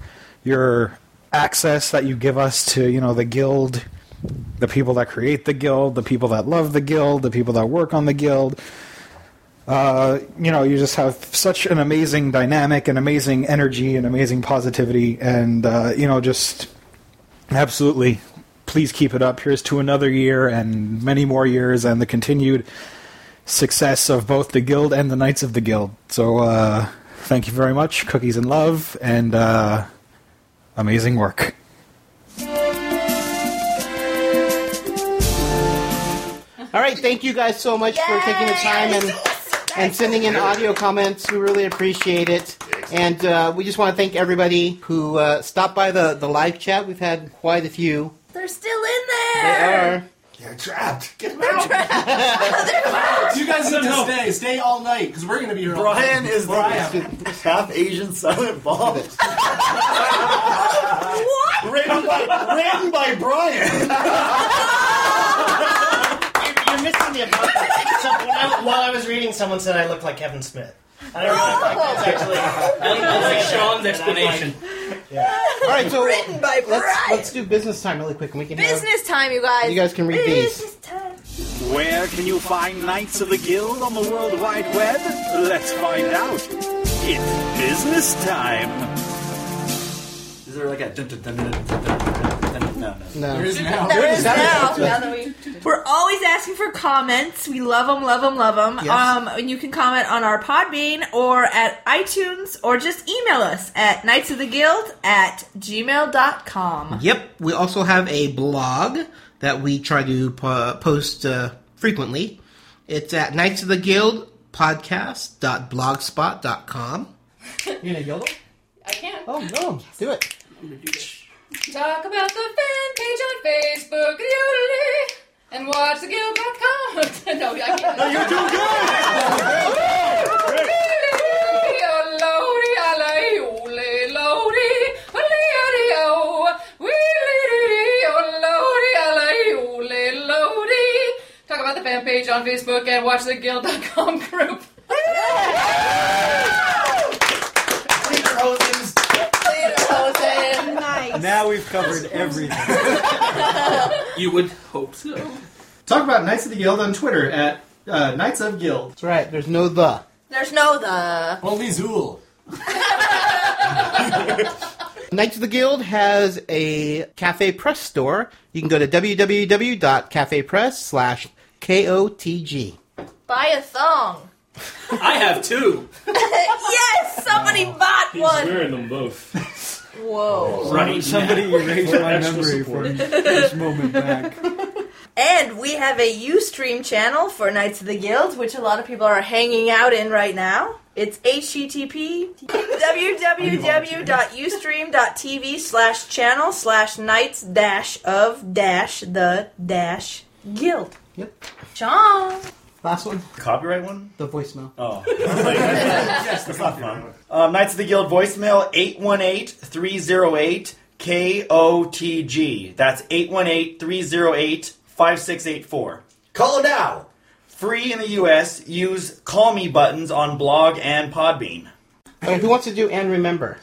Speaker 32: your access that you give us to you know the guild, the people that create the guild, the people that love the guild, the people that work on the guild uh, you know, you just have such an amazing dynamic and amazing energy and amazing positivity, and uh, you know, just absolutely. Please keep it up. Here's to another year and many more years, and the continued success of both the guild and the Knights of the Guild. So, uh, thank you very much. Cookies and love, and uh, amazing work.
Speaker 6: All right, thank you guys so much for taking the time and and sending in audio comments. We really appreciate it, and uh, we just want to thank everybody who uh, stopped by the the live chat. We've had quite a few.
Speaker 7: They're still in
Speaker 6: They
Speaker 7: there.
Speaker 6: are.
Speaker 7: They're
Speaker 6: trapped.
Speaker 7: Get them out. They're trapped.
Speaker 14: You guys need to stay. Stay all night because we're going to be here.
Speaker 20: Brian is the
Speaker 14: Brian.
Speaker 20: half Asian silent bomb.
Speaker 14: what?
Speaker 20: written by written by Brian.
Speaker 14: you
Speaker 8: you're missing the above. So when I, while I was reading, someone said I look like Kevin Smith. I don't really like that. It's actually.
Speaker 18: I like Sean's explanation.
Speaker 6: All right, so
Speaker 7: written by
Speaker 6: let's, let's do business time really quick, and we can have-
Speaker 7: Business time, you guys.
Speaker 6: You guys can read these.
Speaker 7: Business time.
Speaker 20: Where can you find Knights of the Guild on the World Wide Web? Let's find out. It's business time.
Speaker 14: Is there like a dun dun dun dun dun dun dun dun? No,
Speaker 6: No.
Speaker 14: There is now.
Speaker 7: There is now. now that we, we're always asking for comments. We love them, love them, love them.
Speaker 6: Yes.
Speaker 7: Um, and you can comment on our Podbean or at iTunes or just email us at Knights of the Guild at gmail.com.
Speaker 6: Yep, we also have a blog that we try to po- post uh, frequently. It's at Knights of the Guild podcast.blogspot.com. You gonna yodel?
Speaker 5: I can't.
Speaker 6: Oh no, do it.
Speaker 5: Talk about the fan page on Facebook, Yodely, and watch the Guild.com. no, I can't. No, you're doing good. oh, Talk about the fan page on Facebook and watch the guild.com group.
Speaker 7: Nice.
Speaker 16: Now we've covered everything.
Speaker 18: You would hope so.
Speaker 16: Talk about Knights of the Guild on Twitter at uh, Knights of Guild. That's
Speaker 6: right. There's no the.
Speaker 7: There's no the.
Speaker 6: Only Zool. Knights of the Guild has a Cafe Press store. You can go to www.cafepress slash KOTG.
Speaker 7: Buy a thong.
Speaker 18: I have two.
Speaker 7: yes, somebody bought one.
Speaker 15: them both.
Speaker 7: Whoa.
Speaker 15: Right
Speaker 16: Somebody
Speaker 15: now.
Speaker 16: erased
Speaker 15: For
Speaker 16: my
Speaker 15: extra
Speaker 16: memory
Speaker 15: support.
Speaker 16: from this moment back.
Speaker 7: And we have a Ustream channel for Knights of the Guild, which a lot of people are hanging out in right now. It's http www.ustream.tv slash channel slash knights dash of dash the dash guild.
Speaker 6: Yep.
Speaker 7: Sean.
Speaker 6: Last one.
Speaker 14: Copyright one?
Speaker 6: The voicemail.
Speaker 14: Oh. yes, that's not fun. Um, Knights of the Guild voicemail 818 308 KOTG. That's 818 308 5684. Call now! Free in the US. Use call me buttons on blog and Podbean.
Speaker 6: Okay, who wants to do and remember?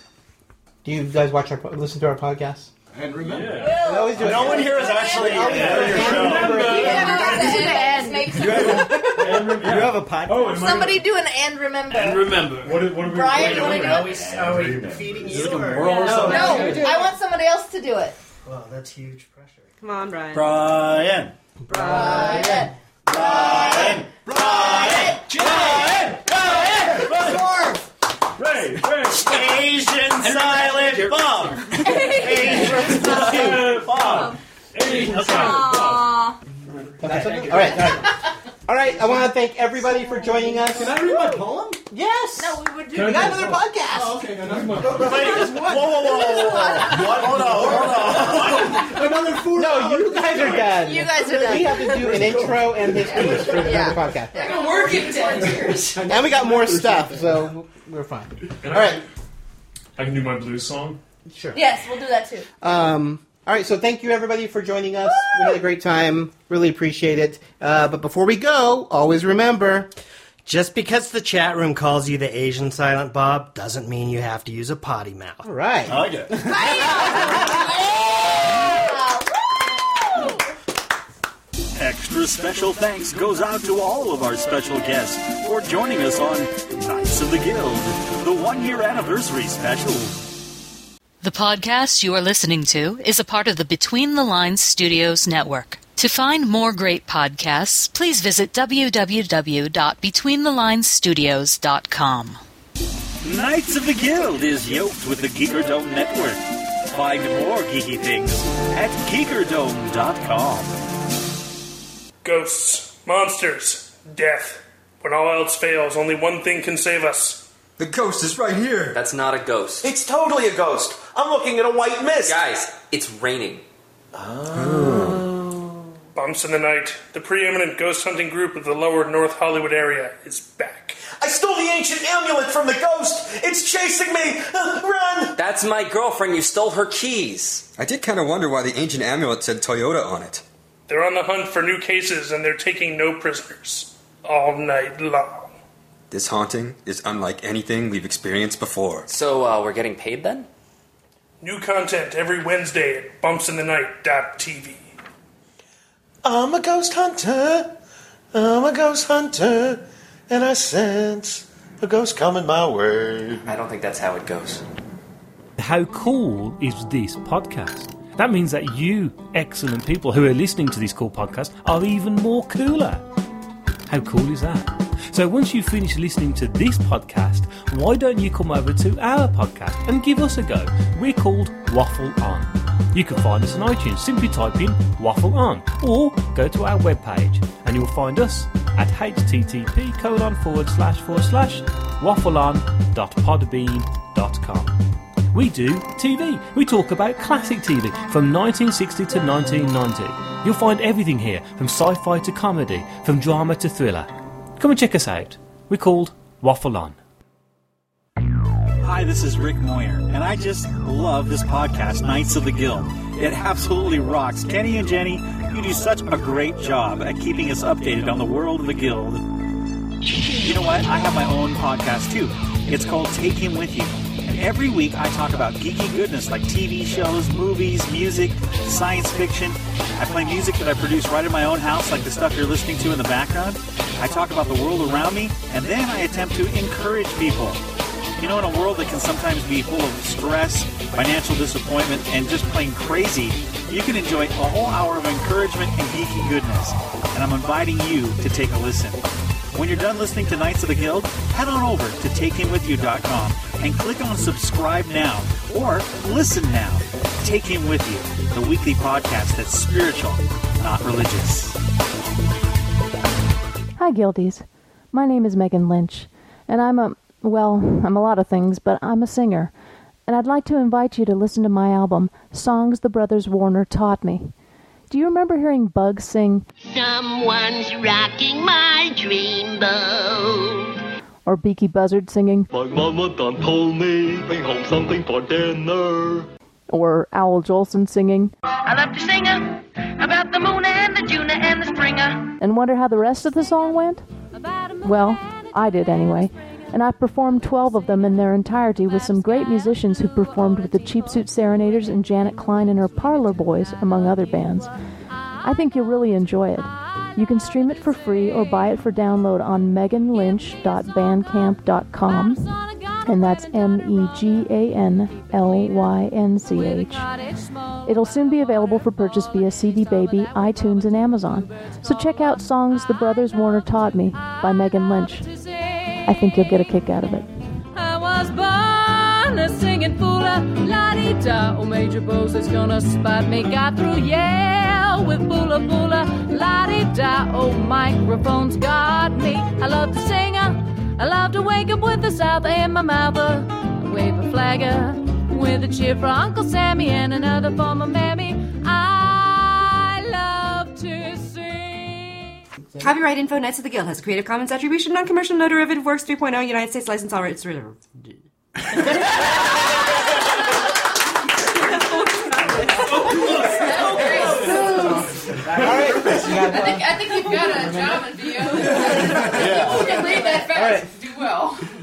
Speaker 6: Do you guys watch our po- listen to our podcast?
Speaker 14: And remember.
Speaker 6: We always do it.
Speaker 14: No one here is actually.
Speaker 16: You have a podcast.
Speaker 14: Oh,
Speaker 7: Somebody do an and remember.
Speaker 16: remember. What, what are
Speaker 7: Brian, you want to do
Speaker 8: Are
Speaker 7: it?
Speaker 8: we, are we feeding you? or-
Speaker 7: No, I want somebody else to do it.
Speaker 8: Wow, that's huge pressure.
Speaker 5: Come on, Brian.
Speaker 14: Brian.
Speaker 7: Brian.
Speaker 14: Brian. Brian. Brian. Brian. Brian.
Speaker 15: Ray, Ray.
Speaker 14: Asian silent bomb. Asian silent bomb.
Speaker 6: Asian silent All right. All right. All right. I want to thank everybody for joining us. Can I read my poem? Oh, Yes. No,
Speaker 7: we would
Speaker 6: do. We got another podcast.
Speaker 15: okay.
Speaker 6: Another four. No, you guys are done.
Speaker 15: You guys are
Speaker 6: We
Speaker 15: done.
Speaker 6: have to do an intro and his piece for the
Speaker 15: Yeah.
Speaker 6: podcast.
Speaker 5: I'm working volunteers.
Speaker 6: And we got more stuff, so we're fine. All right.
Speaker 15: I can do my blues song.
Speaker 6: Sure.
Speaker 7: Yes, we'll do that too.
Speaker 6: Um, all right, so thank you everybody for joining us. We had a great time. Really appreciate it. Uh, but before we go, always remember
Speaker 8: Just because the chat room calls you the Asian silent Bob doesn't mean you have to use a potty mouth. All
Speaker 6: right.
Speaker 8: I like it.
Speaker 20: Extra special thanks goes out to all of our special guests for joining us on Knights of the Guild, the one year anniversary special.
Speaker 17: The podcast you are listening to is a part of the Between the Lines Studios network. To find more great podcasts, please visit www.betweenthelines.studios.com.
Speaker 20: Knights of the Guild is yoked with the Geekerdome Network. Find more geeky things at geekerdome.com.
Speaker 15: Ghosts, monsters, death. When all else fails, only one thing can save us. The ghost is right here.
Speaker 13: That's not a ghost.
Speaker 33: It's totally a ghost. I'm looking at a white mist.
Speaker 13: Guys, it's raining.
Speaker 15: Oh. Bumps in the Night, the preeminent ghost hunting group of the lower North Hollywood area, is back.
Speaker 33: I stole the ancient amulet from the ghost. It's chasing me. Uh, Run!
Speaker 13: That's my girlfriend. You stole her keys.
Speaker 34: I did kind of wonder why the ancient amulet said Toyota on it.
Speaker 33: They're on the hunt for new cases and they're taking no prisoners. All night long.
Speaker 15: This haunting is unlike anything we've experienced before.
Speaker 14: So uh, we're getting paid then?
Speaker 33: New content every Wednesday at bumpsinthenight.tv.
Speaker 32: I'm a ghost hunter. I'm a ghost hunter, and I sense a ghost coming my way.
Speaker 14: I don't think that's how it goes.
Speaker 4: How cool is this podcast? That means that you, excellent people who are listening to this cool podcast, are even more cooler. How cool is that? So once you finish listening to this podcast, why don't you come over to our podcast and give us a go? We're called Waffle On. You can find us on iTunes. Simply type in Waffle On or go to our webpage and you'll find us at http colon forward slash forward slash waffleon.podbean.com. We do TV. We talk about classic TV from 1960 to 1990. You'll find everything here from sci fi to comedy, from drama to thriller. Come and check us out. We're called Waffle On.
Speaker 20: Hi, this is Rick Moyer, and I just love this podcast, Knights of the Guild. It absolutely rocks. Kenny and Jenny, you do such a great job at keeping us updated on the world of the Guild. You know what? I have my own podcast too. It's called Take Him With You. And every week I talk about geeky goodness like TV shows, movies, music, science fiction. I play music that I produce right in my own house, like the stuff you're listening to in the background. I talk about the world around me, and then I attempt to encourage people. You know, in a world that can sometimes be full of stress, financial disappointment, and just plain crazy, you can enjoy a whole hour of encouragement and geeky goodness. And I'm inviting you to take a listen. When you're done listening to Knights of the Guild, head on over to takehimwithyou.com and click on subscribe now or listen now. Take Him With You, the weekly podcast that's spiritual, not religious.
Speaker 35: Hi, Guildies. My name is Megan Lynch, and I'm a, well, I'm a lot of things, but I'm a singer. And I'd like to invite you to listen to my album, Songs the Brothers Warner Taught Me. Do you remember hearing Bugs sing,
Speaker 5: Someone's rocking my dreamboat.
Speaker 35: or Beaky Buzzard singing,
Speaker 5: My mama done told me, bring home something for dinner.
Speaker 35: or Owl Jolson singing,
Speaker 5: I love to sing uh, about the moon and the Juna and the Springer.
Speaker 35: and wonder how the rest of the song went? Well, I did anyway, and I've performed 12 of them in their entirety with some great musicians who performed with the Cheap Suit Serenaders and Janet Klein and her Parlor Boys, among other bands. I think you'll really enjoy it. You can stream it for free or buy it for download on meganlynch.bandcamp.com, and that's M E G A N L Y N C H. It'll soon be available for purchase via CD Baby, iTunes, and Amazon. So check out Songs the Brothers Warner Taught Me by Megan Lynch. I think you'll get a kick out of it.
Speaker 5: I was born a singing fool, la di da. Oh, Major Bose is gonna spot me. Got through Yale with Bula Bula, la di da. Oh, microphones got me. I love to sing, uh, I love to wake up with the South in my mouth. uh, I wave a flagger with a cheer for Uncle Sammy and another for my mammy. I love to sing.
Speaker 13: Copyright info Knights of the Guild has a Creative Commons Attribution Non Commercial No Derivative Works 3.0 United States License All Rights Reserved.
Speaker 36: I think I think you've got a job in VO. You can lead that fast. Do well.